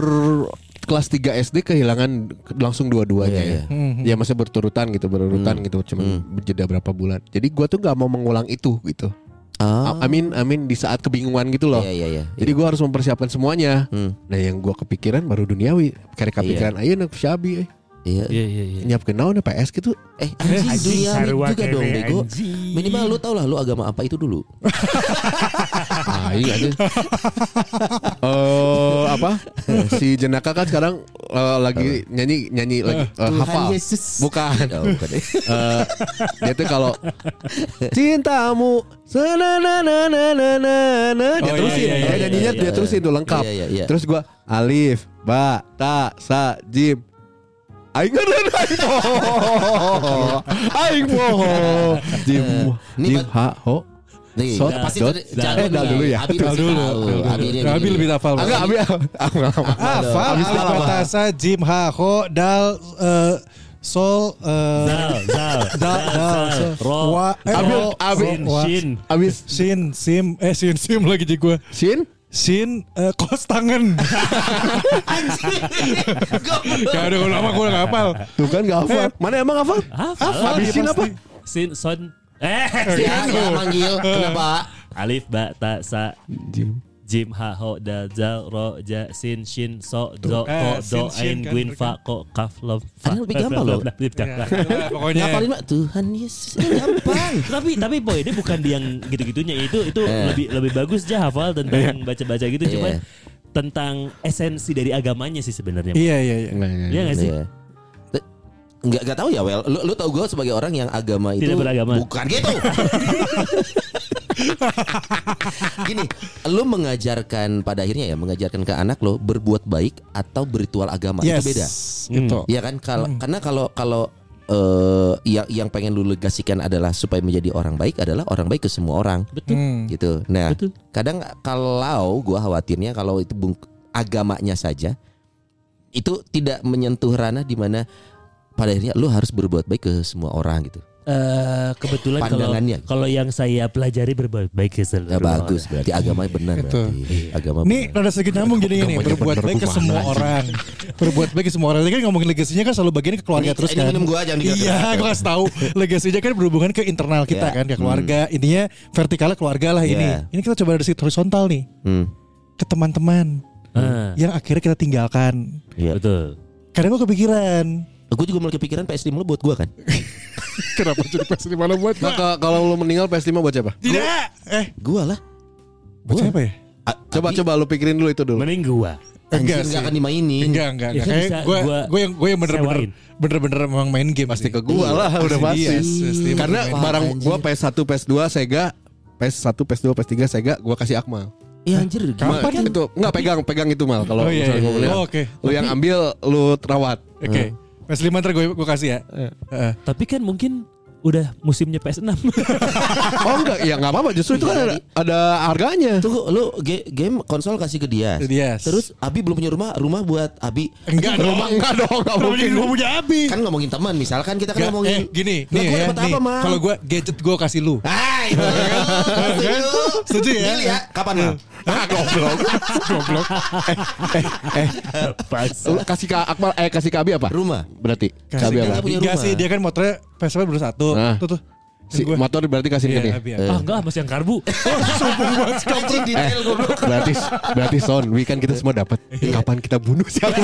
[SPEAKER 2] kelas 3 SD kehilangan langsung dua-duanya
[SPEAKER 5] Iya,
[SPEAKER 2] ya.
[SPEAKER 4] Mhm.
[SPEAKER 5] Hmm.
[SPEAKER 4] Hmm,
[SPEAKER 2] Ya masa berturutan gitu, berurutan gitu, cuman jeda berapa bulan. Jadi gua tuh nggak mau mengulang itu gitu.
[SPEAKER 5] Ah,
[SPEAKER 2] Amin amin di saat kebingungan gitu loh.
[SPEAKER 5] Iya, iya, iya.
[SPEAKER 2] Jadi gua harus mempersiapkan semuanya.
[SPEAKER 5] Hmm.
[SPEAKER 2] Nah, yang gua kepikiran baru duniawi. Karek kepikiran ayeuna ku Syabi eh.
[SPEAKER 5] Iya.
[SPEAKER 3] Iya iya iya.
[SPEAKER 2] nyiapkeun naon ya, PS gitu.
[SPEAKER 5] Eh, anjing
[SPEAKER 6] Anjing,
[SPEAKER 5] duniawi
[SPEAKER 6] sarua
[SPEAKER 5] juga
[SPEAKER 6] kene,
[SPEAKER 5] dong bego.
[SPEAKER 6] anjing.
[SPEAKER 5] Minimal lu tau lah lu agama apa itu dulu.
[SPEAKER 2] Eh, Ah, iya aja. Eh apa? Si Jenaka kan sekarang eh, lagi nyanyi nyanyi lagi eh, hafal.
[SPEAKER 5] Yesus.
[SPEAKER 2] Bukan.
[SPEAKER 5] Oh, bukan.
[SPEAKER 2] Eh, dia tuh kalau cintamu sanananananana, dia
[SPEAKER 4] Oh, iya,
[SPEAKER 2] terusin
[SPEAKER 4] iya, iya,
[SPEAKER 2] dia nyanyinya
[SPEAKER 5] iya,
[SPEAKER 2] dia
[SPEAKER 5] iya.
[SPEAKER 2] terusin tuh lengkap
[SPEAKER 5] Iya, iya, iya.
[SPEAKER 2] terus gua alif ba ta sa jim aing ngeureun aing moho aing moho jim
[SPEAKER 5] Ini
[SPEAKER 2] jim
[SPEAKER 5] bag-
[SPEAKER 2] ha ho
[SPEAKER 5] Nih,
[SPEAKER 2] Sot,
[SPEAKER 5] pasti
[SPEAKER 2] dot,
[SPEAKER 5] tadi-
[SPEAKER 2] dot. Eh,
[SPEAKER 5] jangan
[SPEAKER 2] dal dulu ya.
[SPEAKER 5] Abi
[SPEAKER 4] Dal
[SPEAKER 5] pasti
[SPEAKER 4] dulu.
[SPEAKER 5] tahu.
[SPEAKER 4] dal dulu.
[SPEAKER 5] Abi dia-
[SPEAKER 4] Abi
[SPEAKER 5] dia-
[SPEAKER 4] lebih hafal.
[SPEAKER 2] agak abi aku nggak lama
[SPEAKER 4] Hafal
[SPEAKER 5] Habis
[SPEAKER 4] alif
[SPEAKER 5] apa?
[SPEAKER 4] Ah, batasa jim ha ho dal eh, sol eh,
[SPEAKER 3] Zal, zal,
[SPEAKER 4] dal dal sol
[SPEAKER 3] ro,
[SPEAKER 4] wa eh,
[SPEAKER 2] Abi-
[SPEAKER 4] ro,
[SPEAKER 2] Abi-
[SPEAKER 4] ro,
[SPEAKER 3] sin,
[SPEAKER 4] wa.
[SPEAKER 3] shin.
[SPEAKER 2] abis
[SPEAKER 4] sin sim eh sin sim lagi di gua
[SPEAKER 2] sin
[SPEAKER 4] sin eh, kos tangan gak ada gua lama gua nggak hafal
[SPEAKER 2] tuh kan nggak
[SPEAKER 4] Eh.
[SPEAKER 2] hafal mana emang hafal
[SPEAKER 3] Hafal.
[SPEAKER 2] Habis sin apa?
[SPEAKER 3] Sin, son. Eh,
[SPEAKER 4] Iya,
[SPEAKER 5] Ya, ya, manggil kenapa?
[SPEAKER 3] Alif, ba, ta, sa,
[SPEAKER 2] jim
[SPEAKER 3] jim, ha, ho, dal, zal, ro, ja, sin, shin, so, do, to,
[SPEAKER 4] eh,
[SPEAKER 3] do,
[SPEAKER 4] sin, shin
[SPEAKER 3] ain,
[SPEAKER 4] kan,
[SPEAKER 3] guin,
[SPEAKER 4] bener
[SPEAKER 3] fa, ko, kaf, lom, fa.
[SPEAKER 5] Padahal lebih gampang loh.
[SPEAKER 4] Ya, pokoknya
[SPEAKER 5] Ngapalin Mak. Tuhan Yesus ini gampang.
[SPEAKER 3] tapi tapi boy ini bukan di yang gitu-gitunya itu itu
[SPEAKER 5] Iya.
[SPEAKER 3] lebih lebih bagus aja hafal tentang baca-baca gitu
[SPEAKER 5] Iya.
[SPEAKER 3] cuman tentang esensi dari agamanya sih sebenarnya.
[SPEAKER 4] iya iya iya
[SPEAKER 3] Iya nggak sih?
[SPEAKER 5] Iya. Te- Nggak nggak tahu ya Wel. Lu lu tahu gue sebagai orang yang agama itu
[SPEAKER 3] Tidak beragama.
[SPEAKER 5] bukan gitu. Gini, lu mengajarkan pada akhirnya ya mengajarkan ke anak lo berbuat baik atau berritual
[SPEAKER 4] yes
[SPEAKER 5] agama itu beda.
[SPEAKER 3] Hmm.
[SPEAKER 4] itu
[SPEAKER 5] Ya kan kalau karena kalau kalau eh yang yang pengen lu legasikan adalah supaya menjadi orang baik adalah orang baik ke semua orang
[SPEAKER 3] Betul.
[SPEAKER 4] Hmm.
[SPEAKER 5] gitu. Nah,
[SPEAKER 3] Betul.
[SPEAKER 5] kadang kalau gua khawatirnya kalau itu bung, agamanya saja itu tidak menyentuh ranah di mana pada akhirnya lu harus berbuat baik ke semua orang gitu.
[SPEAKER 3] Eh, kebetulan kalau
[SPEAKER 5] Pandangannya.
[SPEAKER 3] kalau yang saya pelajari ya, berbuat baik ke seluruh
[SPEAKER 5] Nah, bagus
[SPEAKER 3] orang.
[SPEAKER 5] berarti agamanya benar
[SPEAKER 4] Iya. Betul.
[SPEAKER 5] berarti. Agama
[SPEAKER 4] Nih
[SPEAKER 5] benar.
[SPEAKER 4] rada sedikit nyambung gini nih Berbuat baik ke semua orang Berbuat baik ke semua orang Tadi kan ngomongin legasinya kan selalu bagian ke keluarga
[SPEAKER 5] Ini-
[SPEAKER 4] terus
[SPEAKER 5] ini
[SPEAKER 4] kan
[SPEAKER 5] minum gua, jangan dikira-kira.
[SPEAKER 4] Iya gue kasih tahu Legasinya kan berhubungan ke internal kita
[SPEAKER 3] Iya.
[SPEAKER 5] Ya.
[SPEAKER 4] kan Ke
[SPEAKER 3] Hmm.
[SPEAKER 4] keluarga Intinya vertikalnya keluarga lah ini
[SPEAKER 5] Ya.
[SPEAKER 4] Ini kita coba dari sisi horizontal nih
[SPEAKER 5] Hmm.
[SPEAKER 4] Ke teman-teman
[SPEAKER 3] Ah,
[SPEAKER 4] Yang akhirnya kita tinggalkan
[SPEAKER 5] Iya.
[SPEAKER 3] Betul.
[SPEAKER 4] Kadang gue kepikiran
[SPEAKER 5] Gue juga mulai kepikiran PS5 lu buat gua kan.
[SPEAKER 4] Kenapa jadi pasti malah buat
[SPEAKER 2] Nah, ke- kalau lu meninggal PS5 buat siapa?
[SPEAKER 4] Tidak Eh
[SPEAKER 5] Gua lah.
[SPEAKER 4] Buat siapa ya
[SPEAKER 5] A-
[SPEAKER 2] Coba
[SPEAKER 5] Abi,
[SPEAKER 2] coba lu pikirin dulu itu dulu.
[SPEAKER 3] Mending gua.
[SPEAKER 5] anjir
[SPEAKER 4] Enggak sih
[SPEAKER 5] enggak akan dimainin.
[SPEAKER 4] Enggak enggak
[SPEAKER 3] Ya kan
[SPEAKER 4] enggak Kayak
[SPEAKER 3] bisa
[SPEAKER 4] gue
[SPEAKER 3] gua
[SPEAKER 4] Gue yang gue yang bener-bener
[SPEAKER 3] sewain. Iya.
[SPEAKER 4] Bener-bener emang main game
[SPEAKER 2] Pasti
[SPEAKER 4] sih.
[SPEAKER 2] ke gua lah udah
[SPEAKER 4] Pasti dia,
[SPEAKER 2] pasti.
[SPEAKER 4] pasti
[SPEAKER 2] Karena
[SPEAKER 4] bener-bener.
[SPEAKER 5] main.
[SPEAKER 2] barang
[SPEAKER 5] Anjir.
[SPEAKER 2] gua PS1, PS2, Sega, PS1, PS2, PS3, Sega gua kasih Akmal.
[SPEAKER 5] Ya anjir.
[SPEAKER 2] Ma,
[SPEAKER 5] gimana?
[SPEAKER 2] itu enggak pegang, pegang itu mal kalau
[SPEAKER 4] Oh iya,
[SPEAKER 2] misalnya
[SPEAKER 4] iya,
[SPEAKER 2] gua
[SPEAKER 4] iya.
[SPEAKER 2] beli.
[SPEAKER 4] Oh, oke.
[SPEAKER 2] Lu yang ambil lu rawat.
[SPEAKER 4] Oke PS5 ntar gue gue kasih ya Heeh.
[SPEAKER 3] Tapi kan mungkin udah musimnya PS6.
[SPEAKER 2] Oh enggak, ya enggak apa-apa justru itu kan ada, ada harganya.
[SPEAKER 5] Tunggu lu ge- game konsol kasih ke dia.
[SPEAKER 4] Ke Dias.
[SPEAKER 5] Terus Abi belum punya rumah, rumah buat Abi.
[SPEAKER 4] Enggak dong.
[SPEAKER 2] Rumah enggak dong, enggak
[SPEAKER 4] Kenapa
[SPEAKER 2] mungkin.
[SPEAKER 4] jadi gua punya abi.
[SPEAKER 5] Kan ngomongin teman misalkan kita kan
[SPEAKER 4] Enggak, eh,
[SPEAKER 5] ngomongin
[SPEAKER 4] gini,
[SPEAKER 5] Lah,
[SPEAKER 4] nih
[SPEAKER 5] gua
[SPEAKER 4] ya,
[SPEAKER 5] dapat
[SPEAKER 4] nih.
[SPEAKER 5] apa, Mang?
[SPEAKER 4] Kalau gua gadget gua kasih lu.
[SPEAKER 5] Ah, itu. Setuju.
[SPEAKER 4] Setuju ya?
[SPEAKER 5] Deal Kapan Mal?
[SPEAKER 2] Ah, goblok. Eh,
[SPEAKER 4] Goblok.
[SPEAKER 3] Pas.
[SPEAKER 2] Lu kasih ke Akmal eh kasih ke Abi apa?
[SPEAKER 5] Rumah.
[SPEAKER 2] Berarti ke
[SPEAKER 4] Kasih
[SPEAKER 2] Abi
[SPEAKER 5] Kagak
[SPEAKER 4] enggak
[SPEAKER 2] apa?
[SPEAKER 5] punya
[SPEAKER 4] Enggak
[SPEAKER 5] rumah.
[SPEAKER 4] sih, dia kan motornya PS5 baru satu.
[SPEAKER 2] Nah.
[SPEAKER 4] Tuh tuh.
[SPEAKER 2] Si
[SPEAKER 4] Gua-
[SPEAKER 2] motor berarti kasih Eh,
[SPEAKER 4] Iya,
[SPEAKER 2] ke dia.
[SPEAKER 4] Abi, Abi.
[SPEAKER 3] Ah enggak, masih yang karbu. Oh,
[SPEAKER 5] Anjing
[SPEAKER 2] Eh,
[SPEAKER 5] detail goblok.
[SPEAKER 2] berarti berarti son weekend kita semua dapat.
[SPEAKER 4] Iya.
[SPEAKER 2] Kapan kita bunuh siapa?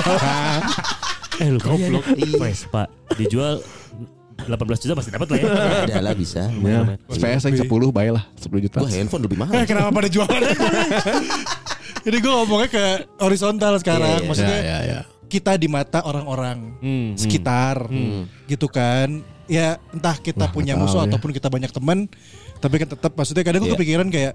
[SPEAKER 3] eh lu kan
[SPEAKER 5] Goblok. Iya.
[SPEAKER 3] Vespa dijual 18 juta masih dapat lah ya.
[SPEAKER 5] Udah lah bisa.
[SPEAKER 2] Ya, PS yang 10 baiklah 10 juta.
[SPEAKER 5] Wah handphone lebih mahal.
[SPEAKER 4] Eh, kenapa pada jualan handphone nih? Jadi gue ngomongnya ke horizontal sekarang.
[SPEAKER 5] Iya, iya.
[SPEAKER 2] Ya,
[SPEAKER 4] Maksudnya
[SPEAKER 2] ya, ya.
[SPEAKER 4] kita di mata orang-orang
[SPEAKER 5] Hmm,
[SPEAKER 4] sekitar gitu kan. Ya entah kita punya
[SPEAKER 2] nggak tahu
[SPEAKER 4] musuh
[SPEAKER 2] ya.
[SPEAKER 4] ataupun kita banyak teman, tapi kan tetap maksudnya kadang gue
[SPEAKER 5] Iya.
[SPEAKER 4] kepikiran kayak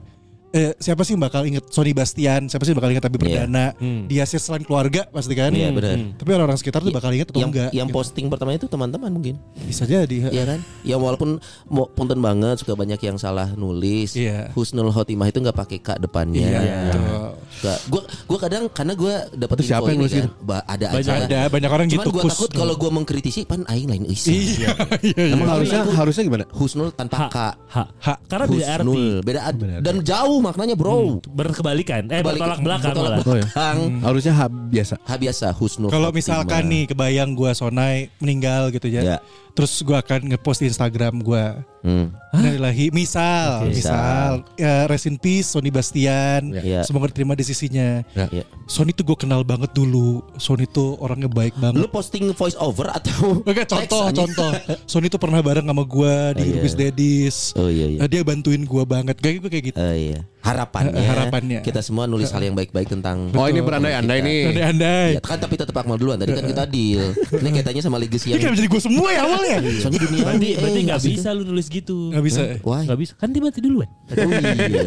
[SPEAKER 4] eh, siapa sih yang bakal inget Sony Bastian, siapa sih yang bakal inget tapi perdana. Dia sih selain keluarga pasti kan.
[SPEAKER 5] Hmm. Iya, benar. Iya.
[SPEAKER 4] Tapi orang-orang sekitar tuh bakal inget atau
[SPEAKER 5] yang,
[SPEAKER 4] enggak.
[SPEAKER 5] yang
[SPEAKER 4] gitu.
[SPEAKER 5] posting pertama itu teman-teman mungkin
[SPEAKER 4] bisa jadi.
[SPEAKER 5] Iya kan Yang walaupun mau punten banget Suka banyak yang salah nulis
[SPEAKER 4] Iya.
[SPEAKER 5] Husnul Khotimah itu nggak pakai kak depannya
[SPEAKER 4] Iya, betul.
[SPEAKER 5] Gak, gua gua kadang karena gua dapat
[SPEAKER 2] Itu siapa yang nulis gitu?
[SPEAKER 5] ya, ada
[SPEAKER 4] Banyak
[SPEAKER 5] aja.
[SPEAKER 4] ada, banyak orang
[SPEAKER 5] Cuman
[SPEAKER 4] gitu,
[SPEAKER 5] gua
[SPEAKER 4] Kus.
[SPEAKER 5] takut kalau gua mengkritisi pan aing lain isi.
[SPEAKER 4] Iya, iya, iya.
[SPEAKER 2] Emang harusnya harusnya gimana?
[SPEAKER 5] Husnul
[SPEAKER 3] Ha,
[SPEAKER 5] tanpa K.
[SPEAKER 3] ha, ha. Karena beda arti.
[SPEAKER 5] Husnul beda ad- dan jauh maknanya, Bro.
[SPEAKER 3] Berkebalikan. Eh
[SPEAKER 5] Balik-
[SPEAKER 3] bertolak belakang
[SPEAKER 5] bertolak
[SPEAKER 3] malah.
[SPEAKER 2] Oh, ya.
[SPEAKER 5] belakang.
[SPEAKER 2] Harusnya ha, biasa.
[SPEAKER 5] Ha biasa Husnul
[SPEAKER 4] Kalau
[SPEAKER 5] Khotimah.
[SPEAKER 4] misalkan nih kebayang gua Sonai meninggal gitu ya.
[SPEAKER 5] Ya.
[SPEAKER 4] terus gua akan ngepost di Instagram gua
[SPEAKER 5] Hmm.
[SPEAKER 4] Innalillahi misal
[SPEAKER 5] Oke.
[SPEAKER 4] misal ya, rest in peace Sony Bastian
[SPEAKER 5] Iya.
[SPEAKER 4] semoga diterima di sisinya
[SPEAKER 2] Ah,
[SPEAKER 5] Iya.
[SPEAKER 4] Sony tuh gue kenal banget dulu Sony tuh orangnya baik banget
[SPEAKER 5] Lu posting voice over atau
[SPEAKER 4] Oke contoh
[SPEAKER 5] teks, anjing?
[SPEAKER 4] contoh Sony tuh pernah bareng sama gua di
[SPEAKER 5] Iya.
[SPEAKER 4] Rubis Daddies
[SPEAKER 5] Oh iya iya.
[SPEAKER 4] Eh, dia bantuin gua banget kayak gue kayak gitu
[SPEAKER 5] Oh iya. Harapannya,
[SPEAKER 4] Eh, harapannya.
[SPEAKER 5] kita semua nulis hal yang baik-baik tentang
[SPEAKER 2] Oh ini berandai-andai nih.
[SPEAKER 4] andai andai
[SPEAKER 5] Ya, kan tapi tetap Akmal duluan tadi kan kita deal. Ini kaitannya sama legacy
[SPEAKER 4] ini
[SPEAKER 5] yang
[SPEAKER 4] kenapa jadi gue semua ya awalnya
[SPEAKER 5] soalnya dunia
[SPEAKER 3] Berarti
[SPEAKER 4] Iya,
[SPEAKER 3] berarti
[SPEAKER 5] eh,
[SPEAKER 3] nggak
[SPEAKER 5] asik.
[SPEAKER 3] bisa lu nulis gitu.
[SPEAKER 4] nggak bisa ya? Iya,
[SPEAKER 5] Why?
[SPEAKER 3] Nggak bisa. Kan dia mati duluan.
[SPEAKER 5] Oh iya.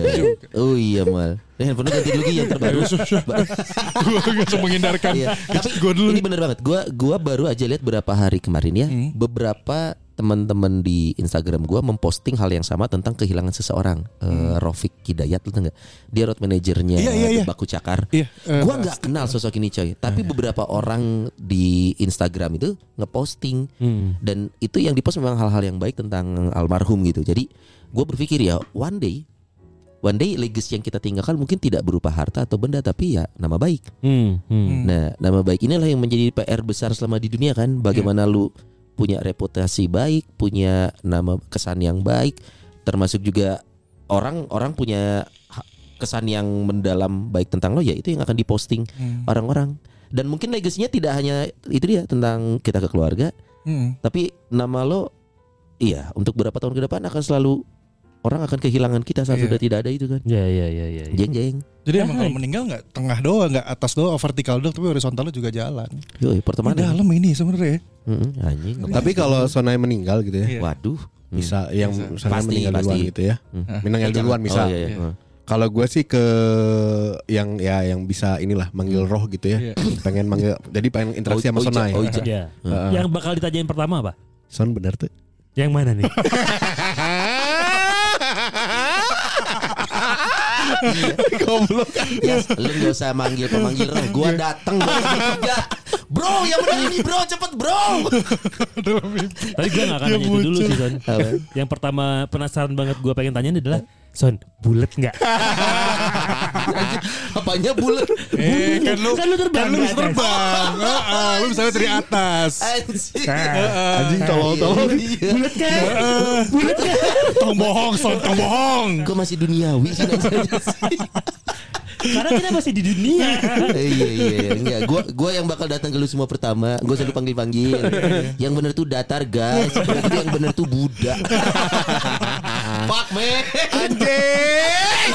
[SPEAKER 5] Oh iya mal. Eh, handphone lu ganti dulu Gi, yang
[SPEAKER 4] iya,
[SPEAKER 5] terbaru. Ba-
[SPEAKER 4] gue langsung menghindarkan
[SPEAKER 5] Iya. Tapi
[SPEAKER 4] gue dulu
[SPEAKER 5] ini bener banget. Gua gua baru aja lihat berapa hari kemarin ya,
[SPEAKER 4] Hmm.
[SPEAKER 5] beberapa teman-teman di Instagram gua memposting hal yang sama tentang kehilangan seseorang. Eh, Rofik Hidayat lu tau nggak? Dia road manajernya
[SPEAKER 4] Hmm. Iya, iya, Hmm. iya.
[SPEAKER 5] Baku Cakar.
[SPEAKER 4] Iya, eh,
[SPEAKER 5] gua nggak kenal sosok ini coy, tapi beberapa orang di Instagram itu ngeposting
[SPEAKER 3] Hmm,
[SPEAKER 5] dan itu yang dipost memang hal-hal yang baik tentang almarhum gitu. Jadi gua berpikir ya one day One day legacy yang kita tinggalkan mungkin tidak berupa harta atau benda tapi ya nama baik.
[SPEAKER 3] hmm,
[SPEAKER 4] Hmm.
[SPEAKER 5] Nah, nama baik inilah yang menjadi PR besar selama di dunia kan. Bagaimana lu punya reputasi baik, punya nama kesan yang baik, termasuk juga orang-orang punya ha- kesan yang mendalam baik tentang lo ya itu yang akan diposting
[SPEAKER 4] Hmm. mm.
[SPEAKER 5] orang-orang. Dan mungkin legasinya tidak hanya itu dia tentang kita ke keluarga,
[SPEAKER 4] Hmm.
[SPEAKER 5] tapi nama lo iya untuk berapa tahun ke depan akan selalu orang akan kehilangan kita saat
[SPEAKER 4] Iya.
[SPEAKER 5] sudah tidak ada itu kan.
[SPEAKER 3] Ya ya ya ya. ya.
[SPEAKER 5] Jeng jeng.
[SPEAKER 4] Jadi emang kalau meninggal nggak tengah doang, nggak atas doang, vertikal doang, tapi horizontalnya juga jalan.
[SPEAKER 5] Yoi, pertemanan.
[SPEAKER 4] Dalam ini sebenarnya.
[SPEAKER 5] Mm-mm, anjing.
[SPEAKER 2] Tapi kalau Sonai meninggal gitu ya.
[SPEAKER 4] Iya.
[SPEAKER 5] Waduh. Hmm.
[SPEAKER 2] Bisa yang Iya, Sonai
[SPEAKER 5] Pasti,
[SPEAKER 2] meninggal duluan
[SPEAKER 5] pasti.
[SPEAKER 2] gitu ya. Meninggal
[SPEAKER 5] Eh,
[SPEAKER 2] duluan
[SPEAKER 5] jangan.
[SPEAKER 2] misal.
[SPEAKER 5] Oh, iya, iya.
[SPEAKER 2] Kalau gue sih ke yang ya yang bisa inilah manggil
[SPEAKER 4] Hmm.
[SPEAKER 2] roh gitu ya.
[SPEAKER 4] Iya.
[SPEAKER 2] Pengen manggil jadi pengen interaksi sama
[SPEAKER 5] Oh, Oja,
[SPEAKER 2] Sonai.
[SPEAKER 5] Oja.
[SPEAKER 3] Ya.
[SPEAKER 4] Ah.
[SPEAKER 2] Heeh.
[SPEAKER 3] Yang bakal ditanyain pertama apa?
[SPEAKER 2] Son benar tuh.
[SPEAKER 3] Yang mana nih?
[SPEAKER 2] Goblok.
[SPEAKER 5] Ya, lu gak usah manggil pemanggil roh. Gua dateng gua lagi kerja. Bro, yang benar ini bro, cepet bro.
[SPEAKER 3] Tadi gue gak akan nanya itu dulu sih Son Yang pertama penasaran banget gue pengen tanyain adalah Son, bulet gak?
[SPEAKER 5] Apanya bulat?
[SPEAKER 4] Eh, kan lu
[SPEAKER 3] Kan lu terbang
[SPEAKER 4] kan lu
[SPEAKER 3] ke
[SPEAKER 4] bisa
[SPEAKER 3] atas.
[SPEAKER 4] terbang. Heeh, lu misalnya dari atas.
[SPEAKER 5] Eh. Anjing.
[SPEAKER 2] Anjing tolol-tolol.
[SPEAKER 5] Iya.
[SPEAKER 3] Bulet gak? Bulet gak?
[SPEAKER 4] Tong bohong, son, tong bohong.
[SPEAKER 5] Gua masih duniawi sih nanya sih.
[SPEAKER 3] Karena kita masih di dunia
[SPEAKER 5] Eh, iya iya iya. Enggak, gua gua yang bakal datang ke lu semua pertama. Gua selalu panggil panggil. yang bener tuh datar guys. yang bener tuh budak. Fuck man. Anjing.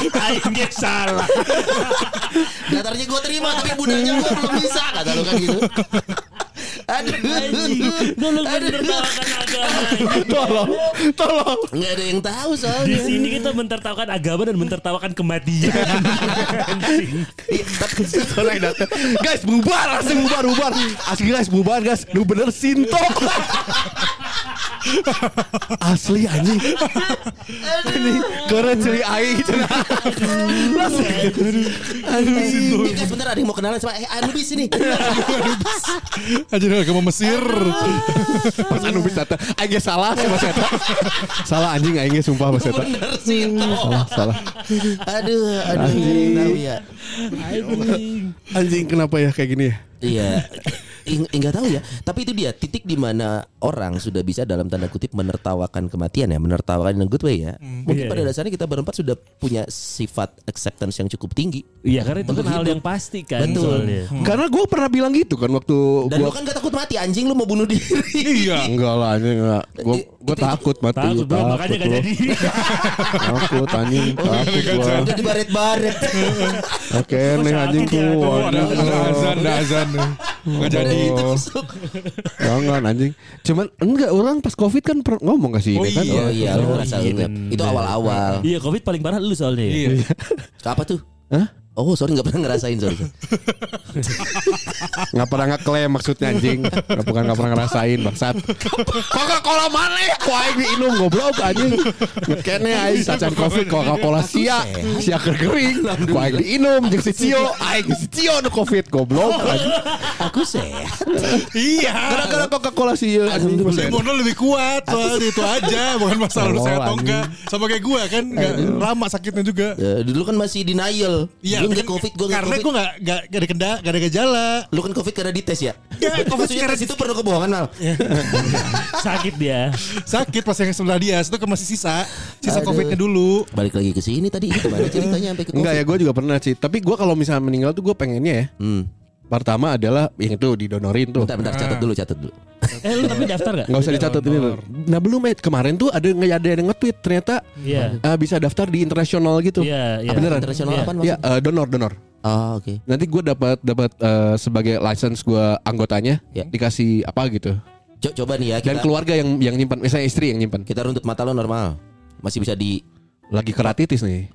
[SPEAKER 3] Akhirnya salah
[SPEAKER 5] Datarnya gue terima tapi budaknya gue belum bisa kata lu kan gitu. Aduh.
[SPEAKER 3] Gue lu kan menertawakan agama
[SPEAKER 2] Tolong, tolong.
[SPEAKER 5] Nggak ada yang tahu
[SPEAKER 3] Di
[SPEAKER 5] soalnya.
[SPEAKER 3] sini kita mentertawakan agama dan mentertawakan kematian Anjing.
[SPEAKER 5] Iya, tapi-
[SPEAKER 2] Sonai datang. Guys, bubar, asli bubar, bubar. Asli guys, bubar guys. Lu bener Sinto. Asli anjing. Ini keren ceri aing.
[SPEAKER 5] Eh, guys bentar ada yang mau kenalan sama eh Anubis ini.
[SPEAKER 4] Anjir agama Mesir.
[SPEAKER 2] Pas anu bisa datang. Aing ge salah sih Mas Eta. Salah anjing aing ge sumpah Mas Eta.
[SPEAKER 5] Bener sih.
[SPEAKER 2] Salah, salah.
[SPEAKER 5] Aduh, aduh, tahu ya.
[SPEAKER 2] Anjing kenapa ya kayak gini ya?
[SPEAKER 5] Iya. Ing- Enggak tahu ya, tapi itu dia titik di mana orang sudah bisa dalam tanda kutip menertawakan kematian ya, menertawakan in a good way ya.
[SPEAKER 3] Iya,
[SPEAKER 5] Mungkin pada
[SPEAKER 3] iya.
[SPEAKER 5] dasarnya kita berempat sudah punya sifat acceptance yang cukup tinggi.
[SPEAKER 3] Iya karena itu kan
[SPEAKER 5] Untuk
[SPEAKER 3] hal
[SPEAKER 5] hidup.
[SPEAKER 3] yang pasti kan
[SPEAKER 5] Betul.
[SPEAKER 3] soalnya.
[SPEAKER 2] Karena gue pernah bilang gitu kan waktu
[SPEAKER 5] Dan
[SPEAKER 2] gue
[SPEAKER 5] lu kan gak takut mati anjing lu mau bunuh diri.
[SPEAKER 4] Iya.
[SPEAKER 2] enggak lah anjing enggak. Gue gue Iya, takut mati. gua
[SPEAKER 3] Takut bro makanya gak
[SPEAKER 2] gua.
[SPEAKER 3] jadi
[SPEAKER 2] Takut anjing
[SPEAKER 4] Iya,
[SPEAKER 2] takut
[SPEAKER 4] kan,
[SPEAKER 2] gue.
[SPEAKER 5] Udah Oh, gitu, dibaret-baret.
[SPEAKER 2] Oke nih anjing
[SPEAKER 3] sakit ya,
[SPEAKER 2] tuh.
[SPEAKER 3] aduh,
[SPEAKER 4] Ada
[SPEAKER 2] anjing.
[SPEAKER 4] ada azan, ada azan. Nggak jadi.
[SPEAKER 2] Jangan anjing. Cuman enggak orang pas covid kan per- ngomong kasih
[SPEAKER 4] Oh
[SPEAKER 2] ini kan.
[SPEAKER 4] iya.
[SPEAKER 5] Oh iya, lu
[SPEAKER 3] Oh,
[SPEAKER 5] merasa
[SPEAKER 3] iya,
[SPEAKER 5] ingat. Itu
[SPEAKER 3] bener.
[SPEAKER 5] awal-awal.
[SPEAKER 3] Iya covid paling parah lu soalnya ya?
[SPEAKER 4] Iya.
[SPEAKER 5] Apa tuh?
[SPEAKER 2] Hah?
[SPEAKER 5] Oh sorry nggak pernah ngerasain sorry.
[SPEAKER 2] Oh, Nggak pernah ngeklaim maksudnya anjing. Nggak bukan nggak pernah ngerasain bangsat. Coca-Cola mana? Kok aing diinum goblok anjing. Ngekene aing sacan covid Coca-Cola sia. Sia kering. Kok aing diinum jeung si Cio. Aing si Cio nu covid goblok anjing.
[SPEAKER 5] Aku sehat.
[SPEAKER 4] Iya.
[SPEAKER 2] Gara-gara ya? Coca-Cola sia anjing.
[SPEAKER 4] Imun lu lebih kuat soalnya itu aja Bukan masalah lu
[SPEAKER 2] Tolol,
[SPEAKER 4] sehat atau
[SPEAKER 2] anjing.
[SPEAKER 4] enggak Sama kayak gua kan nggak Lama sakitnya juga
[SPEAKER 5] Eh, dulu kan Ya, masih denial.
[SPEAKER 4] Iya.
[SPEAKER 5] Lu nggak covid, gue nggak
[SPEAKER 4] Karena
[SPEAKER 5] covid.
[SPEAKER 4] gue gak, gak, gak ada kendala, gak ada gejala.
[SPEAKER 5] Lu kan covid karena dites ya?
[SPEAKER 4] Nggak, Iya, covid
[SPEAKER 5] Maksudnya
[SPEAKER 4] karena Iya.
[SPEAKER 5] tes itu perlu kebohongan mal.
[SPEAKER 3] Sakit dia.
[SPEAKER 4] Sakit pas yang sebelah dia, itu kan masih sisa. Sisa
[SPEAKER 5] Aduh.
[SPEAKER 4] covidnya dulu.
[SPEAKER 5] Balik lagi ke sini tadi itu
[SPEAKER 4] Iya.
[SPEAKER 5] gimana ceritanya sampai ke
[SPEAKER 2] Enggak ya
[SPEAKER 5] covid?
[SPEAKER 2] gue juga pernah sih Tapi gue kalau misalnya meninggal tuh gue pengennya ya
[SPEAKER 5] Hmm.
[SPEAKER 2] Pertama adalah yang itu didonorin tuh
[SPEAKER 5] Bentar, bentar, catat dulu, catat dulu.
[SPEAKER 3] Eh lu tapi daftar gak?
[SPEAKER 2] Nggak usah dicatat ini loh. Nah belum ya kemarin tuh ada nggak ada yang nge-tweet ternyata
[SPEAKER 3] Iya.
[SPEAKER 2] eh, bisa daftar di internasional gitu.
[SPEAKER 3] Iya, iya.
[SPEAKER 2] Beneran?
[SPEAKER 5] Internasional
[SPEAKER 3] Iya.
[SPEAKER 5] apaan
[SPEAKER 2] Ya
[SPEAKER 5] maksudnya?
[SPEAKER 2] eh, donor donor.
[SPEAKER 5] Oh, oke.
[SPEAKER 2] Nanti gue dapat dapat eh, sebagai license gue anggotanya
[SPEAKER 5] Ya.
[SPEAKER 2] dikasih apa gitu.
[SPEAKER 5] Co- Coba nih ya,
[SPEAKER 2] Dan
[SPEAKER 5] kita,
[SPEAKER 2] keluarga yang yang nyimpan, misalnya istri yang nyimpan.
[SPEAKER 5] kita runtut mata lo normal. Masih bisa di...
[SPEAKER 2] Lagi keratitis nih.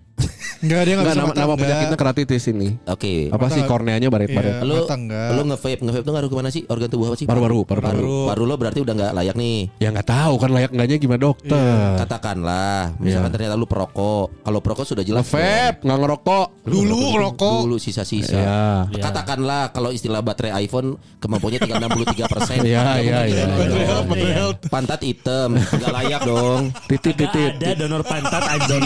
[SPEAKER 4] Enggak, dia gak
[SPEAKER 2] Enggak
[SPEAKER 4] bisa
[SPEAKER 2] nama,
[SPEAKER 4] mata,
[SPEAKER 2] nama
[SPEAKER 4] enggak.
[SPEAKER 2] penyakitnya keratitis ini.
[SPEAKER 5] Oke.
[SPEAKER 2] Apa
[SPEAKER 4] Mata-
[SPEAKER 2] sih korneanya baret-baret.
[SPEAKER 4] Iya,
[SPEAKER 5] Lo,
[SPEAKER 4] mata enggak.
[SPEAKER 5] lo nge-vape, nge-vape tuh ngaruh kemana sih? Organ tubuh apa sih?
[SPEAKER 2] Paru-paru, paru-paru.
[SPEAKER 5] Paru. Paru lo berarti udah nggak layak nih.
[SPEAKER 2] Ya nggak tahu kan layak enggaknya gimana dokter.
[SPEAKER 5] Katakanlah, misalkan
[SPEAKER 2] Ah. Iya.
[SPEAKER 5] ternyata lu perokok. Kalau perokok sudah jelas.
[SPEAKER 2] Vape, nggak ngerokok.
[SPEAKER 4] Dulu rokok.
[SPEAKER 5] Dulu sisa-sisa.
[SPEAKER 2] Iya.
[SPEAKER 3] Iya.
[SPEAKER 5] Katakanlah kalau istilah baterai iPhone kemampuannya tinggal 63 persen.
[SPEAKER 2] Iya, iya, iya.
[SPEAKER 4] Baterai health, baterai
[SPEAKER 3] Iya.
[SPEAKER 4] health.
[SPEAKER 5] Pantat hitam, nggak layak dong.
[SPEAKER 2] Titit,
[SPEAKER 3] Gak
[SPEAKER 2] titit.
[SPEAKER 3] ada donor pantat anjing.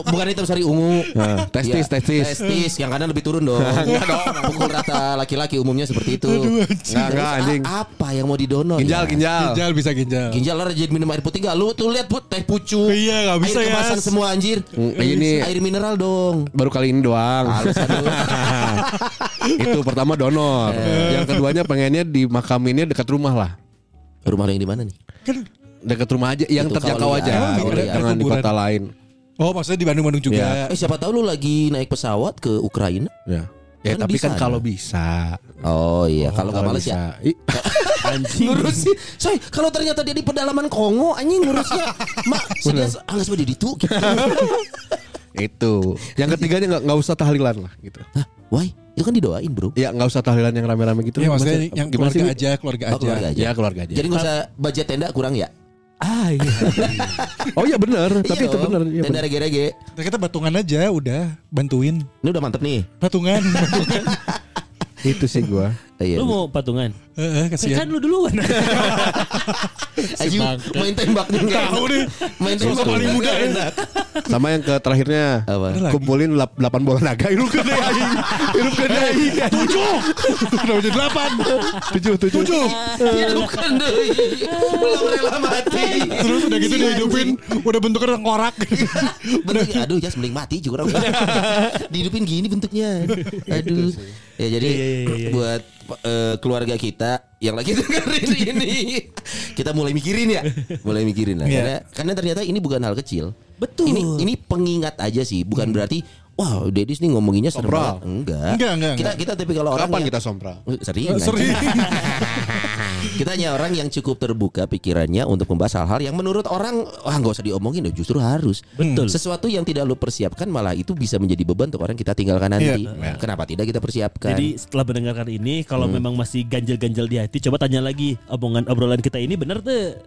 [SPEAKER 5] Oh, bukan hitam sorry ungu.
[SPEAKER 2] Nah, testis,
[SPEAKER 5] Iya,
[SPEAKER 2] testis.
[SPEAKER 5] Testis yang kanan lebih turun dong. Enggak dong. Pukul rata laki-laki umumnya seperti itu. Nah,
[SPEAKER 2] Nggak, nggak,
[SPEAKER 5] Terus,
[SPEAKER 2] anjing.
[SPEAKER 5] a- Apa yang mau didonor?
[SPEAKER 2] Ginjal,
[SPEAKER 5] ya?
[SPEAKER 2] ginjal.
[SPEAKER 4] Ginjal bisa ginjal.
[SPEAKER 5] Ginjal lo rajin minum air putih gak? Lu tuh lihat put teh pucu.
[SPEAKER 4] Iya, nggak bisa,
[SPEAKER 5] Air kemasan
[SPEAKER 4] Yas.
[SPEAKER 5] semua anjir.
[SPEAKER 2] Hmm, ini-
[SPEAKER 5] air mineral dong.
[SPEAKER 2] Baru kali ini doang.
[SPEAKER 5] Halus aduh.
[SPEAKER 2] itu pertama donor
[SPEAKER 5] Eh.
[SPEAKER 2] yang keduanya pengennya di makaminnya dekat rumah lah
[SPEAKER 5] Rumah lo yang di mana nih?
[SPEAKER 4] Kan,
[SPEAKER 2] dekat rumah aja yang
[SPEAKER 5] Itu
[SPEAKER 2] terjangkau
[SPEAKER 5] kalau
[SPEAKER 2] aja
[SPEAKER 5] iya,
[SPEAKER 4] kalau
[SPEAKER 2] Jangan-
[SPEAKER 4] iya.
[SPEAKER 2] jangan di
[SPEAKER 4] Kuburan.
[SPEAKER 2] kota lain
[SPEAKER 4] Oh maksudnya di Bandung-Bandung juga.
[SPEAKER 2] Iya.
[SPEAKER 5] Eh siapa tahu lu lagi naik pesawat ke Ukraina.
[SPEAKER 2] ya Ya,
[SPEAKER 5] Kan
[SPEAKER 2] tapi
[SPEAKER 5] bisa
[SPEAKER 2] kan
[SPEAKER 5] ada.
[SPEAKER 2] kalau bisa
[SPEAKER 5] Oh iya, kalau nggak males ya.
[SPEAKER 2] Ih,
[SPEAKER 5] Ngurusin. Soy, kalau ternyata dia di pedalaman Kongo anjing ngurusnya. Mak, sedia anggas di ditu. gitu.
[SPEAKER 2] itu yang ketiganya nggak nggak usah tahlilan lah gitu
[SPEAKER 5] Hah, why? Itu kan didoain, Bro.
[SPEAKER 2] ya nggak usah tahlilan yang rame-rame gitu
[SPEAKER 4] Iya maksudnya yang
[SPEAKER 2] gimana
[SPEAKER 4] keluarga
[SPEAKER 2] sih?
[SPEAKER 4] aja, keluarga
[SPEAKER 5] Oh,
[SPEAKER 4] aja.
[SPEAKER 5] keluarga aja.
[SPEAKER 2] ya keluarga aja
[SPEAKER 5] Jadi nggak usah budget tenda kurang ya?
[SPEAKER 3] Ah iya.
[SPEAKER 2] oh iya benar tapi
[SPEAKER 5] Iya
[SPEAKER 2] itu
[SPEAKER 5] dong,
[SPEAKER 2] benar iya
[SPEAKER 5] Tenda
[SPEAKER 2] benar.
[SPEAKER 5] rege-rege.
[SPEAKER 4] Nah, kita batungan aja udah bantuin.
[SPEAKER 5] Ini udah mantep nih.
[SPEAKER 4] Batungan. Batungan.
[SPEAKER 2] itu sih gua
[SPEAKER 5] Eh, Iya.
[SPEAKER 3] Lu mau patungan?
[SPEAKER 4] Heeh,
[SPEAKER 3] Kan
[SPEAKER 4] kasihan.
[SPEAKER 3] lu duluan.
[SPEAKER 5] Ayu, main tembak nih nggak
[SPEAKER 4] Tahu
[SPEAKER 5] enak.
[SPEAKER 4] deh.
[SPEAKER 5] Main
[SPEAKER 4] Gua
[SPEAKER 5] tembak
[SPEAKER 4] paling
[SPEAKER 5] nggak
[SPEAKER 4] muda ya.
[SPEAKER 5] enak.
[SPEAKER 2] sama yang ke terakhirnya
[SPEAKER 5] Apa?
[SPEAKER 4] Ada lagi?
[SPEAKER 2] kumpulin lap- 8 bola naga hirup gede aing hirup gede aing
[SPEAKER 4] Tujuh. Kenapa jadi delapan? Tujuh, tujuh. Tujuh.
[SPEAKER 3] Iya.
[SPEAKER 5] Hidupkan deh. Belum rela mati.
[SPEAKER 4] Terus udah gitu
[SPEAKER 3] Iya.
[SPEAKER 4] dihidupin, udah bentuknya tengkorak.
[SPEAKER 5] Bentuknya, aduh jas mending mati juga orang. Dihidupin gini bentuknya. Aduh. Ya jadi
[SPEAKER 3] Iya, iya, iya, iya.
[SPEAKER 5] buat eh, keluarga kita yang lagi dengerin ini kita mulai mikirin ya. Mulai mikirin lah.
[SPEAKER 4] Iya.
[SPEAKER 5] Karena karena ternyata ini bukan hal kecil.
[SPEAKER 3] Betul.
[SPEAKER 5] Ini ini pengingat aja sih, bukan berarti wah Dedis nih ngomonginnya serem
[SPEAKER 2] Sombral.
[SPEAKER 5] banget. Enggak.
[SPEAKER 4] Enggak, enggak,
[SPEAKER 5] Kita kita tapi kalau orang
[SPEAKER 2] kapan
[SPEAKER 5] yang-
[SPEAKER 2] kita sompral
[SPEAKER 5] Eh, Sering.
[SPEAKER 4] Eh, Sering.
[SPEAKER 5] anjing. Kita hanya orang yang cukup terbuka pikirannya untuk membahas hal-hal yang menurut orang wah nggak usah diomongin ya justru harus.
[SPEAKER 3] Betul.
[SPEAKER 5] Sesuatu yang tidak lu persiapkan malah itu bisa menjadi beban untuk orang yang kita tinggalkan nanti.
[SPEAKER 2] Iya.
[SPEAKER 5] Kenapa tidak kita persiapkan?
[SPEAKER 3] Iya. Jadi setelah mendengarkan ini kalau memang masih ganjel-ganjel di hati coba tanya lagi omongan obrolan kita ini benar tuh.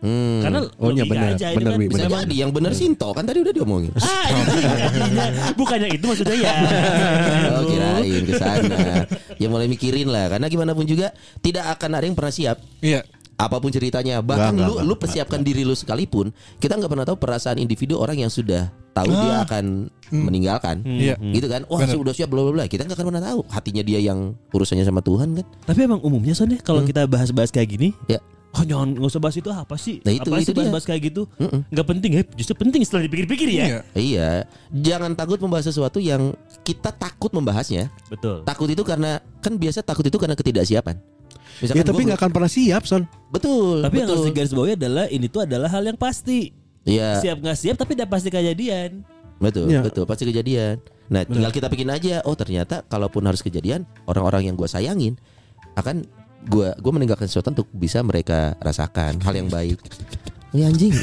[SPEAKER 3] Karena
[SPEAKER 2] Oh, iya,
[SPEAKER 3] logika
[SPEAKER 2] benar.
[SPEAKER 3] aja
[SPEAKER 2] Benar,
[SPEAKER 3] ini
[SPEAKER 2] Wi,
[SPEAKER 3] kan
[SPEAKER 5] bisa
[SPEAKER 3] memang-
[SPEAKER 5] jadi yang benar Sinto kan tadi udah diomongin.
[SPEAKER 3] Ah, iya. Bukan yang itu maksudnya ya.
[SPEAKER 5] Oh kirain ke sana. Ya mulai mikirin lah karena gimana pun juga tidak akan ada yang pernah siap.
[SPEAKER 4] Iya.
[SPEAKER 5] Apapun ceritanya, bahkan
[SPEAKER 2] Nggak,
[SPEAKER 5] lu
[SPEAKER 2] nggak,
[SPEAKER 5] lu persiapkan diri lu sekalipun, kita nggak pernah tahu perasaan individu orang yang sudah tahu dia akan
[SPEAKER 2] Hmm.
[SPEAKER 5] meninggalkan.
[SPEAKER 3] Hmm.
[SPEAKER 4] Iya.
[SPEAKER 5] Gitu kan? Wah, sudah siap bla bla bla. Kita nggak akan pernah tahu hatinya dia yang urusannya sama Tuhan kan.
[SPEAKER 3] Tapi emang umumnya soalnya kalau kita bahas-bahas kayak gini
[SPEAKER 5] Ya.
[SPEAKER 3] Oh jangan nggak usah bahas itu apa sih?
[SPEAKER 5] Nah, itu-
[SPEAKER 3] apa
[SPEAKER 5] itu
[SPEAKER 3] sih
[SPEAKER 5] dia.
[SPEAKER 3] bahas-bahas kayak gitu? Nggak penting ya? Justru penting setelah dipikir-pikir ya.
[SPEAKER 4] Iya.
[SPEAKER 5] Iya, jangan takut membahas sesuatu yang kita takut membahasnya.
[SPEAKER 3] Betul.
[SPEAKER 5] Takut itu karena kan biasa takut itu karena ketidaksiapan.
[SPEAKER 2] ya
[SPEAKER 5] Misalkan
[SPEAKER 2] tapi
[SPEAKER 5] gua-
[SPEAKER 2] nggak akan pernah siap son
[SPEAKER 5] betul.
[SPEAKER 3] Tapi yang
[SPEAKER 5] betul.
[SPEAKER 3] harus digaris bawahi adalah ini tuh adalah hal yang pasti.
[SPEAKER 5] Iya,
[SPEAKER 3] Siap nggak siap tapi udah pasti kejadian.
[SPEAKER 5] betul,
[SPEAKER 2] Iya.
[SPEAKER 5] betul pasti kejadian. Nah, tinggal kita bikin aja. Oh, ternyata kalaupun harus kejadian, orang-orang yang gua sayangin akan gua gua meninggalkan sesuatu untuk bisa mereka rasakan hal yang baik. Ya anjing.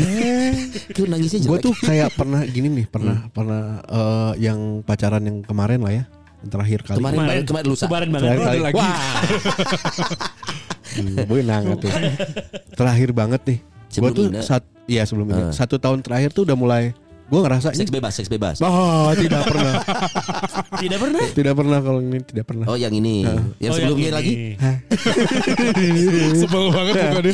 [SPEAKER 5] Itu nangisnya
[SPEAKER 2] gue
[SPEAKER 5] jelek.
[SPEAKER 2] Eh. tuh kayak pernah gini nih pernah pernah eh, yang pacaran yang kemarin lah ya yang terakhir kali
[SPEAKER 5] Kemarin.
[SPEAKER 3] Kemarin
[SPEAKER 5] kemarin lusa.
[SPEAKER 3] Kemarin banget.
[SPEAKER 2] terakhir
[SPEAKER 4] Oh, ada
[SPEAKER 2] kali
[SPEAKER 4] lagi.
[SPEAKER 2] Hmm, boy nangat tuh terakhir banget nih gue
[SPEAKER 5] Sebelum
[SPEAKER 2] tuh
[SPEAKER 5] Ina.
[SPEAKER 2] sat ya sebelum ini
[SPEAKER 5] Ah.
[SPEAKER 2] satu tahun terakhir tuh udah mulai Gue ngerasa
[SPEAKER 5] Seks bebas, seks bebas.
[SPEAKER 2] Oh, tidak pernah.
[SPEAKER 3] Tidak pernah.
[SPEAKER 2] tidak pernah kalau ini tidak pernah.
[SPEAKER 5] Oh, yang ini. Yang
[SPEAKER 3] Oh,
[SPEAKER 5] sebelumnya
[SPEAKER 3] yang
[SPEAKER 5] lagi.
[SPEAKER 3] ini.
[SPEAKER 4] Sebel banget bukannya.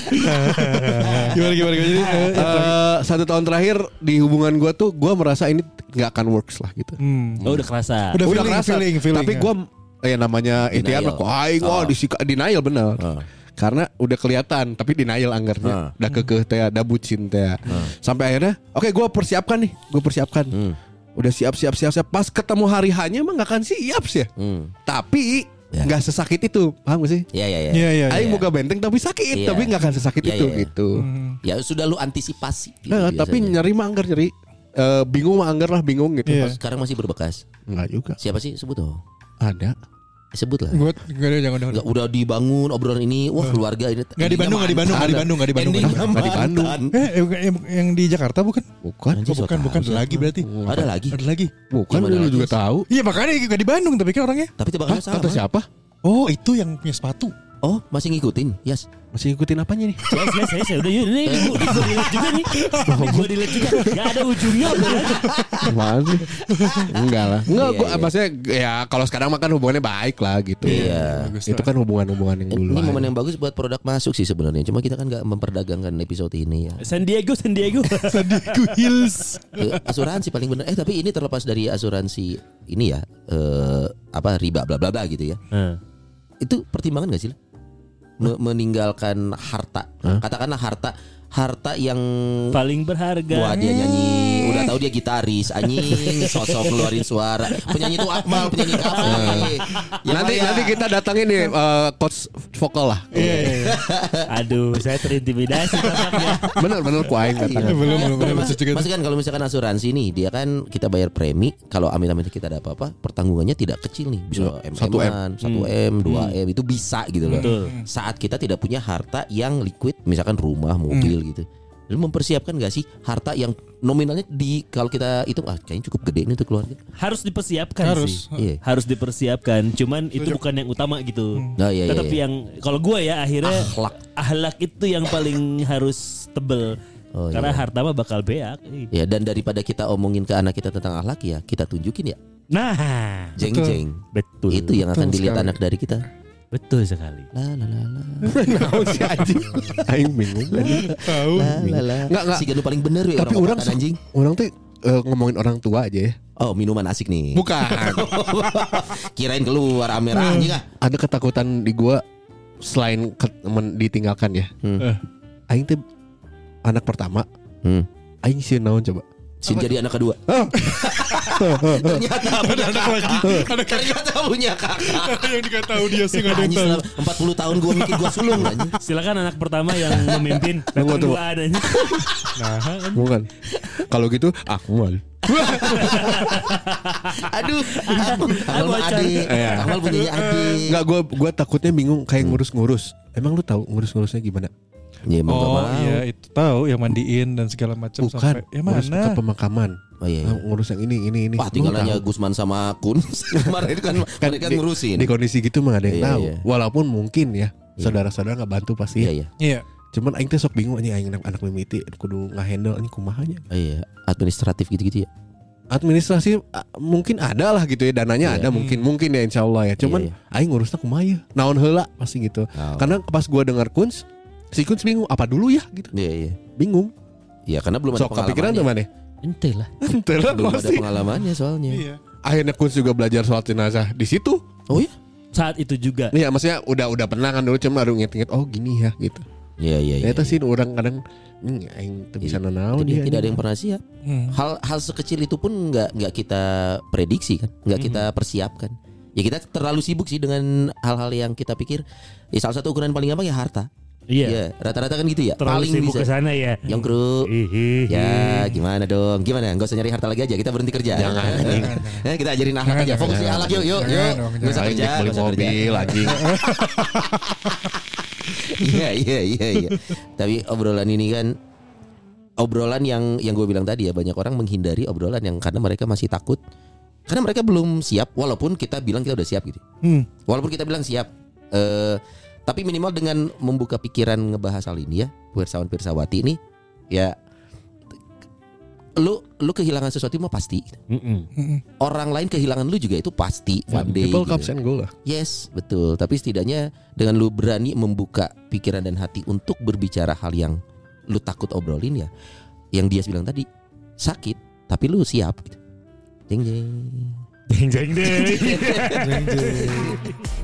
[SPEAKER 4] gimana gimana gimana. Jadi, eh, yang terakhir.
[SPEAKER 2] Eh, satu tahun terakhir di hubungan gue tuh gue merasa ini nggak akan works lah gitu.
[SPEAKER 4] Hmm.
[SPEAKER 3] Oh udah kerasa.
[SPEAKER 4] Udah
[SPEAKER 2] Udah
[SPEAKER 4] feeling,
[SPEAKER 2] kerasa.
[SPEAKER 4] feeling, feeling,
[SPEAKER 2] Tapi
[SPEAKER 4] ya.
[SPEAKER 2] gue ya namanya ikhtiar lah.
[SPEAKER 5] Denial.
[SPEAKER 2] Kok aing wah
[SPEAKER 5] Ah.
[SPEAKER 2] disika- denial bener.
[SPEAKER 5] Ah.
[SPEAKER 2] Karena udah kelihatan tapi denial
[SPEAKER 5] Ah.
[SPEAKER 2] anggarnya. Udah kekeh teh, udah bucin teh. Sampai akhirnya oke gue persiapkan nih, gue persiapkan.
[SPEAKER 5] Hmm.
[SPEAKER 2] Udah siap siap siap siap pas ketemu hari hanya emang gak akan siap sih. ya.
[SPEAKER 5] Hmm.
[SPEAKER 2] Tapi
[SPEAKER 5] Ya.
[SPEAKER 2] nggak sesakit itu, paham gak sih?
[SPEAKER 5] Ya, ya, ya.
[SPEAKER 4] Iya iya.
[SPEAKER 2] Aing
[SPEAKER 5] iya.
[SPEAKER 2] buka benteng tapi sakit,
[SPEAKER 5] Iya.
[SPEAKER 2] tapi nggak akan sesakit
[SPEAKER 5] Iya,
[SPEAKER 2] itu
[SPEAKER 5] iya.
[SPEAKER 2] gitu.
[SPEAKER 4] Hmm.
[SPEAKER 5] Ya sudah lu antisipasi gitu
[SPEAKER 2] Nah,
[SPEAKER 5] biasanya.
[SPEAKER 2] tapi nyeri mah anggar nyeri. Eh, bingung mah anggar lah bingung gitu.
[SPEAKER 4] Iya.
[SPEAKER 5] sekarang masih berbekas.
[SPEAKER 2] Enggak juga.
[SPEAKER 5] Siapa sih sebut dong?
[SPEAKER 2] Ada.
[SPEAKER 5] Sebut lah.
[SPEAKER 4] Gue gue ada jangan
[SPEAKER 5] Nggak, udah dibangun obrolan ini, wah keluarga ini.
[SPEAKER 4] Nggak di Bandung, nggak di Bandung, nggak di Bandung, nggak di Bandung.
[SPEAKER 5] Endingnya
[SPEAKER 2] Nggak di Bandung.
[SPEAKER 5] mantan.
[SPEAKER 4] Eh, eh, bukan, yang, yang di Jakarta bukan?
[SPEAKER 2] Bukan.
[SPEAKER 5] Anjing,
[SPEAKER 4] Oh, bukan,
[SPEAKER 5] so
[SPEAKER 4] bukan
[SPEAKER 5] tahu
[SPEAKER 4] lagi
[SPEAKER 5] siapa.
[SPEAKER 4] berarti.
[SPEAKER 5] Ada lagi.
[SPEAKER 4] Ada lagi.
[SPEAKER 2] Bukan
[SPEAKER 5] Gimana
[SPEAKER 2] lu
[SPEAKER 5] lagi?
[SPEAKER 2] juga tahu.
[SPEAKER 4] Iya makanya gak di Bandung tapi kan orangnya.
[SPEAKER 5] Tapi
[SPEAKER 2] Hah,
[SPEAKER 5] tebakannya salah.
[SPEAKER 2] kata siapa?
[SPEAKER 4] Oh itu yang punya sepatu.
[SPEAKER 5] Oh, masih ngikutin. Yes.
[SPEAKER 2] Masih ikutin apanya nih?
[SPEAKER 3] Saya saya saya saya udah yuk, ini ini gua- ini gua dilihat juga nih. Ini gua dilihat juga. Gak ada ujungnya beneran.
[SPEAKER 2] Apaan sih? Enggak lah. Enggak,
[SPEAKER 5] Iya,
[SPEAKER 2] gua
[SPEAKER 5] iya.
[SPEAKER 2] maksudnya ya kalau sekarang makan hubungannya baik lah gitu.
[SPEAKER 5] Iya.
[SPEAKER 4] Bagus
[SPEAKER 2] Itu
[SPEAKER 4] lah.
[SPEAKER 2] kan hubungan-hubungan yang dulu.
[SPEAKER 5] Ini
[SPEAKER 2] aja.
[SPEAKER 5] momen yang bagus buat produk masuk sih sebenarnya. Cuma kita kan nggak memperdagangkan episode ini ya.
[SPEAKER 3] San Diego San Diego.
[SPEAKER 4] Sadiku Hills.
[SPEAKER 5] Eh, Asuransi paling benar. Eh tapi ini terlepas dari asuransi ini ya. Eh, apa riba bla bla bla gitu ya. Itu pertimbangan gak sih? Le? Me- meninggalkan harta. Katakanlah harta harta yang
[SPEAKER 3] Paling berharga.
[SPEAKER 5] Wah dia nyanyi Udah tahu dia gitaris Anjing Sosok ngeluarin suara Penyanyi itu Akmal Eh. Penyanyi kafe Yang
[SPEAKER 2] nanti
[SPEAKER 5] kaya.
[SPEAKER 2] nanti kita datangin nih eh, coach vokal lah.
[SPEAKER 5] ya.
[SPEAKER 3] Aduh, saya terintimidasi tampaknya.
[SPEAKER 2] Bener bener ku aing
[SPEAKER 5] Iya.
[SPEAKER 2] datangin.
[SPEAKER 4] Belum belum belum
[SPEAKER 5] Mas-
[SPEAKER 4] masuk juga.
[SPEAKER 5] Maksudnya kan kalau misalkan asuransi nih Dia kan kita bayar premi Kalau amit-amit kita ada apa-apa Pertanggungannya tidak kecil nih Bisa M 1
[SPEAKER 2] satu M.
[SPEAKER 5] M 1 M 2 M Itu bisa gitu loh
[SPEAKER 3] Betul.
[SPEAKER 5] Saat kita tidak punya harta yang liquid Misalkan rumah, mobil gitu Lu mempersiapkan gak sih harta yang nominalnya di kalau kita hitung ah kayaknya cukup gede nih untuk keluarga.
[SPEAKER 3] Harus dipersiapkan
[SPEAKER 4] Harus.
[SPEAKER 3] sih.
[SPEAKER 5] Iya.
[SPEAKER 3] Harus dipersiapkan. Cuman itu bukan yang utama gitu.
[SPEAKER 5] Nah, iya, iya,
[SPEAKER 3] Tetap
[SPEAKER 5] iya.
[SPEAKER 3] yang kalau gua ya akhirnya
[SPEAKER 5] Akhlak.
[SPEAKER 3] ahlak itu yang paling harus tebel.
[SPEAKER 5] Oh,
[SPEAKER 3] Karena
[SPEAKER 5] iya.
[SPEAKER 3] harta mah bakal beak. Ih.
[SPEAKER 5] Ya dan daripada kita omongin ke anak kita tentang akhlak ya kita tunjukin ya
[SPEAKER 3] Nah,
[SPEAKER 5] jeng jeng
[SPEAKER 3] betul.
[SPEAKER 5] itu ya. yang akan dilihat anak dari kita.
[SPEAKER 3] betul sekali.
[SPEAKER 5] La la la la
[SPEAKER 2] Naon sih anjing? Aing bingung.
[SPEAKER 4] Tahu.
[SPEAKER 5] la la la.
[SPEAKER 2] Nggak, nggak.
[SPEAKER 5] Si Ganu paling bener ya
[SPEAKER 2] Tapi orang
[SPEAKER 5] makan anjing.
[SPEAKER 2] orang tuh eh, ngomongin orang tua aja ya.
[SPEAKER 5] Oh minuman asik nih.
[SPEAKER 2] Bukan.
[SPEAKER 5] Kirain keluar amer anjing ah.
[SPEAKER 2] ada ketakutan di gua selain ke- men- ditinggalkan ya.
[SPEAKER 4] Eh.
[SPEAKER 5] Hmm.
[SPEAKER 2] Aing teh anak pertama,
[SPEAKER 5] Hmm.
[SPEAKER 2] aing sih naon coba?
[SPEAKER 5] Sin jadi anak kedua. Ternyata punya kakak. Ternyata punya kakak.
[SPEAKER 4] Yang nggak tahu dia sih nggak ada yang
[SPEAKER 5] Anjing
[SPEAKER 4] tahu.
[SPEAKER 5] selama 40 tahun gua mikir gua sulung anjing.
[SPEAKER 3] Silakan anak pertama yang memimpin.
[SPEAKER 2] Tunggu,
[SPEAKER 3] Datang
[SPEAKER 2] tunggu.
[SPEAKER 3] dua adanya.
[SPEAKER 2] Bukan. Kalau gitu Akmal.
[SPEAKER 5] Aduh, Akmal mah
[SPEAKER 3] Bocor.
[SPEAKER 5] adik.
[SPEAKER 2] Iya.
[SPEAKER 5] Akmal punya adik.
[SPEAKER 2] Enggak gua gua takutnya bingung kayak
[SPEAKER 5] Hmm.
[SPEAKER 2] ngurus-ngurus. Emang lu tahu ngurus-ngurusnya gimana?
[SPEAKER 5] Ya, emang nggak
[SPEAKER 4] Oh
[SPEAKER 5] mau.
[SPEAKER 4] iya itu tahu yang mandiin dan segala macam
[SPEAKER 2] Bukan.
[SPEAKER 4] sampai. Ya
[SPEAKER 2] ngurus ke
[SPEAKER 4] mana?
[SPEAKER 2] pemakaman.
[SPEAKER 5] Oh, iya, iya.
[SPEAKER 2] Ah, Ngurus yang ini ini ini.
[SPEAKER 5] Wah tinggal
[SPEAKER 2] Lu tahu.
[SPEAKER 5] nanya Gusman sama Kun Kemarin itu kan
[SPEAKER 2] Kan
[SPEAKER 5] mereka
[SPEAKER 2] di-
[SPEAKER 5] ngurusin
[SPEAKER 2] Di kondisi gitu mah nggak ada yang
[SPEAKER 5] Iya,
[SPEAKER 2] tahu.
[SPEAKER 5] iya.
[SPEAKER 2] Walaupun mungkin ya saudara-saudara nggak bantu pasti.
[SPEAKER 5] Iya iya
[SPEAKER 4] Iya.
[SPEAKER 2] Cuman aing teh sok bingung anjing aing anak, anak mimiti kudu ngahandle anjing kumaha nya.
[SPEAKER 5] Oh, iya Administratif gitu-gitu ya
[SPEAKER 2] administrasi ah, mungkin ada lah gitu ya dananya
[SPEAKER 5] Iya.
[SPEAKER 2] ada mungkin mungkin ya insya Allah ya cuman
[SPEAKER 5] Iya, Oh.
[SPEAKER 2] aing ngurusnya kumaha ya naon heula pasti gitu
[SPEAKER 5] Kan-
[SPEAKER 2] karena pas gua dengar kuns si kuns bingung apa dulu ya gitu
[SPEAKER 5] Iya iya
[SPEAKER 2] bingung
[SPEAKER 5] Iya karena belum ada
[SPEAKER 2] sok kepikiran tuh
[SPEAKER 5] pengalamannya
[SPEAKER 2] mana
[SPEAKER 3] Ente lah.
[SPEAKER 2] Ente lah,
[SPEAKER 5] Belum ada
[SPEAKER 2] pasti.
[SPEAKER 5] pengalamannya soalnya
[SPEAKER 4] Iya.
[SPEAKER 2] akhirnya kuns juga belajar soal jenazah di situ
[SPEAKER 5] Oh iya
[SPEAKER 3] Saat itu juga.
[SPEAKER 2] Iya maksudnya udah udah pernah kan dulu cuma baru inget-inget oh gini ya gitu
[SPEAKER 5] Iya iya iya
[SPEAKER 2] ternyata sih orang kadang hmm, aing tuh bisa nanaon ya, gitu." dia
[SPEAKER 5] Jadi tidak ada
[SPEAKER 2] anjing.
[SPEAKER 5] yang pernah siap
[SPEAKER 4] Hmm.
[SPEAKER 5] Hal hal sekecil itu pun nggak nggak kita prediksi kan nggak kita persiapkan Ya kita terlalu sibuk sih dengan hal-hal yang kita pikir ya, Salah satu ukuran paling gampang ya harta
[SPEAKER 3] Iya.
[SPEAKER 5] Iya, Rata-rata kan gitu ya
[SPEAKER 3] Terlalu
[SPEAKER 5] Paling
[SPEAKER 3] sibuk
[SPEAKER 5] bisa
[SPEAKER 3] ke sana ya.
[SPEAKER 5] Yang kru
[SPEAKER 3] Hihi.
[SPEAKER 4] Mm-hmm.
[SPEAKER 5] Ya gimana dong Gimana Gak usah nyari harta lagi aja Kita berhenti kerja Jangan Eh, Kita ajarin
[SPEAKER 4] Jangan,
[SPEAKER 5] akhlak aja
[SPEAKER 4] jangan,
[SPEAKER 5] Fokus di
[SPEAKER 4] jangan.
[SPEAKER 5] akhlak yuk yuk
[SPEAKER 4] Jangan
[SPEAKER 5] yuk
[SPEAKER 4] dong,
[SPEAKER 5] Gak usah
[SPEAKER 2] Aing
[SPEAKER 5] kerja
[SPEAKER 2] Jack beli
[SPEAKER 5] gak usah kerja.
[SPEAKER 2] mobil anjing
[SPEAKER 5] Iya iya iya iya Tapi obrolan ini kan Obrolan yang yang gue bilang tadi ya Banyak orang menghindari obrolan yang Karena mereka masih takut Karena mereka belum siap Walaupun kita bilang kita udah siap gitu
[SPEAKER 4] Hmm.
[SPEAKER 5] Walaupun kita bilang siap eh Tapi minimal dengan membuka pikiran ngebahas hal ini ya Pirsawan Pirsawati ini Ya lu lu kehilangan sesuatu mah pasti.
[SPEAKER 3] Mm-mm.
[SPEAKER 5] Orang lain kehilangan lu juga itu pasti one
[SPEAKER 2] Ya,
[SPEAKER 5] day.
[SPEAKER 2] People
[SPEAKER 5] gitu.
[SPEAKER 2] comes and go lah.
[SPEAKER 5] Yes, betul. Tapi setidaknya dengan lu berani membuka pikiran dan hati untuk berbicara hal yang lu takut obrolin ya. Yang dia bilang tadi sakit, tapi lu siap. Jeng jeng.
[SPEAKER 3] Jeng jeng deh.
[SPEAKER 4] Jeng, jeng.